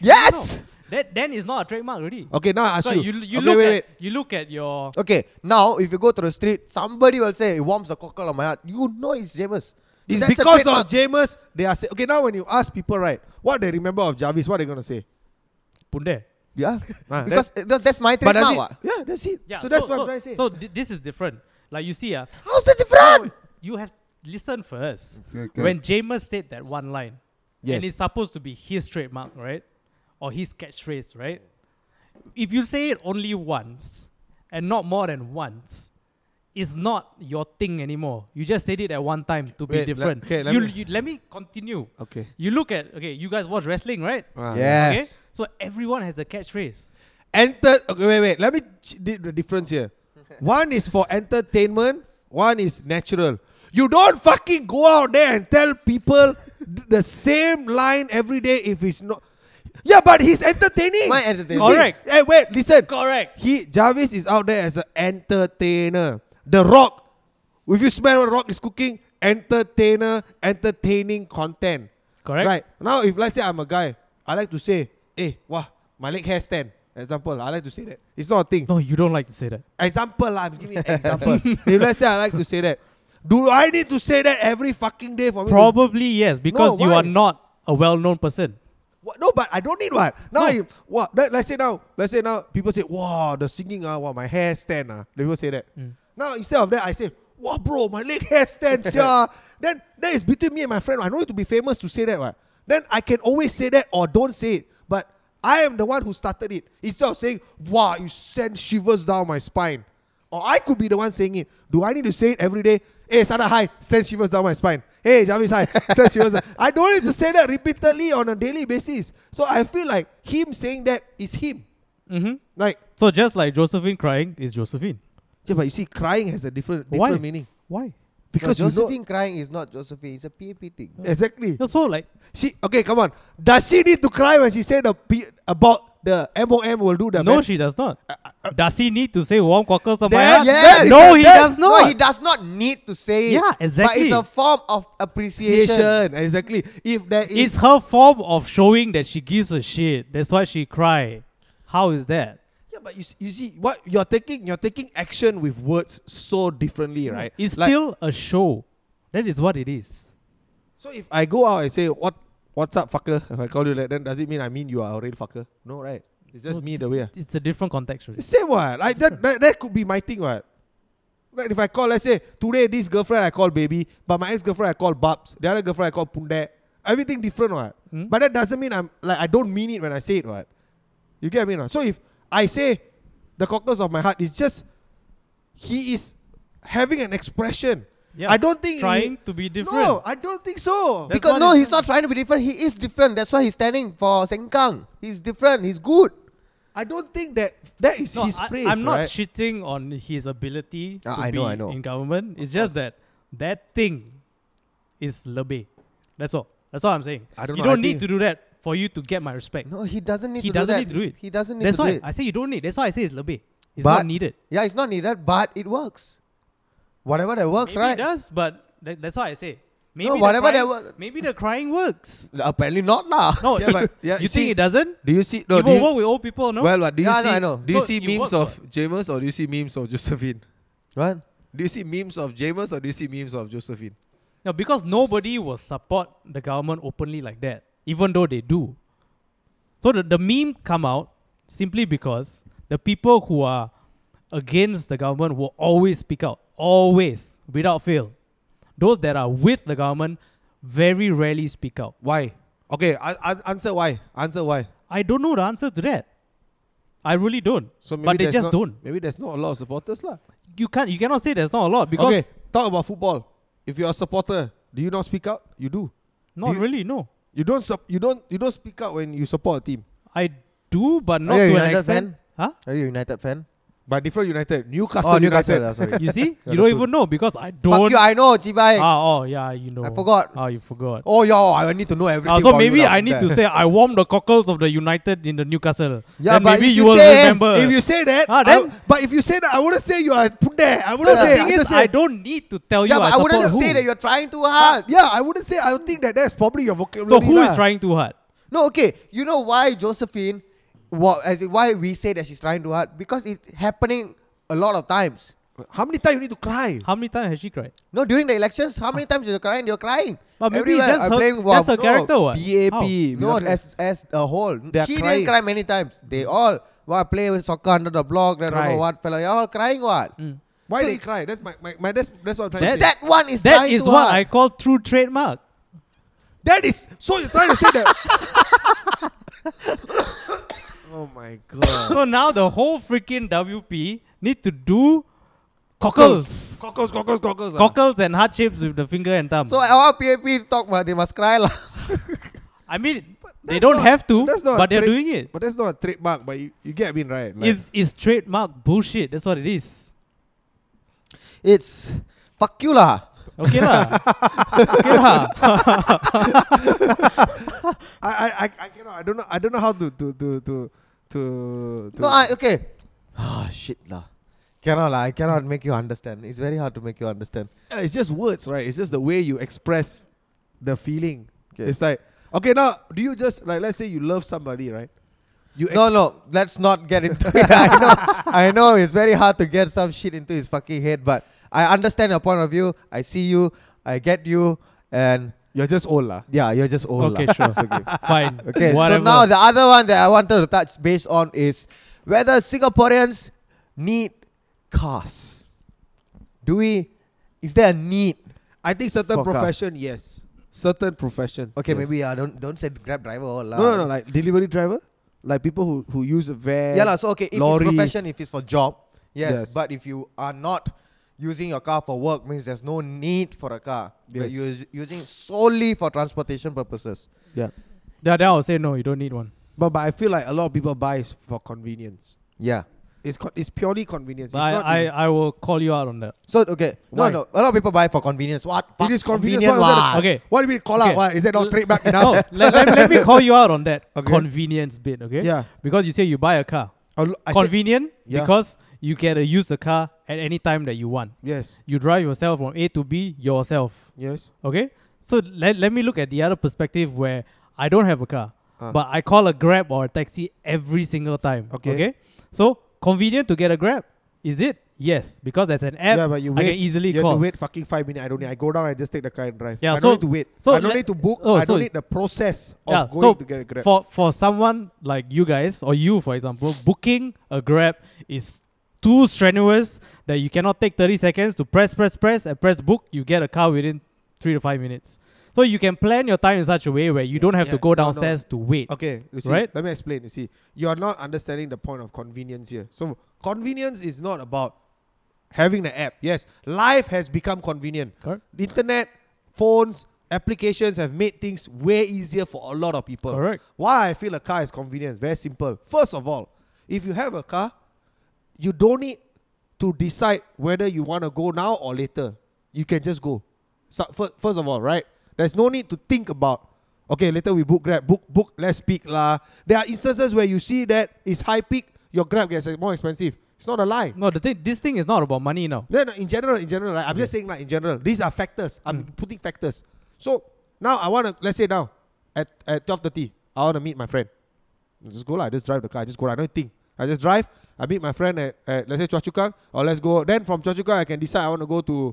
Speaker 1: Yes.
Speaker 3: No. That then is not a trademark already.
Speaker 4: Okay, now I ask
Speaker 3: So
Speaker 4: you.
Speaker 3: you, you
Speaker 4: okay,
Speaker 3: look
Speaker 4: wait,
Speaker 3: at
Speaker 4: wait.
Speaker 3: you look at your
Speaker 1: Okay, now if you go to the street, somebody will say it warms the cockle of my heart. You know it's James.
Speaker 4: It's
Speaker 1: That's a
Speaker 4: because
Speaker 1: trademark.
Speaker 4: of James. They are say, okay now when you ask people right, what they remember of Jarvis, what they gonna say?
Speaker 3: punde.
Speaker 1: yeah.
Speaker 4: Ah,
Speaker 1: because uh, that- that's my
Speaker 4: But that's
Speaker 1: trademark. what?
Speaker 4: it. Yeah, that's it.
Speaker 3: Yeah,
Speaker 4: so that's what I'm trying to say.
Speaker 3: So thi- this is different. Like you see, uh,
Speaker 1: How's that different?
Speaker 3: you have listen first.
Speaker 1: okay.
Speaker 3: When James said that one line,
Speaker 4: Yes.
Speaker 3: and it's supposed to be his trademark, right? Or his catchphrase, right? If you say it only once and not more than once, is not your thing anymore. You just said it at one time to be
Speaker 4: Wait, let-
Speaker 3: different.
Speaker 4: okay, let
Speaker 3: you,
Speaker 4: me-
Speaker 3: you- let me continue.
Speaker 4: Okay.
Speaker 3: You look at okay, you guys watch wrestling, right?
Speaker 1: Yes.
Speaker 3: Ah, Okay. So everyone has a catchphrase.
Speaker 4: Enter. Okay, wait, wait. Let me ch- di- the difference here. one is for entertainment. One is natural. You don't fucking go out there and tell people th- the same line every day if it's not. Yeah, but he's entertaining.
Speaker 1: My entertaining.
Speaker 4: You see?
Speaker 3: Correct.
Speaker 4: Hey, wait. Listen.
Speaker 3: Correct.
Speaker 4: He Jarvis is out there as an entertainer. The Rock. If you smell what Rock is cooking, entertainer, entertaining content.
Speaker 3: Correct.
Speaker 4: Right. Now, if let's say I'm a guy, I like to say, hey, wah, my leg hair stand. Example, I like to say that. It's not a thing.
Speaker 3: No, you don't like to say that.
Speaker 4: Example, lah, I'm giving an example. if let's say I like to say that, do I need to say that every fucking day for me? to-
Speaker 3: Probably yes, because you
Speaker 4: why?
Speaker 3: are not a well-known person.
Speaker 4: What? No, but I don't need one. Now,
Speaker 3: No.
Speaker 4: I, what? Let, let's say now, let's say now, people say, wow, the singing, ah, wow, my hair stand. Ah. The People say that. Now, instead of that, I say, wow, bro, my leg hair stands. yeah. Then that is between me and my friend. I don't need to be famous to say that. What? Then I can always say that or don't say it. But I am the one who started it. Instead of saying, wow, you send shivers down my spine. Or I could be the one saying it. Do I need to say it every day? Hey, Sada, hi. Send shivers down my spine. Hey, Javis, hi. Send shivers down. I don't need to say that repeatedly on a daily basis. So I feel like him saying that is him.
Speaker 3: Mm-hmm.
Speaker 4: Like,
Speaker 3: So just like Josephine crying is Josephine.
Speaker 4: yeah, but you see, crying has a different, different
Speaker 3: Why?
Speaker 4: meaning.
Speaker 3: Why?
Speaker 4: Because
Speaker 1: no,
Speaker 4: you know,
Speaker 1: Josephine crying is not Josephine. It's a PAP thing.
Speaker 4: exactly.
Speaker 3: Yeah, So like
Speaker 4: She okay, come on. Does she need to cry when she said the P about the MOM will do the
Speaker 3: no,
Speaker 4: best?
Speaker 3: she does not. does he need to say warm cockles on my
Speaker 4: uh, That-
Speaker 3: heart?
Speaker 4: yes,
Speaker 3: no, he
Speaker 4: that-
Speaker 3: does
Speaker 1: No, he
Speaker 3: not.
Speaker 1: does not need to say it.
Speaker 3: Yeah,
Speaker 1: But
Speaker 3: exactly.
Speaker 1: it's a form of appreciation.
Speaker 4: Appreciation, exactly. If there is
Speaker 3: it's her form of showing that she gives a shit. That's why she cry. How is that?
Speaker 4: yeah, but you see, you see what you're taking, you're taking action with words so differently, right?
Speaker 3: Hmm. It's
Speaker 4: Like,
Speaker 3: still a show. That is what it is.
Speaker 4: So if I go out and say what what's up, fucker, if I call you that, then does it mean I mean you are a real fucker? No, right? It's just
Speaker 3: No,
Speaker 4: me
Speaker 3: it's-
Speaker 4: the way. ah. I-
Speaker 3: It's a different context. really.
Speaker 4: Same what? Like that, that that could be my thing, what? Like if I call, let's say today this girlfriend I call baby, but my ex girlfriend I call Babs, the other girlfriend I call Punde. Everything different, what?
Speaker 3: Hmm?
Speaker 4: But that doesn't mean I'm like I don't mean it when I say it, what? You get what I mean? Or not? So if I say the cockles of my heart, it's just he is having an expression.
Speaker 3: Yeah,
Speaker 4: I don't think he-
Speaker 3: trying to be different.
Speaker 4: No, I don't think so.
Speaker 3: That's
Speaker 1: Because
Speaker 3: what
Speaker 1: no,
Speaker 3: it-
Speaker 1: he's not trying to be different. He is different. That's why he's standing for Sengkang. He's different. He's good.
Speaker 4: I don't think that that is
Speaker 3: No,
Speaker 4: his
Speaker 3: I,
Speaker 4: phrase.
Speaker 3: am not
Speaker 4: right?
Speaker 3: shitting on his ability
Speaker 1: Ah,
Speaker 3: to
Speaker 1: I
Speaker 3: be
Speaker 1: know, I know.
Speaker 3: in government. It's just that that thing is lebe. That's all. That's all I'm saying.
Speaker 4: I don't
Speaker 3: you
Speaker 4: know, I
Speaker 3: don't need
Speaker 4: think-
Speaker 3: to do that for you to get my respect.
Speaker 1: No, he doesn't need
Speaker 3: He
Speaker 1: to
Speaker 3: doesn't
Speaker 1: do that.
Speaker 3: need to do it.
Speaker 1: He doesn't need
Speaker 3: That's
Speaker 1: to
Speaker 3: why
Speaker 1: do it.
Speaker 3: I say you don't need. That's why I say it's lebe. It's
Speaker 1: But
Speaker 3: not needed.
Speaker 1: yeah, it's not needed, but it works. Whatever that works,
Speaker 3: maybe
Speaker 1: right?
Speaker 3: it does, but tha- that's why I say. Maybe
Speaker 1: whatever
Speaker 3: the crying,
Speaker 1: that wa-
Speaker 3: maybe the crying works.
Speaker 1: Apparently not lah.
Speaker 3: No,
Speaker 4: Yeah, but- yeah,
Speaker 3: you,
Speaker 4: you see-
Speaker 3: think it doesn't?
Speaker 4: Do you see?
Speaker 3: it
Speaker 4: do
Speaker 3: will
Speaker 4: you-
Speaker 3: work with old people, no?
Speaker 4: Well, what do you
Speaker 1: Yeah, I
Speaker 4: see?
Speaker 1: know, I know.
Speaker 4: Do you
Speaker 3: So
Speaker 4: see
Speaker 3: it
Speaker 4: memes
Speaker 3: works,
Speaker 4: of James or do you see memes of Josephine?
Speaker 1: Right?
Speaker 4: Do you see memes of James or do you see memes of Josephine?
Speaker 3: no, because nobody will support the government openly like that, even though they do. So the, the meme come out simply because the people who are against the government will always speak out, always, without fail. Those that are with the government very rarely speak out.
Speaker 4: Why? Okay, I, I, answer why. Answer why.
Speaker 3: I don't know the answer to that. I really don't.
Speaker 4: So maybe
Speaker 3: but they
Speaker 4: there's
Speaker 3: just
Speaker 4: not-
Speaker 3: don't.
Speaker 4: Maybe there's not a lot of supporters lah.
Speaker 3: You can't. You cannot say there's not a lot because
Speaker 4: okay, talk about football. If you're a supporter, do you not speak out? You do.
Speaker 3: not
Speaker 4: you-
Speaker 3: really. No,
Speaker 4: You don't. Sup- you don't. You don't speak out when you support a team.
Speaker 3: I do, but not
Speaker 1: you a
Speaker 3: to an
Speaker 1: United
Speaker 3: extent. Huh?
Speaker 1: Are you a United fan?
Speaker 4: But different United, Newcastle,
Speaker 1: oh, Newcastle.
Speaker 4: United.
Speaker 1: yeah, sorry.
Speaker 3: You see,
Speaker 1: Yeah,
Speaker 3: you don't
Speaker 1: the two.
Speaker 3: even know because I
Speaker 1: Fuck
Speaker 3: don't.
Speaker 1: you, I know, Chibai.
Speaker 3: ah, oh yeah, you know.
Speaker 1: I forgot.
Speaker 3: Ah, you forgot.
Speaker 1: oh, yo, I need to know everything.
Speaker 3: Ah, so
Speaker 1: about you
Speaker 3: maybe
Speaker 1: now.
Speaker 3: I need to say I warm the cockles of the United in the Newcastle.
Speaker 1: Yeah,
Speaker 3: Then
Speaker 1: but
Speaker 3: maybe
Speaker 1: if
Speaker 3: you
Speaker 1: you
Speaker 3: will
Speaker 1: say-
Speaker 3: remember.
Speaker 4: If you say that,
Speaker 3: Ah,
Speaker 4: I
Speaker 3: then-
Speaker 4: w- but if you say that, I wouldn't say you are there. I
Speaker 3: so
Speaker 4: wouldn't
Speaker 3: the
Speaker 4: say.
Speaker 3: thing
Speaker 4: I,
Speaker 3: is,
Speaker 4: just
Speaker 3: I
Speaker 4: say-
Speaker 3: don't need to tell you.
Speaker 1: Yeah, but I wouldn't
Speaker 3: support
Speaker 1: say
Speaker 3: who.
Speaker 1: that you're trying too hard.
Speaker 4: Yeah, I wouldn't say. I would think that that's probably your vocabulary.
Speaker 3: So who
Speaker 4: lah.
Speaker 3: is trying too hard?
Speaker 1: No, okay. You know why Josephine, wha- as in why we say that she's trying too hard? Because it's happening a lot of times.
Speaker 4: How many times you need to cry?
Speaker 3: How many times has she cried?
Speaker 1: No, during the elections, how many times you're crying? You're crying.
Speaker 3: Ah. But maybe it's
Speaker 1: Everywhere.
Speaker 3: just
Speaker 1: I'm
Speaker 3: her,
Speaker 1: playing
Speaker 3: just
Speaker 1: WoW. oh,
Speaker 3: her character. What?
Speaker 4: BAP.
Speaker 3: How?
Speaker 4: we
Speaker 1: No,
Speaker 4: don't have-
Speaker 1: as as a whole.
Speaker 4: They are
Speaker 1: she
Speaker 4: crying.
Speaker 1: didn't cry many times. They all well, play with soccer under the block. They don't
Speaker 4: Cry.
Speaker 1: know what fella. You're all crying what?
Speaker 3: Mm.
Speaker 4: Why
Speaker 1: So
Speaker 4: they
Speaker 1: it's-
Speaker 4: cry? That's my, my, my that's that's what I'm
Speaker 3: That-
Speaker 4: trying to say.
Speaker 1: That one is
Speaker 3: That
Speaker 1: trying
Speaker 3: is
Speaker 1: too
Speaker 3: what I
Speaker 1: hard.
Speaker 3: call true trademark.
Speaker 4: That is so you're trying to say that. oh my god.
Speaker 3: so now the whole freaking WP need to do cockles.
Speaker 4: Cockles,
Speaker 3: cockles.
Speaker 4: cockles, cockles. ah.
Speaker 3: Cockles and heart shapes with the finger and thumb.
Speaker 1: So I want PAP to talk, but they must cry lah.
Speaker 3: I mean, they
Speaker 4: that's
Speaker 3: don't
Speaker 4: not-
Speaker 3: have to,
Speaker 4: that's not a
Speaker 3: but they're
Speaker 4: trick.
Speaker 3: doing it.
Speaker 4: But that's not a trademark, but you, you get what I mean, right? Like,
Speaker 3: It's, it's trademark bullshit. That's what it is.
Speaker 1: It's fuck you lah.
Speaker 3: Okay lah. okay lah.
Speaker 4: I, I, I, I cannot. I don't know. I don't know how to to to to to. to
Speaker 1: No, I okay. Ah shit lah. Cannot lah. I cannot make you understand. It's very hard to make you understand.
Speaker 4: Uh, it's just words, right? It's just the way you express the feeling.
Speaker 1: 'Kay.
Speaker 4: It's like okay, now do you just like let's say you love somebody, right? You
Speaker 1: No, no. Let's not get into it. I know. I know. It's very hard to get some shit into his fucking head, but I understand your point of view. I see you. I get you. And
Speaker 4: you're just old lah.
Speaker 1: yeah, you're just old.
Speaker 3: Okay,
Speaker 1: lah.
Speaker 3: sure.
Speaker 1: It's okay.
Speaker 3: Fine.
Speaker 1: Okay, so
Speaker 3: Whatever.
Speaker 1: now the other one that I wanted to touch based on is whether Singaporeans need cars. Do we? Is there a need?
Speaker 4: I think certain
Speaker 1: Forecast.
Speaker 4: profession, yes. Certain profession.
Speaker 1: Okay,
Speaker 4: yes.
Speaker 1: maybe uh, don't don't say grab driver or
Speaker 4: No, no, no. Like delivery driver, like people who who use a van.
Speaker 1: yeah, lah. So okay, if
Speaker 4: lorries.
Speaker 1: it's profession, if it's for job, yes,
Speaker 4: Yes.
Speaker 1: But if you are not using your car for work, means there's no need for a car. But
Speaker 4: Yes.
Speaker 1: you're us- using solely for transportation purposes.
Speaker 4: Yeah,
Speaker 3: yeah, then I'll say no, you don't need one.
Speaker 4: but but I feel like a lot of people buy is for convenience.
Speaker 1: Yeah.
Speaker 4: It's co- it's purely convenience.
Speaker 3: But
Speaker 4: it's
Speaker 3: I,
Speaker 4: not
Speaker 3: I,
Speaker 4: even-
Speaker 3: I will call you out on that.
Speaker 1: So okay,
Speaker 4: Why?
Speaker 1: no, no. A lot of people buy for convenience. What? Fuck,
Speaker 4: it is convenience. Why was that
Speaker 1: what?
Speaker 4: a-
Speaker 3: Okay.
Speaker 4: What do you mean call out?
Speaker 3: Okay.
Speaker 4: Why is that
Speaker 3: L-
Speaker 4: not trademark
Speaker 3: No,
Speaker 4: enough?
Speaker 3: let, let, let me call you out on that
Speaker 4: Okay.
Speaker 3: convenience bit, okay?
Speaker 4: Yeah.
Speaker 3: Because you say you buy a car.
Speaker 4: I l- I said-
Speaker 3: Convenient
Speaker 4: Yeah.
Speaker 3: because you get to use the car at any time that you want.
Speaker 4: yes.
Speaker 3: You drive yourself from A to B yourself,
Speaker 4: Yes.
Speaker 3: okay? So let, let me look at the other perspective where I don't have a car,
Speaker 4: Ah.
Speaker 3: but I call a Grab or a taxi every single time,
Speaker 4: Okay.
Speaker 3: So convenient to get a Grab, is it? Yes, because that's an app.
Speaker 4: yeah, but you
Speaker 3: I
Speaker 4: waste,
Speaker 3: can easily
Speaker 4: you have
Speaker 3: call.
Speaker 4: to wait fucking five minutes. I don't need. I go down. I just take the car and drive.
Speaker 3: Yeah,
Speaker 4: I
Speaker 3: so-
Speaker 4: don't need to wait.
Speaker 3: so
Speaker 4: I don't
Speaker 3: let-
Speaker 4: need to book.
Speaker 3: oh,
Speaker 4: I
Speaker 3: so-
Speaker 4: don't need the process of
Speaker 3: yeah,
Speaker 4: going
Speaker 3: so
Speaker 4: to get a grab.
Speaker 3: for for someone like you guys or you for example, booking a Grab is too strenuous that you cannot take 30 seconds to press press press and press book, you get a car within 3 to 5 minutes. So you can plan your time in such a way where you don't have to
Speaker 4: yeah,
Speaker 3: go
Speaker 4: no, no.
Speaker 3: downstairs to wait.
Speaker 4: Okay, you see,
Speaker 3: Right?
Speaker 4: let me explain. You see, you are not understanding the point of convenience here. So convenience is not about having the app. Yes, life has become convenient.
Speaker 3: Correct.
Speaker 4: The internet, phones, applications have made things way easier for a lot of people.
Speaker 3: Correct.
Speaker 4: Why I feel a car is convenience? Very simple. First of all, if you have a car, you don't need to decide whether you want to go now or later. You can just go. So, fir- first of all, right? There's no need to think about okay, later we book grab, book, book, let's speak lah. There are instances where you see that it's high peak, your grab gets uh, more expensive. It's not a lie.
Speaker 3: No, the thing this thing is not about money now.
Speaker 4: No, no, in general, in general, like, I'm just saying like in general, these are factors. I'm putting factors. So now I wanna let's say now at at twelve thirty, I wanna meet my friend. I just go lah, I just drive the car, I just go lah, I don't think. I just drive, I meet my friend at, at let's say Choa Chu Kang, or let's go then from Choa Chu Kang I can decide I wanna go to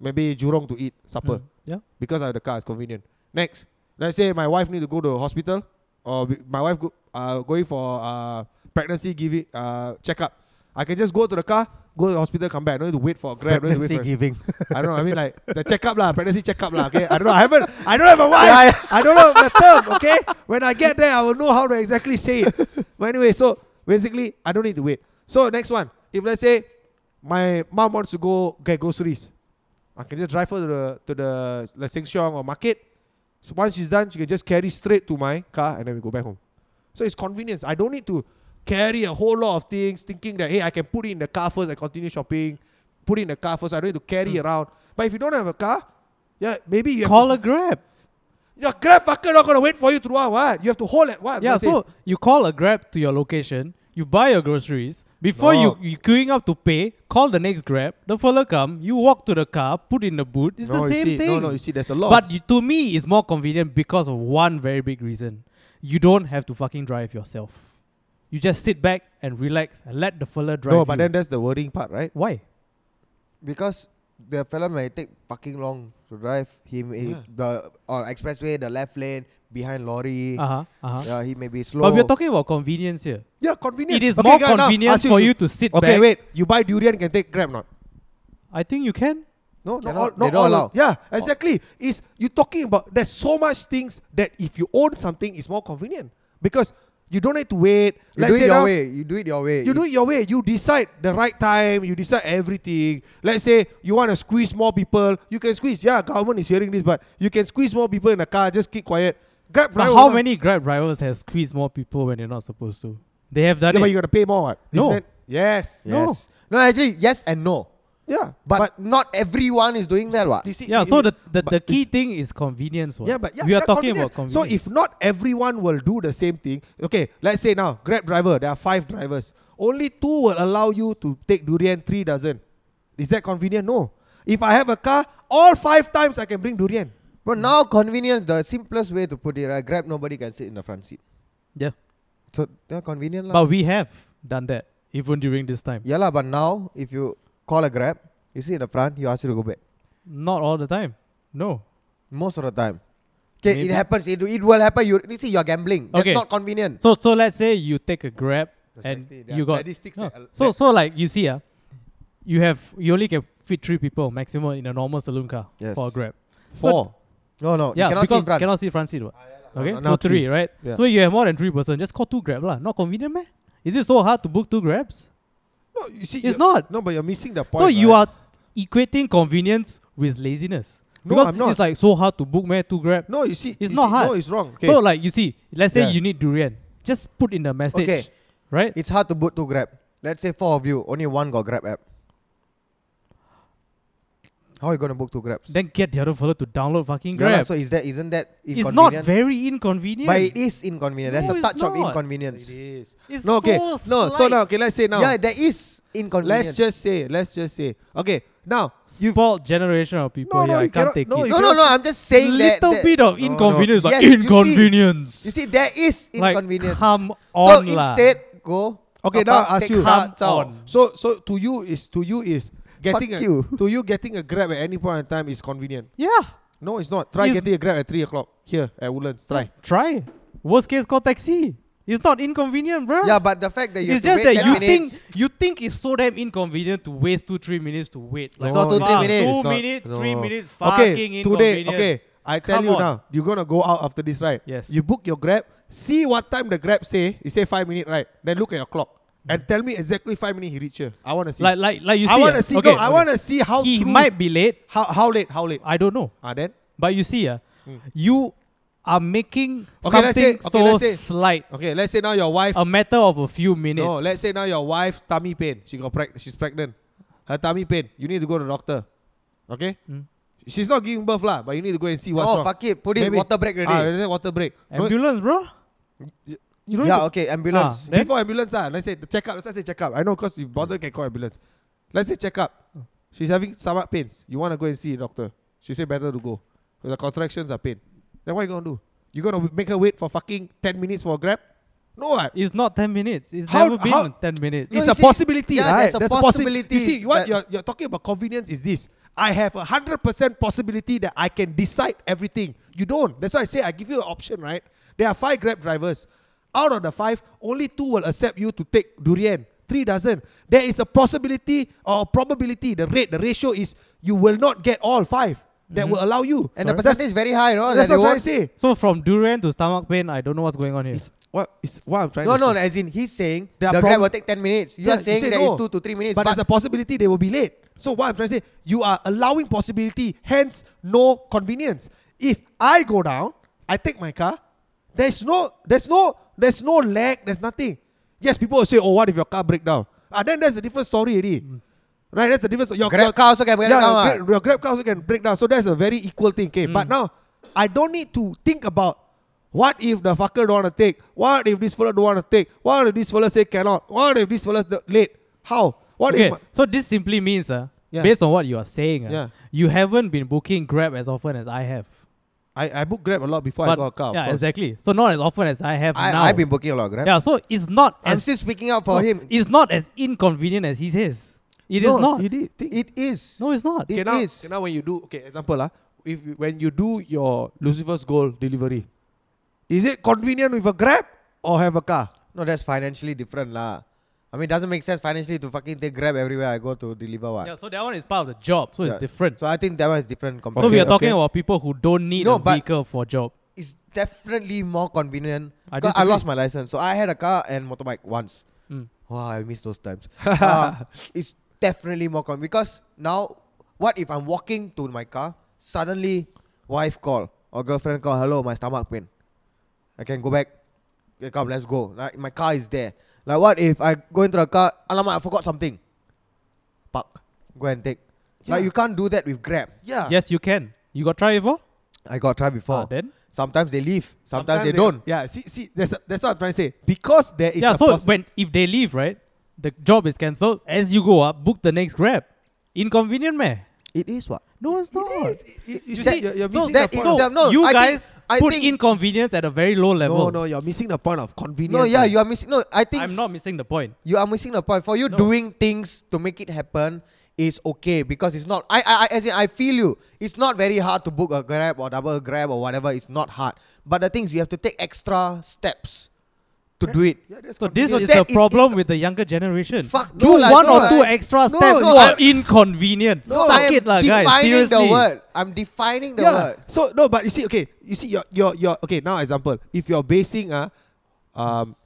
Speaker 4: maybe Jurong to eat supper
Speaker 3: Mm, Yeah.
Speaker 4: because I have the car, it's convenient. Next, let's say my wife need to go to the hospital, or be- my wife go, uh, going for uh, pregnancy give it, uh, checkup. I can just go to the car, go to the hospital, come back. I don't need to wait for a grab. I don't need
Speaker 1: Pregnancy
Speaker 4: to wait
Speaker 1: giving.
Speaker 4: for I don't know. I mean, like the checkup lah, pregnancy checkup lah. Okay, I don't know. I haven't. I don't have a wife.
Speaker 1: Yeah, yeah.
Speaker 4: I don't know the term. Okay, when I get there, I will know how to exactly say it. But anyway, so basically, I don't need to wait. So next one, if let's say my mom wants to go get groceries, I can just drive her to the to the like Sheng Siong or market. So once she's done, she can just carry straight to my car and then we go back home. So it's convenience. I don't need to carry a whole lot of things, thinking that hey, I can put it in the car first. I continue shopping, put it in the car first. I don't need to carry around. But if you don't have a car, yeah, maybe you
Speaker 3: Hmm. Call a
Speaker 4: have to,
Speaker 3: Grab.
Speaker 4: your grab fucker not gonna wait for you throughout what you have to hold at what I'm
Speaker 3: Yeah,
Speaker 4: gonna say.
Speaker 3: so you call a Grab to your location, you buy your groceries. Before
Speaker 4: No.
Speaker 3: you you queuing up to pay, call the next Grab. The fella come, you walk to the car, put in the boot. It's
Speaker 4: No,
Speaker 3: the
Speaker 4: you
Speaker 3: same
Speaker 4: see,
Speaker 3: thing.
Speaker 4: No, no, you see, there's a lot.
Speaker 3: But you, to me, it's more convenient because of one very big reason: you don't have to fucking drive yourself. You just sit back and relax and let the fella drive.
Speaker 4: no, but
Speaker 3: you.
Speaker 4: then that's the wording part, right?
Speaker 3: why?
Speaker 1: because the fella may take fucking long to drive him he,
Speaker 4: Yeah.
Speaker 1: the on expressway the left lane behind lorry
Speaker 4: Uh-huh.
Speaker 3: Uh huh. Uh huh.
Speaker 1: yeah he may be slow
Speaker 3: But we're talking about convenience here.
Speaker 4: Yeah, convenient.
Speaker 3: It is
Speaker 4: Okay,
Speaker 3: more
Speaker 4: guy, now,
Speaker 3: convenient
Speaker 4: ask
Speaker 3: for you to sit
Speaker 4: Okay,
Speaker 3: back.
Speaker 4: wait. You buy durian can take grab not?
Speaker 3: I think you can.
Speaker 4: No,
Speaker 1: They're
Speaker 4: not, all,
Speaker 1: not-
Speaker 4: not
Speaker 1: they don't
Speaker 4: all.
Speaker 1: allow.
Speaker 4: Yeah, exactly. Is you talking about there's so much things that if you own something, it's more convenient because You don't need to wait.
Speaker 1: You
Speaker 4: Let's
Speaker 1: do
Speaker 4: say
Speaker 1: it your
Speaker 4: now-
Speaker 1: way. You do it your way.
Speaker 4: You do
Speaker 1: It's-
Speaker 4: it your way. You decide the right time. You decide everything. Let's say you want to squeeze more people. You can squeeze. Yeah, government is hearing this, but you can squeeze more people in a car. Just keep quiet. Grab
Speaker 3: But
Speaker 4: driver
Speaker 3: how
Speaker 4: now-
Speaker 3: many Grab drivers have squeezed more people when they're not supposed to? They have done
Speaker 4: Yeah, but
Speaker 3: it.
Speaker 4: you gotta pay more. What?
Speaker 3: No.
Speaker 4: Isn't it? Yes.
Speaker 1: Yes. No. actually, yes and no.
Speaker 4: No. Yeah.
Speaker 1: But, not everyone is doing that. What?
Speaker 4: you see,
Speaker 3: yeah,
Speaker 4: it-
Speaker 3: so
Speaker 4: it-
Speaker 3: the the, the
Speaker 4: but
Speaker 3: key
Speaker 4: it's-
Speaker 3: thing is convenience. What?
Speaker 4: Yeah, but yeah,
Speaker 3: we are
Speaker 4: yeah,
Speaker 3: talking
Speaker 4: convenience.
Speaker 3: about
Speaker 4: So
Speaker 3: convenience.
Speaker 4: if not everyone will do the same thing, okay, let's say now, Grab driver, there are five drivers. Only two will allow you to take durian, three doesn't. Is that convenient? No. If I have a car, all five times I can bring durian.
Speaker 1: But now convenience, the simplest way to put it, right? Grab nobody can sit in the front seat.
Speaker 3: yeah,
Speaker 1: So they're convenient, lah.
Speaker 3: but we have done that even during this time.
Speaker 1: Yeah, lah. But now, if you call a Grab, you sit in the front, you ask you to go back.
Speaker 3: Not all the time. No.
Speaker 1: Most of the time. Okay, it
Speaker 3: Maybe.
Speaker 1: happens. It, it will happen. You, you see, you're gambling. That's
Speaker 3: Okay.
Speaker 1: not convenient.
Speaker 3: So so let's say you take a Grab
Speaker 4: That's
Speaker 3: and
Speaker 4: like the- there
Speaker 3: you
Speaker 4: are
Speaker 3: got
Speaker 4: statistics
Speaker 3: no.
Speaker 4: that al-
Speaker 3: so
Speaker 4: that-
Speaker 3: so like you see ah, you have you only can fit three people maximum in a normal saloon car
Speaker 1: Yes.
Speaker 3: for a Grab.
Speaker 4: Four.
Speaker 1: No,
Speaker 4: Oh,
Speaker 1: no.
Speaker 3: yeah,
Speaker 1: you cannot
Speaker 3: because
Speaker 1: sit in front.
Speaker 3: cannot see front seat. What? Okay,
Speaker 4: Now-
Speaker 3: so
Speaker 4: now
Speaker 3: three,
Speaker 4: three.
Speaker 3: right?
Speaker 4: Yeah.
Speaker 3: So you have more than three person. Just call two Grab lah. Not convenient, man. Is it so hard to book two Grabs?
Speaker 4: No, you see,
Speaker 3: It's
Speaker 4: you're-
Speaker 3: not.
Speaker 4: No, but you're missing the point.
Speaker 3: so you
Speaker 4: right?
Speaker 3: are equating convenience with laziness.
Speaker 4: No,
Speaker 3: because
Speaker 4: I'm not.
Speaker 3: it's like so hard to book man two Grab.
Speaker 4: No, you see,
Speaker 3: It's
Speaker 4: you
Speaker 3: not
Speaker 4: see,
Speaker 3: hard.
Speaker 4: No, it's wrong. Okay.
Speaker 3: So like you see, let's say
Speaker 4: Yeah.
Speaker 3: you need durian. Just put in the message.
Speaker 1: Okay.
Speaker 3: Right?
Speaker 1: It's hard to boot to Grab. Let's say four of you, only one got Grab app. How are you gonna book two Grabs?
Speaker 3: then get the other fellow to download fucking
Speaker 1: Yeah, lah,
Speaker 3: Grab.
Speaker 1: so is that isn't that
Speaker 3: it's
Speaker 1: inconvenient?
Speaker 3: not very inconvenient.
Speaker 1: but it is inconvenient.
Speaker 3: No,
Speaker 1: There's a
Speaker 3: it's
Speaker 1: touch of
Speaker 3: not.
Speaker 1: inconvenience.
Speaker 4: it is.
Speaker 3: It's
Speaker 4: No, okay.
Speaker 3: so
Speaker 4: no, so
Speaker 3: slight.
Speaker 4: now, okay, let's say now.
Speaker 1: Yeah, there is inconvenience.
Speaker 4: let's just say, let's just say. Okay, now, you
Speaker 3: Spoiled generation of people.
Speaker 4: No, no,
Speaker 3: yeah, I
Speaker 4: you
Speaker 3: can't
Speaker 4: cannot-
Speaker 3: take
Speaker 4: no,
Speaker 3: it.
Speaker 4: you
Speaker 1: no, no, no. I'm just saying that.
Speaker 3: little
Speaker 1: that-
Speaker 3: bit of
Speaker 4: No, no.
Speaker 3: inconvenience, like
Speaker 1: Yes, you see-
Speaker 3: inconvenience.
Speaker 1: You see, there is
Speaker 3: like,
Speaker 1: inconvenience.
Speaker 3: come
Speaker 1: so
Speaker 3: on lah.
Speaker 1: instead, go.
Speaker 4: Okay,
Speaker 1: top
Speaker 4: now
Speaker 1: up,
Speaker 4: I ask
Speaker 1: take
Speaker 4: you.
Speaker 1: car,
Speaker 3: Come
Speaker 1: zao.
Speaker 3: on.
Speaker 4: So so to you is to you is getting
Speaker 1: Fuck
Speaker 4: a,
Speaker 1: you.
Speaker 4: to you getting a grab at any point in time is convenient.
Speaker 3: yeah,
Speaker 4: No, it's not. Try
Speaker 3: Is-
Speaker 4: getting a grab at three o'clock here at Woodlands. Try.
Speaker 3: try. Worst case, call taxi. It's not inconvenient, bro.
Speaker 1: Yeah, but the fact that you
Speaker 3: it's
Speaker 1: have
Speaker 3: just
Speaker 1: to wait
Speaker 3: that
Speaker 1: 10
Speaker 3: you
Speaker 1: minutes,
Speaker 3: think you think it's so damn inconvenient to waste two three minutes to wait. Like
Speaker 1: It's not two,
Speaker 3: fuck,
Speaker 1: three minutes.
Speaker 3: Two
Speaker 1: It's
Speaker 4: not-
Speaker 3: minutes, three
Speaker 4: no.
Speaker 3: minutes. Fucking
Speaker 4: Okay, today.
Speaker 3: inconvenient.
Speaker 4: Okay, I tell
Speaker 3: Come
Speaker 4: you
Speaker 3: on.
Speaker 4: now. You're gonna go out after this, right?
Speaker 3: Yes.
Speaker 4: You book your grab. See what time the grab say. It say five minute, right? Then look at your clock and tell me exactly five minute he reach here. I wanna see.
Speaker 3: Mm. Like like like you see.
Speaker 4: I wanna
Speaker 3: ah,
Speaker 4: see.
Speaker 3: Okay,
Speaker 4: no, I
Speaker 3: okay.
Speaker 4: wanna see how
Speaker 3: He
Speaker 4: true-
Speaker 3: might be late.
Speaker 4: how how late how late.
Speaker 3: I don't know.
Speaker 4: Ah then.
Speaker 3: But you see, uh,
Speaker 1: Hmm.
Speaker 3: you are making
Speaker 4: Okay, let's
Speaker 3: something
Speaker 4: say- okay,
Speaker 3: so
Speaker 4: let's say-
Speaker 3: slight
Speaker 4: Okay, let's say now your wife
Speaker 3: a matter of a few minutes.
Speaker 4: No, let's say now your wife tummy pain. She got preg- she's pregnant. Her tummy pain. You need to go to the doctor. Okay?
Speaker 3: Mm.
Speaker 4: She's not giving birth lah, but you need to go and see what's
Speaker 1: oh
Speaker 4: wrong.
Speaker 1: fuck it, put in
Speaker 4: Maybe-
Speaker 1: water break
Speaker 4: Ah,
Speaker 1: already.
Speaker 4: let's say water break. No,
Speaker 3: ambulance, bro.
Speaker 4: you don't need
Speaker 1: yeah,
Speaker 4: to-
Speaker 1: okay, ambulance.
Speaker 3: Ah, then-
Speaker 4: Before ambulance ah, let's say the check up. Let's say check up. I know because you bother can call ambulance. Let's say check up. She's having stomach pains. You want to go and see a doctor. She said better to go. 'Cause the contractions are pain. Then what you going to do? You going to make her wait for fucking 10 minutes for a grab? No, what?
Speaker 3: It's not ten minutes. It's
Speaker 4: How-
Speaker 3: never been
Speaker 4: how-
Speaker 3: ten minutes.
Speaker 1: No,
Speaker 4: it's
Speaker 1: you
Speaker 4: a
Speaker 1: see-
Speaker 4: possibility,
Speaker 1: yeah,
Speaker 4: right?
Speaker 1: there's a
Speaker 4: That's possi-
Speaker 1: possibility
Speaker 4: You see, what
Speaker 1: that-
Speaker 4: you're, you're talking about convenience is this. I have a hundred percent possibility that I can decide everything. You don't. That's why I say I give you an option, right? There are five Grab drivers. Out of the five, only two will accept you to take durian. Three doesn't. There is a possibility or probability. The rate, the ratio is you will not get all five that will allow you.
Speaker 1: Mm-hmm. And the
Speaker 4: That's-
Speaker 1: percentage is very high, no?
Speaker 4: Ah. That's,
Speaker 1: that they
Speaker 4: what I'm trying
Speaker 1: won't-
Speaker 4: to say.
Speaker 3: so from durian to stomach pain, I don't know what's going on here.
Speaker 4: It's what, it's what I'm trying
Speaker 1: No,
Speaker 4: to
Speaker 1: no,
Speaker 4: say.
Speaker 1: as in he's saying
Speaker 4: There
Speaker 1: the
Speaker 4: are
Speaker 1: grab
Speaker 4: prob-
Speaker 1: will take 10 minutes. You
Speaker 4: Yeah,
Speaker 1: are saying
Speaker 4: say
Speaker 1: that it's
Speaker 4: no.
Speaker 1: 2 to 3 minutes.
Speaker 4: But, there's a possibility they will be late. So what I'm trying to say, you are allowing possibility, hence no convenience. If I go down, I take my car, there's no, there's no, there's no lag, there's nothing. Yes, people will say, oh, what if your car break down? Ah, then that's a different story already. Right, that's a different story. Your,
Speaker 1: Mm. grab
Speaker 4: your-
Speaker 1: car also can break
Speaker 4: yeah,
Speaker 1: down.
Speaker 4: your
Speaker 1: ah.
Speaker 4: Grab- your grab car also can break down. So that's a very equal thing, okay? But now, I don't need to think about what if the fucker don't want to take? What if this fella don't want to take? What if this fella say cannot? What if this fella late? How? What
Speaker 3: okay,
Speaker 4: if... my-
Speaker 3: so this simply means, uh,
Speaker 4: Yeah.
Speaker 3: based on what you are saying, uh,
Speaker 4: Yeah.
Speaker 3: you haven't been booking Grab as often as I have.
Speaker 4: I, I book Grab a lot
Speaker 1: Oh
Speaker 4: before I
Speaker 3: But-
Speaker 4: got a car, of
Speaker 3: yeah,
Speaker 4: course.
Speaker 3: exactly. So not as often as I have now.
Speaker 1: I, I've been booking a lot of grab.
Speaker 3: yeah, so it's not
Speaker 1: I'm
Speaker 3: as
Speaker 1: still speaking out for
Speaker 3: no,
Speaker 1: him.
Speaker 3: It's not as inconvenient as he says. It is
Speaker 4: no,
Speaker 3: not.
Speaker 4: You did. Think.
Speaker 1: It is.
Speaker 3: no, it's not.
Speaker 1: it
Speaker 4: okay, now,
Speaker 1: is.
Speaker 4: okay, now when you do... Okay, example, ah, if you- when you do your Lucifer's Gold delivery, is it convenient with a Grab or have a car?
Speaker 1: No, that's financially different, lah. I mean, it doesn't make sense financially to fucking take grab everywhere I go to deliver one.
Speaker 3: yeah, so that one is part of the job, so
Speaker 1: Yeah.
Speaker 3: it's different. So,
Speaker 1: So I think that one is different compared
Speaker 3: we
Speaker 1: to
Speaker 3: are talking
Speaker 4: okay.
Speaker 3: about people who don't need
Speaker 1: No,
Speaker 3: a
Speaker 1: but-
Speaker 3: vehicle for job.
Speaker 1: is definitely more convenient.
Speaker 3: I
Speaker 1: 'Cause I
Speaker 3: disagree.
Speaker 1: lost my license, so I had a car and motorbike once.
Speaker 3: Mm.
Speaker 1: Wow, I miss those times. Uh, it's definitely more convenient because now, what if I'm walking to my car? Suddenly, wife call or girlfriend call. Hello, my stomach pain. I can go back. Okay, come, let's go. Like my car is there. Like what if I go into the car? Alamak, I forgot something. Park. Go and take. Like you can't do that with Grab.
Speaker 4: Yeah.
Speaker 3: Yes, you can. You got try before?
Speaker 1: I got tried before.
Speaker 3: Ah, then?
Speaker 1: Sometimes they leave. Sometimes, they, don't.
Speaker 4: Yeah. See, see, that's that's what I'm trying to say. Because there is
Speaker 3: yeah,
Speaker 4: a
Speaker 3: so
Speaker 4: possi-
Speaker 3: when if they leave, right, the job is cancelled. As you go up, book the next grab. Inconvenient, meh?
Speaker 1: It is what.
Speaker 3: No, it's not.
Speaker 4: It is. You- you
Speaker 1: You
Speaker 4: see,
Speaker 1: see,
Speaker 4: you're, you're
Speaker 1: so
Speaker 4: missing
Speaker 1: that
Speaker 4: the
Speaker 1: is
Speaker 4: point.
Speaker 1: the-
Speaker 3: So
Speaker 1: No, no,
Speaker 3: you
Speaker 1: I think-
Speaker 3: guys
Speaker 1: I
Speaker 3: put
Speaker 1: think-
Speaker 3: inconvenience at a very low level.
Speaker 4: no, no, you're missing the point of convenience.
Speaker 1: No, yeah,
Speaker 4: man.
Speaker 1: you are missing. No, I think
Speaker 3: I'm not missing the point.
Speaker 1: you are missing the point. For you,
Speaker 3: No.
Speaker 1: doing things to make it happen is okay because it's not. I, I, I, as in, I feel you. It's not very hard to book a grab or double grab or whatever. It's not hard. But the thing is, you have to take extra steps to do it.
Speaker 4: Yeah, that's
Speaker 3: So this
Speaker 1: So
Speaker 3: is
Speaker 1: that
Speaker 3: a
Speaker 1: is
Speaker 3: problem with the younger generation.
Speaker 1: Fuck
Speaker 3: Do
Speaker 1: no lah,
Speaker 3: one
Speaker 1: no,
Speaker 3: or two
Speaker 1: I-
Speaker 3: extra
Speaker 1: no,
Speaker 3: steps.
Speaker 1: no.
Speaker 3: are inconvenient. Suck
Speaker 1: I'm
Speaker 3: it lah,
Speaker 1: defining
Speaker 3: guys. Seriously.
Speaker 1: the word. I'm defining the word.
Speaker 4: So no, but you see, okay, you see, your your your okay. Now example, if you're basing uh, um,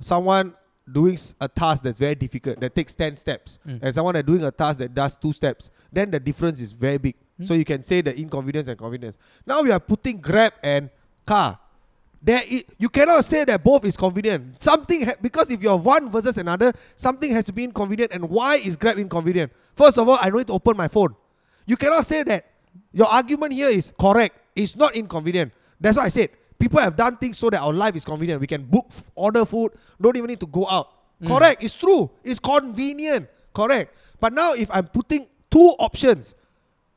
Speaker 4: someone doing s- a task that's very difficult that takes ten steps,
Speaker 3: Mm.
Speaker 4: and someone that doing a task that does two steps, then the difference is very big. So you can say the inconvenience and convenience. Now we are putting Grab and car. There, i- you cannot say that both is convenient. Something ha- because if you're one versus another, something has to be inconvenient. And why is Grab inconvenient? First of all, I don't need to open my phone. You cannot say that. Your argument here is correct. It's not inconvenient. That's why I said people have done things so that our life is convenient. We can book, f- order food, don't even need to go out.
Speaker 3: Mm.
Speaker 4: Correct. It's true. It's convenient. Correct. But now if I'm putting two options,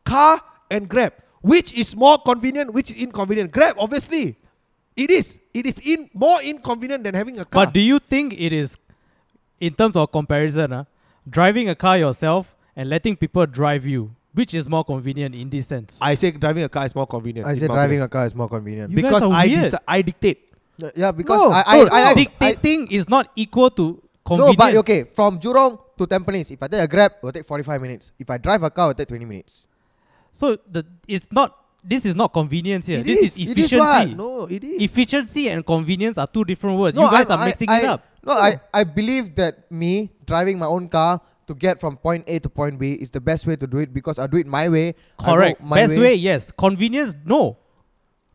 Speaker 4: car and Grab, which is more convenient, which is inconvenient? Grab, obviously. It is. It is in more inconvenient than having a car.
Speaker 3: But do you think it is, in terms of comparison, uh, driving a car yourself and letting people drive you, which is more convenient in this sense?
Speaker 4: I say driving a car is more convenient.
Speaker 1: I
Speaker 4: in
Speaker 1: say
Speaker 4: my
Speaker 1: driving
Speaker 4: opinion.
Speaker 1: a car is more convenient.
Speaker 3: You guys
Speaker 4: because
Speaker 3: are
Speaker 4: I
Speaker 3: weird.
Speaker 4: deci- I dictate.
Speaker 1: yeah, because
Speaker 4: No,
Speaker 1: I, I,
Speaker 4: no,
Speaker 1: I, I, I,
Speaker 3: dictating is not equal to
Speaker 1: No,
Speaker 3: convenience.
Speaker 1: but okay, from Jurong to Tampines, if I take a Grab, it will take 45 minutes. If I drive a car, it will take 20 minutes.
Speaker 3: So the it's not. This is not convenience here.
Speaker 1: It
Speaker 3: this
Speaker 1: is.
Speaker 3: is,
Speaker 1: It is what?
Speaker 3: efficiency.
Speaker 4: No, it is.
Speaker 3: efficiency and convenience are two different words. you guys
Speaker 1: I'm-
Speaker 3: are mixing
Speaker 1: I,
Speaker 3: it up.
Speaker 1: No, I, I believe that me driving my own car to get from point A to point B is the best way to do it because I do it my way. I go
Speaker 3: Correct.
Speaker 1: My
Speaker 3: Best way. yes. Convenience, no.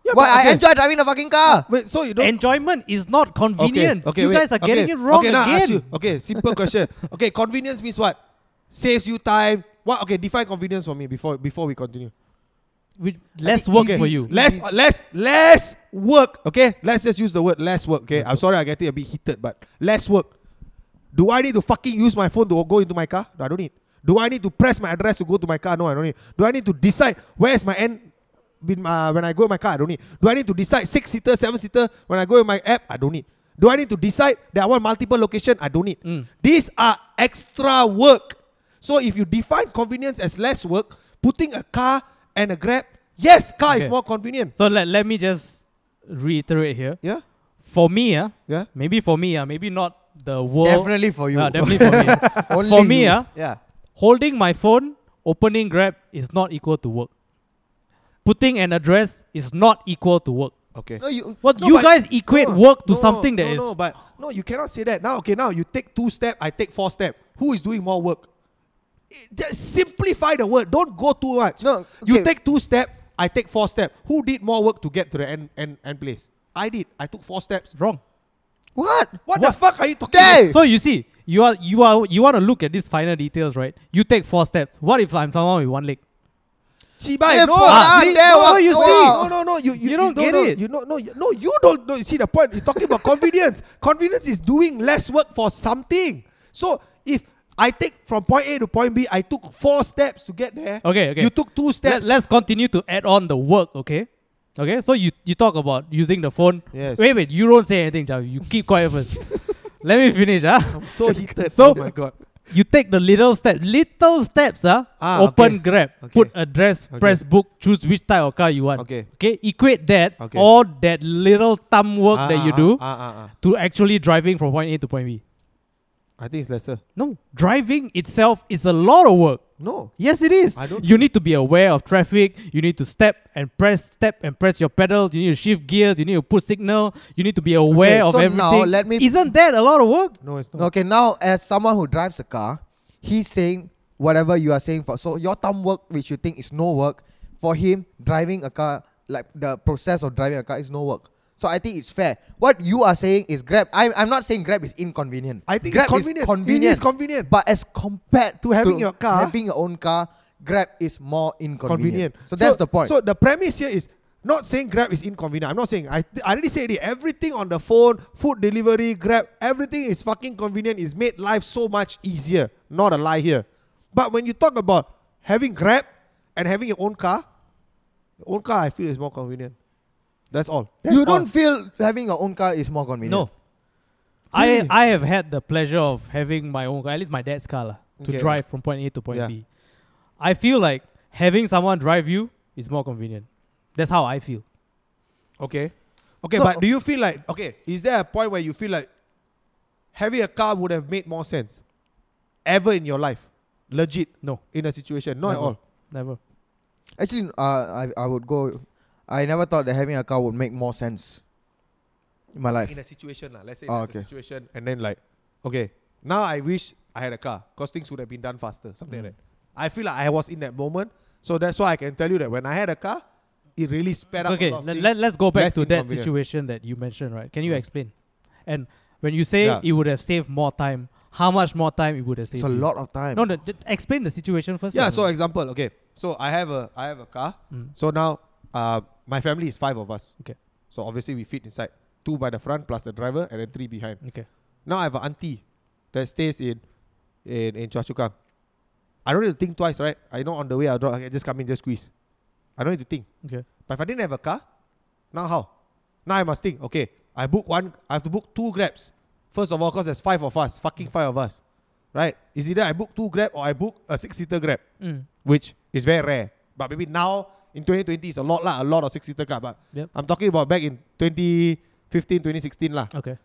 Speaker 4: Yeah,
Speaker 1: Why
Speaker 4: but
Speaker 1: I
Speaker 4: okay.
Speaker 1: enjoy driving the fucking car.
Speaker 4: Wait, so you don't
Speaker 3: Enjoyment is not Ah, convenience. you
Speaker 4: wait,
Speaker 3: guys are getting
Speaker 4: okay,
Speaker 3: it wrong
Speaker 4: okay, now I
Speaker 3: again.
Speaker 4: ask you- okay, simple question. Okay, convenience means what? Saves you time. What? Okay, define convenience for me before before we continue.
Speaker 3: With less
Speaker 1: think
Speaker 3: work
Speaker 1: easy-
Speaker 3: for you.
Speaker 1: easy-
Speaker 4: Less, uh, less, less work. Okay, let's just use the word less work. Okay, I'm sorry, I get it a bit heated, but less work. Do I need to fucking use my phone to go into my car? No, I don't need. Do I need to press my address to go to my car? No, I don't need. Do I need to decide where's my end? When, uh, when I go in my car, I don't need. Do I need to decide six seater, seven seater? When I go in my app, I don't need. Do I need to decide that I want multiple location? I don't need.
Speaker 3: Mm.
Speaker 4: These are extra work. So if you define convenience as less work, putting a car and a grab, yes, car is
Speaker 3: Okay.
Speaker 4: more convenient.
Speaker 3: So let, let me just reiterate here.
Speaker 4: Yeah,
Speaker 3: For me, uh,
Speaker 4: yeah,
Speaker 3: maybe for me, uh, maybe not the world.
Speaker 1: Definitely for you.
Speaker 3: Ah, definitely for me.
Speaker 1: Only
Speaker 3: for me,
Speaker 1: you.
Speaker 3: uh,
Speaker 4: yeah.
Speaker 3: holding my phone, opening Grab is not equal to work. Putting an address is not equal to work.
Speaker 4: Okay.
Speaker 1: No, you,
Speaker 3: What
Speaker 4: No,
Speaker 3: you
Speaker 4: but-
Speaker 3: guys equate
Speaker 4: No,
Speaker 3: work to
Speaker 4: no,
Speaker 3: something that
Speaker 4: no,
Speaker 3: is
Speaker 4: no, but no, you cannot say that. Now, okay, now you take two step, I take four step. Who is doing more work? It- Just simplify the word. Don't go too much.
Speaker 1: No,
Speaker 4: you
Speaker 1: okay.
Speaker 4: take two step, I take four step. Who did more work to get to the end end, end place? I did. I took four steps.
Speaker 3: wrong.
Speaker 1: what?
Speaker 4: What, the fuck are you talking?
Speaker 1: Hey!
Speaker 4: about?
Speaker 3: So you see, you are you are you want to look at these finer details, right? You take four steps. What if I'm someone with one leg?
Speaker 4: Chibai,
Speaker 1: Yeah,
Speaker 4: no,
Speaker 1: put
Speaker 4: ah,
Speaker 1: that
Speaker 4: see,
Speaker 1: there,
Speaker 4: no,
Speaker 1: what-
Speaker 4: you
Speaker 1: Eh, no, ah.
Speaker 4: see,
Speaker 1: wow.
Speaker 4: no, no, no, you, you,
Speaker 3: You don't
Speaker 4: no,
Speaker 3: get
Speaker 4: no,
Speaker 3: it.
Speaker 4: You know, no, you, no, you don't. No, you see the point. You're talking about convenience. Convenience is doing less work for something. So if I take from point A to point B, I took four steps to get there.
Speaker 3: Okay, okay.
Speaker 4: You took two steps.
Speaker 3: Let, us continue to add on the work, okay? Okay, so you you talk about using the phone.
Speaker 4: Yes.
Speaker 3: Wait, wait. You don't say anything, Javi. You keep quiet first. Let me finish, ah.
Speaker 4: so heated.
Speaker 3: So-
Speaker 4: oh my god.
Speaker 3: You take the little step, little steps, ah.
Speaker 4: Ah,
Speaker 3: Open
Speaker 4: okay.
Speaker 3: Grab,
Speaker 4: Okay.
Speaker 3: put address,
Speaker 4: Okay.
Speaker 3: press book, choose which type of car you want.
Speaker 4: Okay.
Speaker 3: Okay. Equate that
Speaker 4: Okay.
Speaker 3: all that little thumb work
Speaker 4: Ah,
Speaker 3: that you
Speaker 4: ah,
Speaker 3: do
Speaker 4: ah, ah, ah.
Speaker 3: to actually driving from point A to point B.
Speaker 4: I think it's lesser.
Speaker 3: No, driving itself is a lot of work.
Speaker 4: No.
Speaker 3: Yes, it is.
Speaker 4: I don't
Speaker 3: You need to be aware of traffic. You need to step and press, step and press your pedals. You need to shift gears. You need to put signal. You need to be aware
Speaker 1: Okay,
Speaker 3: of
Speaker 1: so
Speaker 3: everything.
Speaker 1: now let me-
Speaker 3: Isn't that a lot of work?
Speaker 4: No, it's not.
Speaker 1: Okay, now as someone who drives a car, he's saying whatever you are saying for. So your thumb work, which you think is no work, for him driving a car, like the process of driving a car is no work. So I think it's fair. What you are saying is Grab. I'm, I'm not saying Grab is inconvenient.
Speaker 4: I think
Speaker 1: Grab
Speaker 4: it's convenient.
Speaker 1: is convenient.
Speaker 4: It is convenient.
Speaker 1: But as compared
Speaker 4: To having your car.
Speaker 1: having your own car, Grab is more inconvenient.
Speaker 4: convenient.
Speaker 1: So that's the point.
Speaker 4: So the premise here is not saying Grab is inconvenient. I'm not saying I I already said it. Everything on the phone, food delivery, Grab, everything is fucking convenient. It's made life so much easier. Not a lie here. But when you talk about having Grab and having your own car, your own car I feel is more convenient. That's all. That's
Speaker 1: you
Speaker 4: all.
Speaker 1: don't feel having your own car is more convenient.
Speaker 3: No. I I have had the pleasure of having my own car, at least my dad's car, lah, to
Speaker 4: Okay.
Speaker 3: drive from point A to point
Speaker 4: Yeah.
Speaker 3: B. I feel like having someone drive you is more convenient. That's how I feel.
Speaker 4: Okay. Okay,
Speaker 1: No,
Speaker 4: but do you feel like okay, is there a point where you feel like having a car would have made more sense? Ever in your life? Legit
Speaker 3: No,
Speaker 4: in a situation. Not at
Speaker 3: Never.
Speaker 4: all.
Speaker 3: never.
Speaker 1: Actually, uh, I, I would go. I never thought that having a car would make more sense in my life.
Speaker 4: In a situation, lah. let's say
Speaker 1: Ah,
Speaker 4: there's a
Speaker 1: okay.
Speaker 4: situation and then like, okay, now I wish I had a car because things would have been done faster. Something like that. I feel like I was in that moment. So that's why I can tell you that when I had a car, it really sped up.
Speaker 3: Okay,
Speaker 4: a lot of
Speaker 3: let,
Speaker 4: things.
Speaker 3: let, us go back
Speaker 4: less
Speaker 3: to that
Speaker 4: inconvenient.
Speaker 3: situation that you mentioned, right? Can you
Speaker 4: Mm.
Speaker 3: explain? And when you say
Speaker 4: Yeah.
Speaker 3: it would have saved more time, how much more time it would have saved?
Speaker 1: It's a
Speaker 3: you?
Speaker 1: lot of time.
Speaker 3: No, no, just explain the situation first.
Speaker 4: Yeah,
Speaker 3: lah.
Speaker 4: so example, okay. So I have a I have a car.
Speaker 3: Mm.
Speaker 4: So now uh, my family is five of us.
Speaker 3: Okay.
Speaker 4: So obviously we fit inside. Two by the front plus the driver and then three behind.
Speaker 3: okay.
Speaker 4: Now I have an auntie that stays in in, in Choa Chu Kang. I don't need to think twice, right? I know on the way I'll drop, I can just come in, just squeeze. I don't need to think.
Speaker 3: Okay.
Speaker 4: But if I didn't have a car, now how? Now I must think, okay, I book one, I have to book two grabs. First of all, because there's five of us, fucking five of us. Right? Is either I book two grab or I book a six seater grab
Speaker 3: Mm.
Speaker 4: which is very rare. But maybe now in 2020 it's a lot lah, a lot of six-seater car. But
Speaker 3: Yep.
Speaker 4: I'm talking about back in 2015, 2016 lah.
Speaker 3: Okay.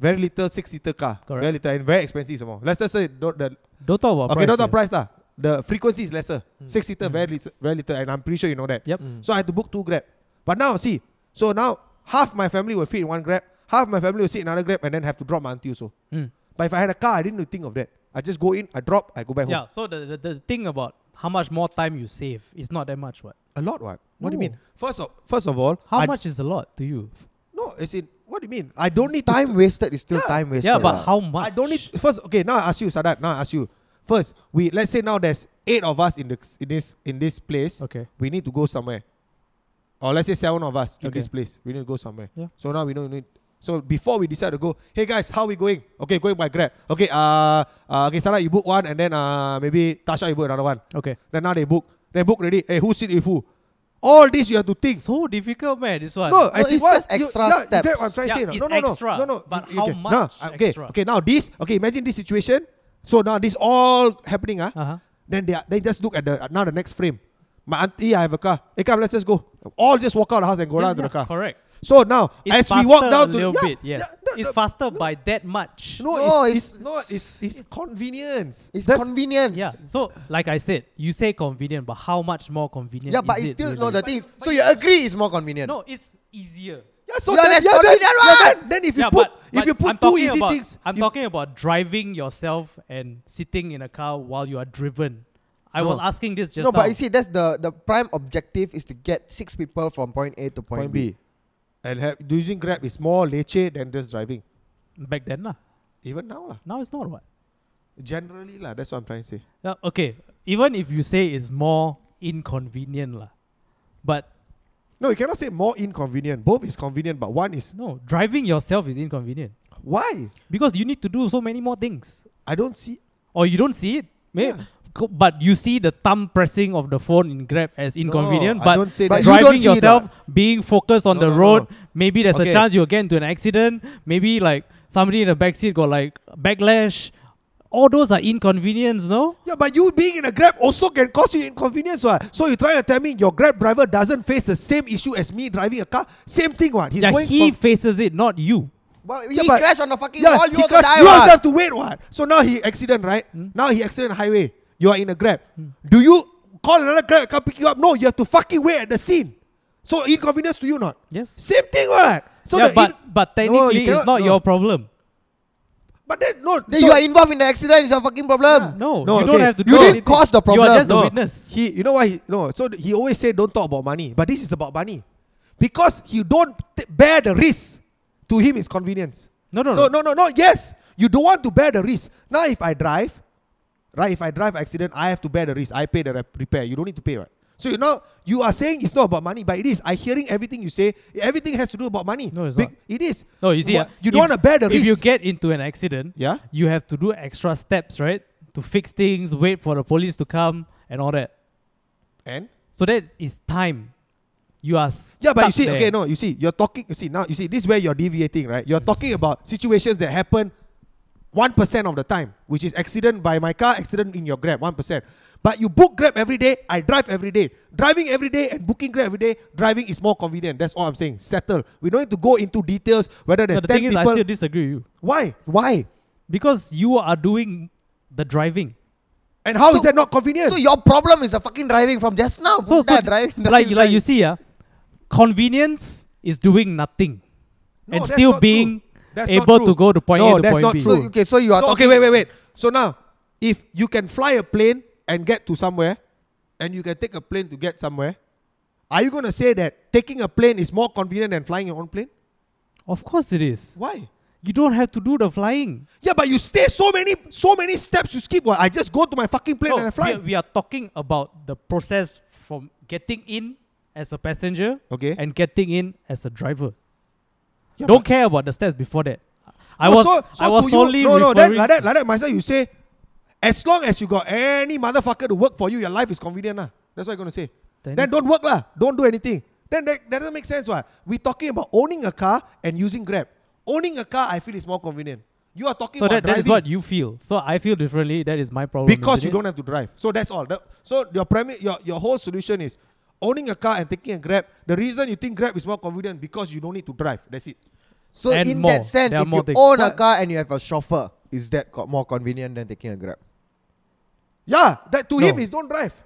Speaker 4: Very little six-seater car.
Speaker 3: Correct.
Speaker 4: Very little and very expensive some more. Let's just say don't, the
Speaker 3: Don't talk about
Speaker 4: okay,
Speaker 3: price.
Speaker 4: not the
Speaker 3: here.
Speaker 4: price lah. The frequency is lesser. Six-seater
Speaker 3: Mm.
Speaker 4: very little, very little, and I'm pretty sure you know that.
Speaker 3: Yep.
Speaker 4: So I had to book two grab. But now see, so now half my family will fit in one grab, half my family will sit in another grab, and then have to drop my auntie also.
Speaker 3: Mm.
Speaker 4: But if I had a car, I didn't need to think of that. I just go in, I drop, I go back home.
Speaker 3: Yeah. So the, the the thing about how much more time you save is not that much, what?
Speaker 4: A lot, what? What do you
Speaker 3: No.
Speaker 4: mean? First of first of all,
Speaker 3: How
Speaker 4: I-
Speaker 3: much is a lot to you?
Speaker 4: No, it's in. What do you mean? I don't need to
Speaker 1: time
Speaker 4: st-
Speaker 1: wasted is still
Speaker 4: Yeah.
Speaker 1: time wasted.
Speaker 3: yeah, but
Speaker 1: lah.
Speaker 3: how much?
Speaker 4: I don't need first. Okay, now I ask you, Sadat. Now I ask you. First, we let's say now there's eight of us in the in this in this place.
Speaker 3: Okay.
Speaker 4: We need to go somewhere, or let's say seven of us in
Speaker 3: Okay.
Speaker 4: this place. We need to go somewhere.
Speaker 3: Yeah.
Speaker 4: So now we don't need. So before we decide to go, hey guys, how we going? Okay, going by Grab. Okay, uh, uh okay, Sadat, you book one, and then uh maybe Tasha, you book another one.
Speaker 3: Okay.
Speaker 4: Then now they book. They book ready. Hey, who sit with who? All this you have to think.
Speaker 3: So difficult, man. This one.
Speaker 4: No, I
Speaker 1: No,
Speaker 4: see
Speaker 1: it's
Speaker 4: what
Speaker 1: just extra
Speaker 4: you, yeah, You
Speaker 1: steps.
Speaker 4: get what I'm trying to
Speaker 3: Yeah,
Speaker 4: say? or not?
Speaker 3: it's
Speaker 4: no, no,
Speaker 3: extra,
Speaker 4: no, no, no.
Speaker 3: but
Speaker 4: you-
Speaker 3: how
Speaker 4: okay.
Speaker 3: much
Speaker 4: Nah, okay,
Speaker 3: extra?
Speaker 4: okay. Now this, okay. Imagine this situation. So now this all happening, ah.
Speaker 3: Uh huh.
Speaker 4: Then they are- they just look at the now the next frame. My auntie, I have a car. Hey, come, let's just go. All just walk out of the house and go down to the car.
Speaker 3: Correct.
Speaker 4: So now, as
Speaker 3: It's
Speaker 4: we
Speaker 3: faster
Speaker 4: walk down
Speaker 3: a
Speaker 4: to
Speaker 3: little
Speaker 4: yeah,
Speaker 3: bit, yes.
Speaker 4: yeah, no,
Speaker 3: it's
Speaker 4: no,
Speaker 3: faster by that much.
Speaker 4: No,
Speaker 1: No,
Speaker 4: it's,
Speaker 1: it's-
Speaker 4: it's not. It's it's convenience.
Speaker 1: it's
Speaker 4: That's-
Speaker 1: convenience.
Speaker 3: Yeah. So, like I said, you say convenient, but how much more convenient?
Speaker 1: Yeah, but
Speaker 3: is
Speaker 1: it's
Speaker 3: it
Speaker 1: still
Speaker 3: really?
Speaker 1: no. The thing is, so you agree it's more convenient.
Speaker 3: No, it's easier.
Speaker 4: Yeah, so
Speaker 1: Yeah,
Speaker 4: then,
Speaker 1: that's
Speaker 4: yeah, then,
Speaker 1: convenient, right?
Speaker 4: then, then if you
Speaker 3: yeah,
Speaker 4: put
Speaker 3: but,
Speaker 4: if
Speaker 3: but
Speaker 4: you put
Speaker 3: I'm
Speaker 4: two
Speaker 3: talking
Speaker 4: easy
Speaker 3: about,
Speaker 4: things,
Speaker 3: I'm
Speaker 4: if-
Speaker 3: talking about driving yourself and sitting in a car while you are driven. I was
Speaker 4: No.
Speaker 3: asking this just
Speaker 1: no.
Speaker 3: now.
Speaker 1: But you see, that's the the prime objective is to get six people from point A to point,
Speaker 4: point B, and have, using Grab is more leceh than just driving.
Speaker 3: back then, lah.
Speaker 4: Even now, lah.
Speaker 3: Now it's not what.
Speaker 4: Generally, lah. That's what I'm trying to say.
Speaker 3: Yeah, okay. Even if you say it's more inconvenient, lah. But
Speaker 4: No, you cannot say more inconvenient. Both is convenient, but one is
Speaker 3: no, driving yourself is inconvenient
Speaker 4: why?
Speaker 3: because you need to do so many more things,
Speaker 4: I don't see.
Speaker 3: or you don't see it. May-
Speaker 4: Yeah.
Speaker 3: co- But you see the thumb pressing of the phone in Grab as inconvenient.
Speaker 4: I
Speaker 3: but
Speaker 4: don't say
Speaker 1: But
Speaker 4: that.
Speaker 1: you don't
Speaker 3: driving
Speaker 1: see it,
Speaker 3: yourself, being focused on
Speaker 4: No,
Speaker 3: the
Speaker 4: no,
Speaker 3: road.
Speaker 4: no.
Speaker 3: Maybe there's
Speaker 4: Okay.
Speaker 3: a chance you'll get into an accident. Maybe like somebody in the backseat got like backlash. All those are inconvenience, no?
Speaker 4: yeah, but you being in a Grab also can cause you inconvenience, what? So you trying to tell me your Grab driver doesn't face the same issue as me driving a car? Same thing, what? He's
Speaker 3: yeah,
Speaker 4: going
Speaker 3: he
Speaker 4: from-
Speaker 3: faces it, not you.
Speaker 1: Well, he
Speaker 4: Yeah, but-
Speaker 1: crashed on the fucking
Speaker 4: yeah,
Speaker 1: wall. You
Speaker 4: he
Speaker 1: also
Speaker 4: crashed-
Speaker 1: die.
Speaker 4: you
Speaker 1: what? Hmm.
Speaker 4: also have to wait what? So now he accident, right? Now he accident highway. You are in a grab. Do you call another grab come pick you up? No, you have to fucking wait at the scene. So inconvenience to you not?
Speaker 3: Yes.
Speaker 4: Same thing, what? So
Speaker 3: yeah,
Speaker 4: the
Speaker 3: but
Speaker 4: in-
Speaker 3: but
Speaker 4: you
Speaker 3: technically,
Speaker 4: cannot-
Speaker 3: it's not
Speaker 4: no.
Speaker 3: your problem.
Speaker 4: but then no,
Speaker 1: Then
Speaker 4: so
Speaker 1: you are involved in the accident. It's your fucking problem.
Speaker 3: No,
Speaker 4: No,
Speaker 3: you don't
Speaker 4: okay.
Speaker 3: have to.
Speaker 1: You
Speaker 3: do
Speaker 1: didn't
Speaker 3: anything.
Speaker 1: cause the
Speaker 3: You
Speaker 1: problem.
Speaker 3: are just
Speaker 4: No.
Speaker 3: a witness.
Speaker 4: He, you know why? He, no, so th- he always say don't talk about money, but this is about money, because he don't t- bear the risk. To him, is convenience.
Speaker 3: No, no,
Speaker 4: so
Speaker 3: no.
Speaker 4: no, no, no. Yes, you don't want to bear the risk. Now, if I drive, right? If I drive accident, I have to bear the risk. I pay the rep- repair. You don't need to pay, right? So you know you are saying it's not about money, but it is. I hearing everything you say. Everything has to do about money.
Speaker 3: No, it's
Speaker 4: Be-
Speaker 3: not.
Speaker 4: It is.
Speaker 3: No, you see,
Speaker 4: What-
Speaker 3: uh,
Speaker 4: you don't
Speaker 3: if-
Speaker 4: want to bear the
Speaker 3: If
Speaker 4: risk.
Speaker 3: you get into an accident,
Speaker 4: yeah.
Speaker 3: you have to do extra steps, right? To fix things, wait for the police to come, and all that.
Speaker 4: And
Speaker 3: So that is time. You are s-
Speaker 4: Yeah, but you
Speaker 3: stuck
Speaker 4: see,
Speaker 3: there.
Speaker 4: okay, no, you see, you're talking, you see, now, you see, this is where you're deviating, right? You're talking about situations that happen 1% of the time, which is accident by my car, accident in your Grab, 1%. But you book Grab every day, I drive every day. Driving every day and booking Grab every day, driving is more convenient. That's all I'm saying. Settle. We don't need to go into details whether there's
Speaker 3: But the
Speaker 4: 10
Speaker 3: thing is, I
Speaker 4: people.
Speaker 3: still disagree with you
Speaker 4: Why? Why?
Speaker 3: because you are doing the driving.
Speaker 4: And how is
Speaker 1: So-
Speaker 4: that not convenient?
Speaker 1: So your problem is the fucking driving from just now.
Speaker 3: So,
Speaker 1: Fuck that
Speaker 3: so
Speaker 1: driving,
Speaker 3: like,
Speaker 1: driving,
Speaker 3: like you see, yeah, convenience is doing nothing
Speaker 4: No,
Speaker 3: and
Speaker 4: that's
Speaker 3: still
Speaker 4: not true.
Speaker 3: being
Speaker 4: That's not
Speaker 3: able
Speaker 4: true.
Speaker 3: to go to point
Speaker 4: No,
Speaker 3: A to
Speaker 4: that's
Speaker 3: point
Speaker 4: not
Speaker 3: B.
Speaker 1: So,
Speaker 4: true.
Speaker 1: okay, so you are
Speaker 4: So, okay,
Speaker 1: talking-
Speaker 4: wait, wait, wait. So now, if you can fly a plane and get to somewhere, and you can take a plane to get somewhere, are you going to say that taking a plane is more convenient than flying your own plane?
Speaker 3: Of course, it is.
Speaker 4: Why?
Speaker 3: You don't have to do the flying.
Speaker 4: Yeah, but you stay so many, so many steps you skip. Well, I just go to my fucking plane
Speaker 3: No,
Speaker 4: and I
Speaker 3: Oh, we,
Speaker 4: fly.
Speaker 3: are, we are talking about the process from getting in as a passenger
Speaker 4: Okay.
Speaker 3: and getting in as a driver.
Speaker 4: Yeah,
Speaker 3: don't
Speaker 4: but-
Speaker 3: care about the steps before that. I
Speaker 4: No,
Speaker 3: was
Speaker 4: so- so
Speaker 3: I was
Speaker 4: to
Speaker 3: solely
Speaker 4: you, no, no. That,
Speaker 3: referring.
Speaker 4: like that, like that. Myself, you say, as long as you got any motherfucker to work for you, your life is convenient, lah. That's what you're gonna say.
Speaker 3: Then-
Speaker 4: Then, don't work, lah. Don't do anything. Then that, that doesn't make sense, what? We talking about owning a car and using Grab. Owning a car, I feel is more convenient. You are talking
Speaker 3: so
Speaker 4: about
Speaker 3: that, that is
Speaker 4: driving
Speaker 3: what you feel. So I feel differently. That is my problem.
Speaker 4: because
Speaker 3: isn't
Speaker 4: you
Speaker 3: it?
Speaker 4: don't have to drive. So that's all. The- so your premise, your your whole solution is owning a car and taking a Grab. The reason you think Grab is more convenient because you don't need to drive. That's it.
Speaker 1: So
Speaker 3: And
Speaker 1: in
Speaker 3: more.
Speaker 1: that sense,
Speaker 3: There are
Speaker 1: if
Speaker 3: more
Speaker 1: you
Speaker 3: things.
Speaker 1: own a
Speaker 4: But-
Speaker 1: car and you have a chauffeur, is that co- more convenient than taking a grab?
Speaker 4: Yeah, that to
Speaker 3: No.
Speaker 4: him is don't drive.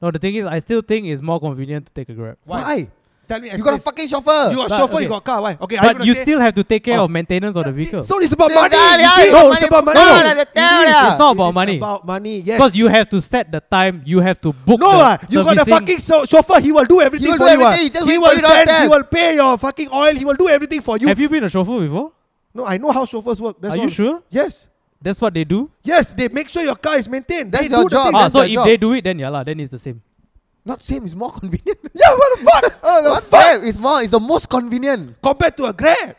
Speaker 3: No, the thing is, I still think it's more convenient to take a grab.
Speaker 1: Why?
Speaker 4: Tell me.
Speaker 1: You got a
Speaker 4: explain.
Speaker 1: fucking chauffeur.
Speaker 4: You got
Speaker 3: But-
Speaker 4: chauffeur,
Speaker 3: okay.
Speaker 4: you got car. Why? Okay, are
Speaker 3: But
Speaker 4: gonna
Speaker 3: you
Speaker 4: say-
Speaker 3: still have to take care
Speaker 4: Oh.
Speaker 3: of maintenance of the
Speaker 4: See,
Speaker 3: vehicle.
Speaker 4: So it's about
Speaker 1: Yeah,
Speaker 4: money.
Speaker 1: yeah,
Speaker 4: you
Speaker 1: yeah,
Speaker 4: see?
Speaker 1: it's
Speaker 4: no,
Speaker 1: about
Speaker 4: it's
Speaker 1: money.
Speaker 4: about money.
Speaker 1: No, no, no,
Speaker 4: It
Speaker 1: tell
Speaker 4: is.
Speaker 1: ya.
Speaker 3: It's not about
Speaker 4: It is
Speaker 3: money.
Speaker 4: About money. Yes.
Speaker 3: Because you have to set the time, you have to book.
Speaker 4: No,
Speaker 3: the
Speaker 4: ah, you got the
Speaker 3: servicing.
Speaker 4: fucking so- chauffeur. He will do everything
Speaker 1: will
Speaker 4: for
Speaker 1: do
Speaker 4: you. ah.
Speaker 1: everything, he just
Speaker 4: He
Speaker 1: wait for
Speaker 4: will
Speaker 1: you
Speaker 4: send. He
Speaker 1: downstairs.
Speaker 4: will pay your fucking oil. He will do everything for you.
Speaker 3: Have you been a chauffeur before?
Speaker 4: No, I know how chauffeurs work. That's
Speaker 3: Are you
Speaker 4: all.
Speaker 3: sure?
Speaker 4: Yes.
Speaker 3: That's what they do.
Speaker 4: Yes, they make sure your car is maintained.
Speaker 1: That's
Speaker 4: they
Speaker 1: your
Speaker 4: do
Speaker 1: job.
Speaker 4: The
Speaker 3: Ah,
Speaker 1: that's
Speaker 4: thing.
Speaker 3: so
Speaker 1: their
Speaker 3: if
Speaker 1: job.
Speaker 3: they do it, then yeah, lah, then it's the same.
Speaker 1: Not same. It's more convenient.
Speaker 4: Yeah, what the fuck?
Speaker 1: oh,
Speaker 4: what the fuck?
Speaker 1: Grab is more. It's the most convenient.
Speaker 4: Compared to a Grab.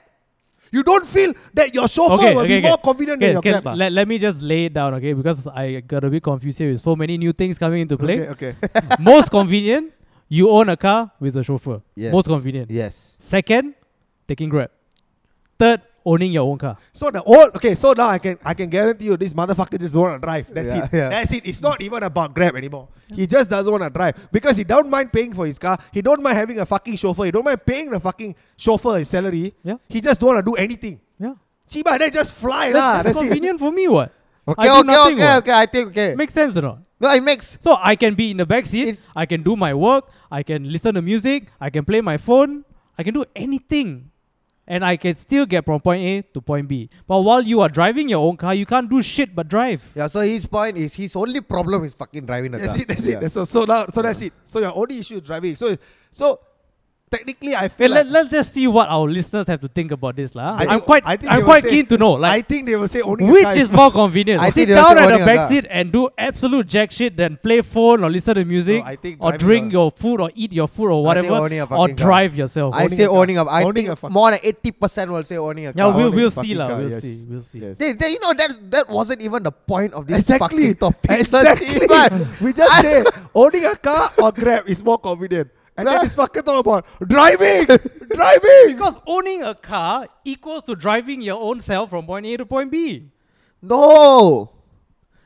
Speaker 4: You don't feel that your chauffeur
Speaker 3: okay,
Speaker 4: will
Speaker 3: okay,
Speaker 4: be more
Speaker 3: okay.
Speaker 4: convenient
Speaker 3: Okay,
Speaker 4: than your
Speaker 3: can-
Speaker 4: Grab. ah.
Speaker 3: let, let me just lay it down, okay? Because I got a bit confused here with so many new things coming into play.
Speaker 4: Okay, okay.
Speaker 3: Most convenient, you own a car with a chauffeur.
Speaker 1: Yes.
Speaker 3: Most convenient.
Speaker 1: Yes.
Speaker 3: Second, taking Grab. Third, owning your own car.
Speaker 4: So the old okay, so now I can I can guarantee you this motherfucker just don't wanna drive. That's
Speaker 1: Yeah,
Speaker 4: it.
Speaker 1: yeah.
Speaker 4: That's it. It's not even about grab anymore. He just doesn't wanna drive. Because he don't mind paying for his car, he don't mind having a fucking chauffeur, he don't mind paying the fucking chauffeur his salary.
Speaker 3: Yeah.
Speaker 4: He just don't wanna do anything.
Speaker 3: Yeah.
Speaker 4: Chiba, then just fly
Speaker 3: That-
Speaker 4: lah.
Speaker 3: that's
Speaker 4: That's, it.
Speaker 3: convenient for me, what? I
Speaker 1: Okay,
Speaker 3: do
Speaker 1: okay,
Speaker 3: nothing,
Speaker 1: okay,
Speaker 3: what?
Speaker 1: okay. I think okay.
Speaker 3: Makes sense or not?
Speaker 1: no, it makes.
Speaker 3: So I can be in the back seat.
Speaker 1: It's-
Speaker 3: I can do my work. I can listen to music. I can play my phone. I can do anything, and I can still get from point A to point B. But while you are driving your own car, you can't do shit but drive.
Speaker 1: Yeah. So his point is his only problem is fucking driving a
Speaker 4: That's
Speaker 1: car.
Speaker 4: it, that's
Speaker 1: yeah.
Speaker 4: it. That's all. So now so that's it. So your only issue is driving. So so technically I
Speaker 3: Okay,
Speaker 4: feel like-
Speaker 3: let, let's just see what our listeners have to think about this, lah.
Speaker 4: I
Speaker 3: I'm
Speaker 4: think-
Speaker 3: quite,
Speaker 4: I think
Speaker 3: I'm
Speaker 4: they will
Speaker 3: quite
Speaker 4: say-
Speaker 3: keen to know,
Speaker 4: I
Speaker 3: like,
Speaker 4: think they will say owning a car
Speaker 3: which is more convenient?
Speaker 1: I
Speaker 3: Sit
Speaker 1: think they will say
Speaker 3: down at
Speaker 1: owning
Speaker 3: the
Speaker 1: a
Speaker 3: back
Speaker 1: car.
Speaker 3: seat and do absolute jack shit, then play phone or listen to music,
Speaker 4: I think
Speaker 3: or
Speaker 4: driving
Speaker 3: drink
Speaker 4: a-
Speaker 3: your food or eat your food or
Speaker 1: I think
Speaker 3: whatever,
Speaker 1: owning a
Speaker 3: or
Speaker 1: fucking car.
Speaker 3: drive yourself.
Speaker 1: I
Speaker 4: Owning
Speaker 1: say
Speaker 4: a car.
Speaker 1: owning up. I
Speaker 4: Owning
Speaker 1: think
Speaker 4: a fuck-
Speaker 1: more than eighty percent will say owning a
Speaker 3: yeah,
Speaker 1: car.
Speaker 3: we'll,
Speaker 4: owning
Speaker 3: we'll
Speaker 4: a
Speaker 3: see,
Speaker 4: fucking
Speaker 3: lah.
Speaker 4: car,
Speaker 3: We'll
Speaker 4: yes,
Speaker 3: see. We'll see.
Speaker 4: yes.
Speaker 1: They, they, you know that's that wasn't even the point of this
Speaker 4: exactly.
Speaker 1: fucking topic.
Speaker 4: Exactly. we just say owning a car or Grab is more convenient. And then
Speaker 1: Yeah.
Speaker 4: this fucker talk about driving, driving.
Speaker 3: Because owning a car equals to driving your own self from point A to point B.
Speaker 1: No.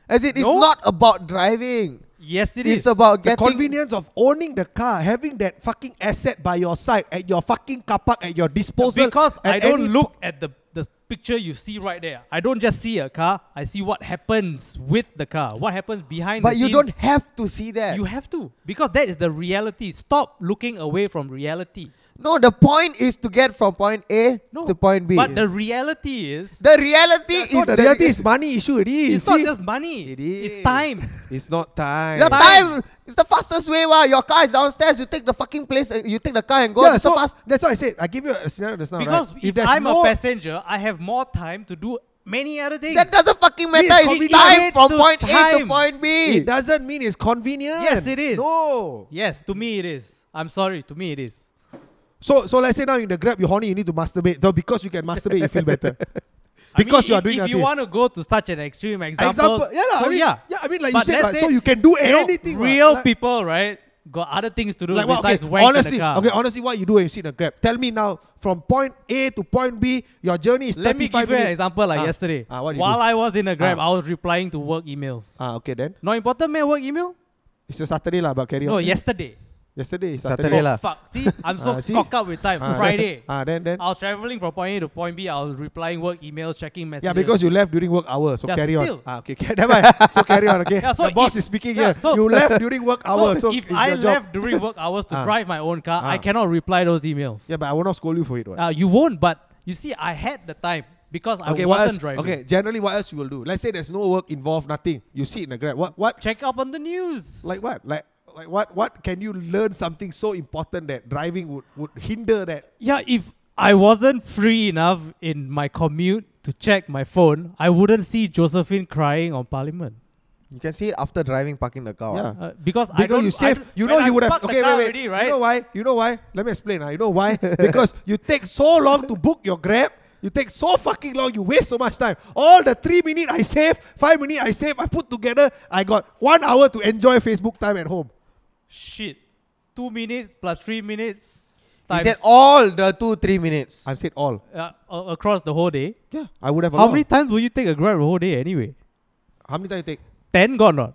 Speaker 1: As it is
Speaker 3: No?
Speaker 1: not about driving.
Speaker 3: Yes, it
Speaker 1: it's
Speaker 3: is.
Speaker 1: about
Speaker 4: The
Speaker 1: getting
Speaker 4: convenience of owning the car, having that fucking asset by your side at your fucking car park at your disposal.
Speaker 3: because
Speaker 4: at
Speaker 3: I don't
Speaker 4: any
Speaker 3: look at the the picture you see right there. I don't just see a car. I see what happens with the car. What happens behind.
Speaker 1: But
Speaker 3: the
Speaker 1: you
Speaker 3: scenes.
Speaker 1: don't have to see that.
Speaker 3: You have to because that is the reality. Stop looking away from reality.
Speaker 1: no, the point is to get from point A
Speaker 3: No,
Speaker 1: to point B.
Speaker 3: But the reality is
Speaker 1: the reality
Speaker 4: Yeah, so
Speaker 1: is
Speaker 4: the
Speaker 1: that-
Speaker 4: reality is money issue. It is.
Speaker 3: it's not just money.
Speaker 4: It
Speaker 3: It's
Speaker 4: is.
Speaker 3: time.
Speaker 4: It's not time.
Speaker 1: Your
Speaker 3: Time.
Speaker 1: time is the fastest way. Wow, your car is downstairs. You take the fucking place. uh, You take the car and go.
Speaker 4: yeah,
Speaker 1: it's
Speaker 4: so
Speaker 1: the fast.
Speaker 4: that's why I said I give you a scenario just now.
Speaker 3: Because
Speaker 4: right?
Speaker 3: if,
Speaker 4: there's
Speaker 3: I'm
Speaker 4: no,
Speaker 3: a passenger, I have more time to do many other things.
Speaker 1: That doesn't fucking matter.
Speaker 4: It's
Speaker 1: It's,
Speaker 3: convenient.
Speaker 1: time
Speaker 3: It
Speaker 1: from
Speaker 3: relates
Speaker 1: point
Speaker 3: to
Speaker 1: A to
Speaker 3: time.
Speaker 1: point B.
Speaker 4: it doesn't mean it's convenient.
Speaker 3: Yes, it is.
Speaker 4: No.
Speaker 3: yes, to me it is. I'm sorry, to me it is.
Speaker 4: So so let's say now in the grab you're horny, you need to masturbate. Though because you can masturbate, you feel better.
Speaker 3: I
Speaker 4: Because
Speaker 3: mean,
Speaker 4: you are
Speaker 3: if,
Speaker 4: doing
Speaker 3: if you
Speaker 4: nothing.
Speaker 3: want to go to such an extreme example,
Speaker 4: Example. Yeah, lah,
Speaker 3: so
Speaker 4: I mean,
Speaker 3: yeah,
Speaker 4: yeah, I mean, like you
Speaker 3: But
Speaker 4: said,
Speaker 3: let's
Speaker 4: like,
Speaker 3: say,
Speaker 4: so you can do
Speaker 3: you know,
Speaker 4: anything. what,
Speaker 3: real
Speaker 4: like-
Speaker 3: people, right, got other things to do
Speaker 4: Like what?
Speaker 3: besides
Speaker 4: Okay,
Speaker 3: wank in
Speaker 4: honestly,
Speaker 3: the car.
Speaker 4: okay. Honestly, what you do when you sit in a grab? Tell me now. From point A to point B, your journey is
Speaker 3: Let me
Speaker 4: 35
Speaker 3: give you an
Speaker 4: minutes.
Speaker 3: example. Like
Speaker 4: Ah,
Speaker 3: yesterday,
Speaker 4: ah, what do you
Speaker 3: while
Speaker 4: do?
Speaker 3: I was in a grab,
Speaker 4: Ah.
Speaker 3: I was replying to work emails.
Speaker 4: Ah, okay then.
Speaker 3: Not important, man. Work email?
Speaker 4: It's a Saturday lah, but carry
Speaker 3: No,
Speaker 4: on.
Speaker 3: yesterday.
Speaker 4: Yesterday is
Speaker 1: Saturday
Speaker 4: Saturday.
Speaker 1: lah.
Speaker 3: Oh, fuck. See, I'm so
Speaker 4: Ah, see?
Speaker 3: cocked up with time.
Speaker 4: Ah, then-
Speaker 3: Friday.
Speaker 4: Ah, then then.
Speaker 3: I was traveling from point A to point B. I was replying work emails, checking messages.
Speaker 4: Yeah, because you left during work hours, so
Speaker 3: Yeah,
Speaker 4: carry
Speaker 3: still.
Speaker 4: on. Ah, okay, okay, never mind. So carry on, okay.
Speaker 3: Yeah, so
Speaker 4: the boss
Speaker 3: if-
Speaker 4: is speaking here.
Speaker 3: yeah, so-
Speaker 4: you left during work hours, so,
Speaker 3: if
Speaker 4: it's
Speaker 3: I
Speaker 4: your job.
Speaker 3: left during work hours to
Speaker 4: Ah.
Speaker 3: drive my own car, I
Speaker 4: Ah.
Speaker 3: cannot reply those emails.
Speaker 4: Yeah, but I will not scold you for it. What?
Speaker 3: Uh, you won't, but you see, I had the time because I
Speaker 4: what else?
Speaker 3: wasn't driving.
Speaker 4: Okay, generally, what else you will do? Let's say there's no work involved, nothing. You sit in the grab. What? What?
Speaker 3: Check up on the news.
Speaker 4: Like what? Like like what? What can you learn something so important that driving would would hinder that?
Speaker 3: yeah, if I wasn't free enough in my commute to check my phone, I wouldn't see Josephine crying on Parliament.
Speaker 1: You can see it after driving, parking the car.
Speaker 4: Yeah.
Speaker 3: Uh, because I
Speaker 4: Because
Speaker 3: don't,
Speaker 4: you
Speaker 3: I
Speaker 4: save,
Speaker 3: don't-
Speaker 4: you
Speaker 3: when
Speaker 4: know
Speaker 3: I
Speaker 4: you would have.
Speaker 3: park the
Speaker 4: Okay, wait,
Speaker 3: car
Speaker 4: wait.
Speaker 3: already, right?
Speaker 4: You know why? You know why? Let me explain. ah. You know why? because you take so long to book your grab. You take so fucking long. You waste so much time. All the three minute I save, five minute I save. I put together. I got one hour to enjoy Facebook time at home.
Speaker 3: Shit, two minutes plus three minutes.
Speaker 1: He
Speaker 3: Times,
Speaker 1: said all the two three minutes.
Speaker 4: I've said all.
Speaker 3: uh, a- across the whole day.
Speaker 4: Yeah, I would have.
Speaker 3: How
Speaker 4: allowed.
Speaker 3: many times will you take a grab the whole day anyway?
Speaker 4: How many times you take?
Speaker 3: Ten gone not?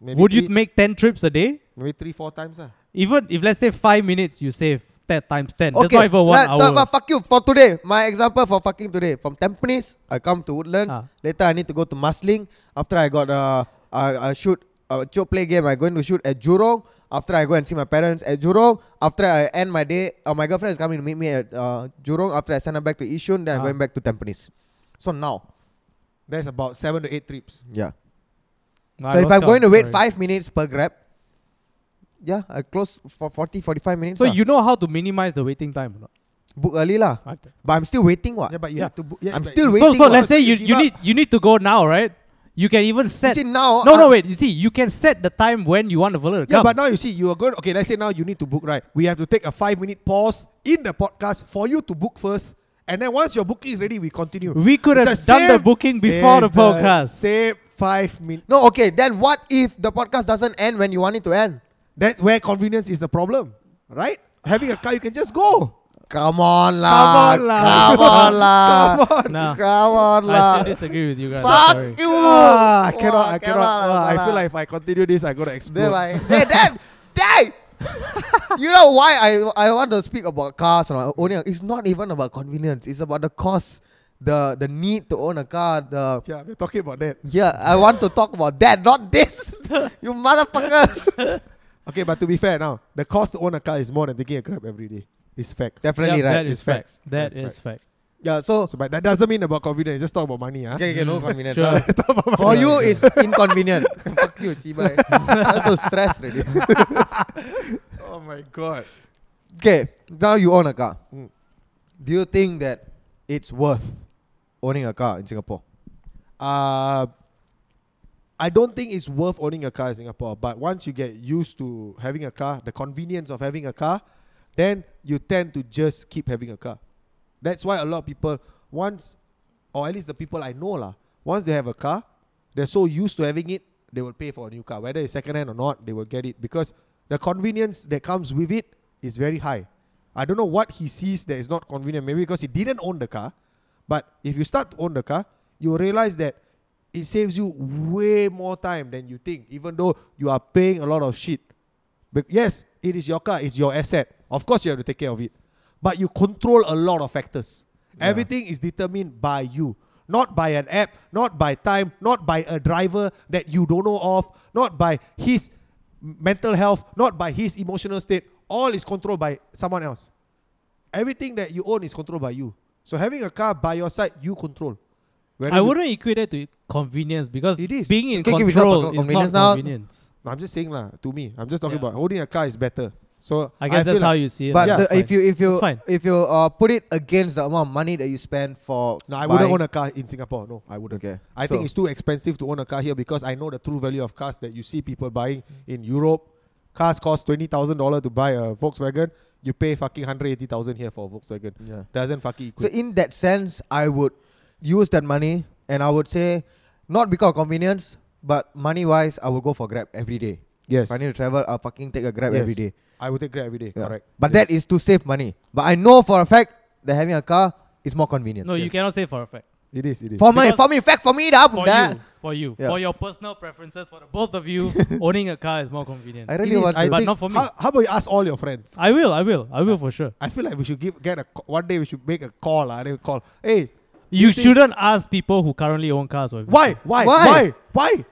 Speaker 4: Maybe
Speaker 3: Would you
Speaker 4: three-
Speaker 3: make ten trips a day?
Speaker 4: maybe three, four times? ah.
Speaker 3: Even if let's say five minutes, you save that times ten. That's
Speaker 1: okay,
Speaker 3: not even one
Speaker 1: let's- so,
Speaker 3: hour.
Speaker 1: but fuck you for today. My example for fucking today. From Tampines, I come to Woodlands.
Speaker 3: Ah.
Speaker 1: Later, I need to go to Musling. After I got uh, I, I shoot a uh, play game. I going to shoot at Jurong. After I go and see my parents at Jurong. After I end my day, uh, my girlfriend is coming to meet me at uh, Jurong. After I send her back to Yishun, then I'm
Speaker 3: Ah.
Speaker 1: going back to Tampines. So now,
Speaker 4: That's about seven to eight trips.
Speaker 1: yeah.
Speaker 3: No, I
Speaker 1: so if
Speaker 3: lost
Speaker 1: I'm
Speaker 3: count.
Speaker 1: going to wait
Speaker 3: Sorry.
Speaker 1: five minutes per grab, yeah, I close for 40, 45 minutes.
Speaker 3: so
Speaker 1: lah.
Speaker 3: you know how to minimize the waiting time. Or not?
Speaker 1: book early lah. But I'm still waiting. What?
Speaker 4: Yeah, but you
Speaker 3: Yeah.
Speaker 4: have to. Book, yeah,
Speaker 1: I'm
Speaker 4: but
Speaker 1: still
Speaker 4: you-
Speaker 1: waiting
Speaker 3: So, so
Speaker 1: what?
Speaker 3: let's say
Speaker 4: You
Speaker 3: you,
Speaker 4: give
Speaker 3: you
Speaker 4: up.
Speaker 3: need you need to go now, right? You can even
Speaker 1: You
Speaker 3: set.
Speaker 1: see now.
Speaker 3: no, no,
Speaker 1: I'm-
Speaker 3: wait. You see, you can set the time when you want the fella to
Speaker 4: Yeah,
Speaker 3: come.
Speaker 4: but now you see, you are going. Okay, let's say now you need to book, right? We have to take a five minute pause in the podcast for you to book first. And then once your booking is ready, we continue.
Speaker 3: we could have
Speaker 4: The
Speaker 3: done the
Speaker 4: same
Speaker 3: booking before the
Speaker 4: is
Speaker 3: podcast.
Speaker 4: Same five minutes.
Speaker 1: No, okay, then what if the podcast doesn't end when you want it to end?
Speaker 4: That's where convenience is the problem, right? Having a car, you can just go.
Speaker 1: Come on
Speaker 4: Come
Speaker 1: lah.
Speaker 4: on lah.
Speaker 1: Come on lah.
Speaker 4: Come on.
Speaker 3: Nah,
Speaker 1: Come on
Speaker 3: I
Speaker 1: lah.
Speaker 3: still disagree with you guys.
Speaker 1: Fuck
Speaker 3: Sorry.
Speaker 1: you.
Speaker 4: Ah, I cannot.
Speaker 1: Wah,
Speaker 4: I cannot.
Speaker 1: lah,
Speaker 4: ah, I
Speaker 1: lah.
Speaker 4: feel like if I continue this, I gotta
Speaker 1: They're
Speaker 4: explode.
Speaker 1: like, hey, Dad, Dad. you know why I I want to speak about cars or not? owning? a- It's not even about convenience. It's about the cost, the the need to own a car. The
Speaker 4: yeah, we're talking about that.
Speaker 1: yeah, I want to talk about that, not this. you motherfucker.
Speaker 4: Okay, but to be fair, now the cost to own a car is more than taking a grab every day. It's fact.
Speaker 1: Definitely
Speaker 3: Yeah,
Speaker 1: right.
Speaker 3: That is
Speaker 4: It's
Speaker 3: fact.
Speaker 4: facts.
Speaker 3: That
Speaker 4: It's
Speaker 3: is fact.
Speaker 4: facts.
Speaker 1: yeah. So,
Speaker 4: So, but that doesn't mean about convenience. Just talk about money, ah. huh?
Speaker 1: okay, okay, no convenience.
Speaker 3: Sure.
Speaker 1: huh? For you, it's inconvenient. Fuck you, Chibai. I'm so stressed already.
Speaker 4: Oh my god.
Speaker 1: Okay, now you own a car.
Speaker 4: Mm.
Speaker 1: Do you think that it's worth owning a car in Singapore?
Speaker 4: Uh, I don't think it's worth owning a car in Singapore. But once you get used to having a car, the convenience of having a car, then you tend to just keep having a car. That's why a lot of people once, or at least the people I know lah, once they have a car, they're so used to having it, they will pay for a new car, whether it's second hand or not. They will get it because the convenience that comes with it is very high. I don't know what he sees that is not convenient. Maybe because he didn't own the car, but if you start to own the car, you will realize that it saves you way more time than you think, even though you are paying a lot of shit. But yes, it is your car, it's your asset. Of course, you have to take care of it. But you control a lot of factors.
Speaker 1: Yeah.
Speaker 4: Everything is determined by you, not by an app, not by time, not by a driver that you don't know of, not by his mental health, not by his emotional state. All is controlled by someone else. Everything that you own is controlled by you. So having a car by your side, you control. Whether
Speaker 3: I
Speaker 4: you-
Speaker 3: wouldn't equate that to convenience because
Speaker 4: It is.
Speaker 3: being in
Speaker 1: Okay, okay, we
Speaker 3: control
Speaker 1: not talk about
Speaker 3: is not
Speaker 1: convenience now.
Speaker 3: convenience.
Speaker 4: No, I'm just saying lah. To me, I'm just talking
Speaker 3: Yeah.
Speaker 4: about holding a car is better. So
Speaker 3: I guess
Speaker 4: feel
Speaker 3: that's how
Speaker 4: like-
Speaker 3: you see it.
Speaker 1: But
Speaker 4: Yeah.
Speaker 3: lah.
Speaker 1: the-
Speaker 3: It's fine.
Speaker 1: if you if you
Speaker 3: It's fine.
Speaker 1: if you uh, put it against the amount of money that you spend for
Speaker 4: No, I wouldn't
Speaker 1: buying-
Speaker 4: own a car in Singapore. No, I wouldn't.
Speaker 1: Okay.
Speaker 4: I
Speaker 1: So-
Speaker 4: think it's too expensive to own a car here because I know the true value of cars that you see people buying in Europe. Cars cost twenty thousand dollar to buy a Volkswagen. You pay fucking hundred eighty thousand here for a Volkswagen.
Speaker 1: Yeah.
Speaker 4: Doesn't fucking equal.
Speaker 1: So in that sense, I would use that money and I would say not because of convenience, but money wise, I would go for Grab every day.
Speaker 4: yes.
Speaker 1: If I need to travel, I'll fucking take a Grab every
Speaker 4: Yes.
Speaker 1: day.
Speaker 4: I would take Grab every day.
Speaker 1: Yeah.
Speaker 4: Correct.
Speaker 1: But
Speaker 4: Yes.
Speaker 1: that is to save money. But I know for a fact that having a car is more convenient.
Speaker 3: no, you
Speaker 4: Yes.
Speaker 3: cannot say for a fact.
Speaker 4: it is. It is.
Speaker 1: For my
Speaker 3: Because-
Speaker 1: for me, fact for me, da,
Speaker 3: For
Speaker 1: that
Speaker 3: you, for you,
Speaker 1: Yeah.
Speaker 3: for your personal preferences, for the both of you, owning a car is more convenient.
Speaker 1: I
Speaker 4: It
Speaker 1: really
Speaker 4: is,
Speaker 1: want
Speaker 4: I
Speaker 1: to.
Speaker 3: But
Speaker 4: think-
Speaker 3: not for me.
Speaker 4: How, how about you ask all your friends?
Speaker 3: I will, I will, I will for sure.
Speaker 4: I feel like we should give get a ca- one day we should make a call. Uh, they call. Hey,
Speaker 3: You,
Speaker 4: think-
Speaker 3: shouldn't ask people who currently own cars. What
Speaker 4: Why? Why?
Speaker 1: Why?
Speaker 4: Why? Why?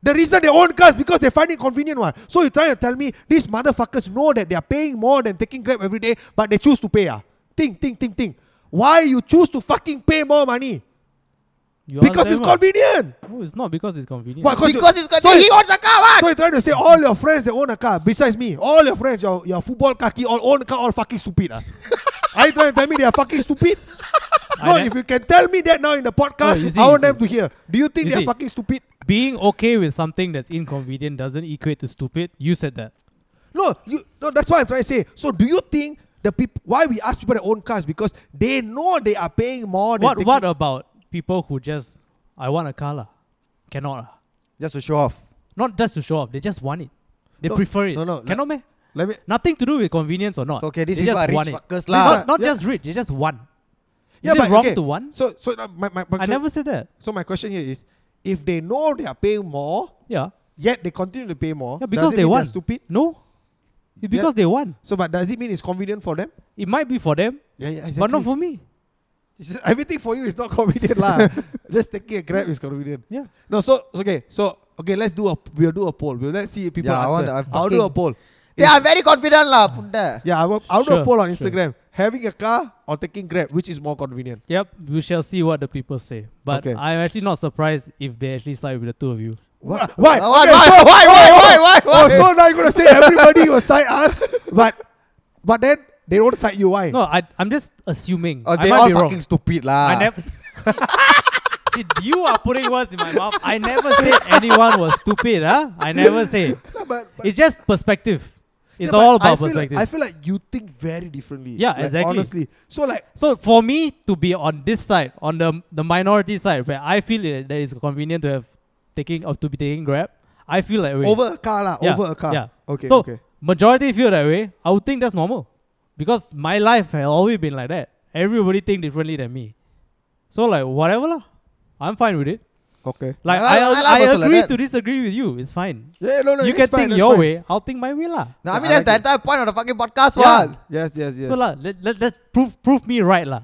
Speaker 4: The reason they own cars because they find it convenient one. So you try to tell me these motherfuckers know that they are paying more than taking Grab every day, but they choose to pay. Ah, think, think, think, think. Why you choose to fucking pay more money?
Speaker 3: You ask
Speaker 4: because
Speaker 3: them
Speaker 4: it's
Speaker 3: ah.
Speaker 4: convenient.
Speaker 3: No, it's not because it's convenient.
Speaker 4: Why? you-
Speaker 1: because it's got
Speaker 4: so
Speaker 1: he
Speaker 4: you,
Speaker 1: owns a car, what?
Speaker 4: so you're trying to say all your friends they own a car besides me. All your friends, your, your football khaki, all own car, all fucking stupid. Ah, are you trying to tell me they are fucking stupid?
Speaker 3: I
Speaker 4: No,
Speaker 3: ne-
Speaker 4: if you can tell me that now in the podcast,
Speaker 3: No, you see,
Speaker 4: I
Speaker 3: you
Speaker 4: want them to
Speaker 3: see.
Speaker 4: hear. Do you think
Speaker 3: You
Speaker 4: they
Speaker 3: see.
Speaker 4: are fucking stupid?
Speaker 3: being okay with something that's inconvenient doesn't equate to stupid. You said that.
Speaker 4: No, you no, that's what I'm trying to say. So do you think the people why we ask people to own cars? Because they know they are paying more than
Speaker 3: What
Speaker 4: taking-
Speaker 3: What uh, about people who just I want a car lah, cannot lah.
Speaker 1: Just to show off.
Speaker 3: not just to show off. They just want it. They
Speaker 4: No,
Speaker 3: prefer it.
Speaker 4: no, no,
Speaker 3: cannot meh?
Speaker 4: Let me
Speaker 3: Nothing to do with convenience or not.
Speaker 1: So okay, these
Speaker 3: they
Speaker 1: people are
Speaker 3: just want
Speaker 1: rich
Speaker 3: it.
Speaker 1: fuckers
Speaker 4: are-
Speaker 1: lah.
Speaker 3: Not, not
Speaker 4: Yeah.
Speaker 3: just rich. They just want.
Speaker 4: Yeah,
Speaker 3: Is it
Speaker 4: but
Speaker 3: wrong
Speaker 4: okay.
Speaker 3: to want?
Speaker 4: so so uh, my, my, my
Speaker 3: I never said that.
Speaker 4: so my question here is if they know they are paying more,
Speaker 3: Yeah.
Speaker 4: yet they continue to pay more,
Speaker 3: Yeah, because
Speaker 4: Oh. does it
Speaker 3: they
Speaker 4: mean they're
Speaker 3: want.
Speaker 4: stupid.
Speaker 3: No. It's because they want.
Speaker 4: So but does it mean it's convenient for them?
Speaker 3: It might be for them,
Speaker 4: Yeah, yeah,
Speaker 3: but not for me.
Speaker 4: everything for you is not convenient lah. Just taking a grab is convenient.
Speaker 3: Yeah.
Speaker 4: No, so okay, so okay, let's do a we'll do a poll. We'll let's see if people
Speaker 1: Yeah, I
Speaker 4: answer.
Speaker 1: want- I
Speaker 4: will do a
Speaker 1: fucking-
Speaker 4: poll.
Speaker 1: They are very confident lah, punda.
Speaker 4: Yeah, I will, I'll do a
Speaker 3: Sure,
Speaker 4: poll on
Speaker 3: sure.
Speaker 4: Instagram. Having a car or taking Grab, which is more convenient?
Speaker 3: Yep. We shall see what the people say. But
Speaker 4: Okay.
Speaker 3: I'm actually not surprised if they actually side with the two of you.
Speaker 4: What? Why?
Speaker 1: Why?
Speaker 4: Okay,
Speaker 1: Why?
Speaker 4: so-
Speaker 1: Why? Why?
Speaker 4: oh,
Speaker 1: Why? Why? Why?
Speaker 4: Oh, so now you're gonna say everybody will side us, but but then they don't side you. Why?
Speaker 3: No, I, I'm just assuming.
Speaker 1: Oh,
Speaker 3: I
Speaker 1: they
Speaker 3: might
Speaker 1: all
Speaker 3: be wrong.
Speaker 1: fucking stupid lah.
Speaker 4: Ah.
Speaker 3: I never. See, you are putting words in my mouth. I never said anyone was stupid, huh? I never say.
Speaker 4: but,
Speaker 3: It's just perspective. It's
Speaker 4: yeah, but
Speaker 3: all
Speaker 4: I
Speaker 3: about
Speaker 4: feel like,
Speaker 3: perspective.
Speaker 4: I feel like you think very differently.
Speaker 3: Yeah,
Speaker 4: like,
Speaker 3: exactly.
Speaker 4: Honestly, so like
Speaker 3: so for me to be on this side, on the the minority side, where I feel it, that it's convenient to have taking or to be taking Grab, I feel that way.
Speaker 4: over a car lah,
Speaker 3: Yeah,
Speaker 4: over a car.
Speaker 3: yeah.
Speaker 4: Okay.
Speaker 3: So-
Speaker 4: okay.
Speaker 3: Majority feel that way. I would think that's normal, because my life has always been like that. Everybody think differently than me, so like whatever lah, I'm fine with it.
Speaker 4: Okay.
Speaker 3: Like
Speaker 1: I- I-
Speaker 3: I,
Speaker 1: I
Speaker 3: I,
Speaker 1: also like
Speaker 3: agree
Speaker 1: that.
Speaker 3: to disagree with you. It's fine.
Speaker 4: Yeah, no, no.
Speaker 3: you
Speaker 4: it's
Speaker 3: can
Speaker 4: fine,
Speaker 3: think
Speaker 4: that's
Speaker 3: your
Speaker 4: fine.
Speaker 3: way. I'll think my way lah.
Speaker 1: No, I mean
Speaker 4: Yeah, I
Speaker 1: that's the
Speaker 4: like
Speaker 1: entire point of the fucking podcast,
Speaker 3: Yeah.
Speaker 1: one.
Speaker 4: Yes, yes, yes.
Speaker 3: So lah, let, let, let's prove prove me right lah.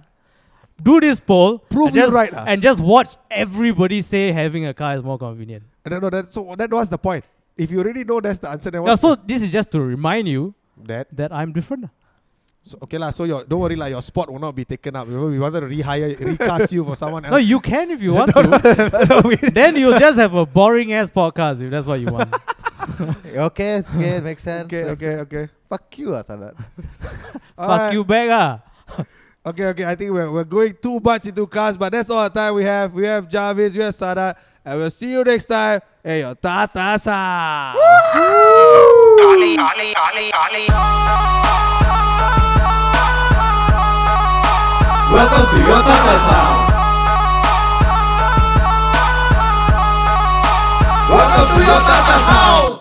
Speaker 3: Do this poll.
Speaker 4: Prove
Speaker 3: and
Speaker 4: you
Speaker 3: just,
Speaker 4: right lah.
Speaker 3: And just watch everybody say having a car is more convenient.
Speaker 4: no, no. That, so that was the point. If you already know that's the answer, then
Speaker 3: Yeah,
Speaker 4: what's
Speaker 3: so this is just to remind you
Speaker 4: that?
Speaker 3: that I'm different. lah.
Speaker 4: So, okay lah. So your don't worry lah. Your spot will not be taken up. Remember, we wanted to rehire, recast you for someone else.
Speaker 3: No, you can if you want to. then you'll just have a boring ass podcast if that's what you want.
Speaker 1: Okay, okay, makes sense.
Speaker 4: okay,
Speaker 1: makes
Speaker 4: okay, okay.
Speaker 1: sense. Fuck you, Asalat.
Speaker 3: Fuck you back ah.
Speaker 4: Okay, okay. I think we're, we're going too much into cars, but that's all the time we have. We have Jarvis, we have Sadat, and we'll see you next time. Hey, yo, Tata Sa.
Speaker 2: காலை காலை காலை காலை
Speaker 4: Welcome to your Tata Sa.
Speaker 2: Welcome to your Tata Sound.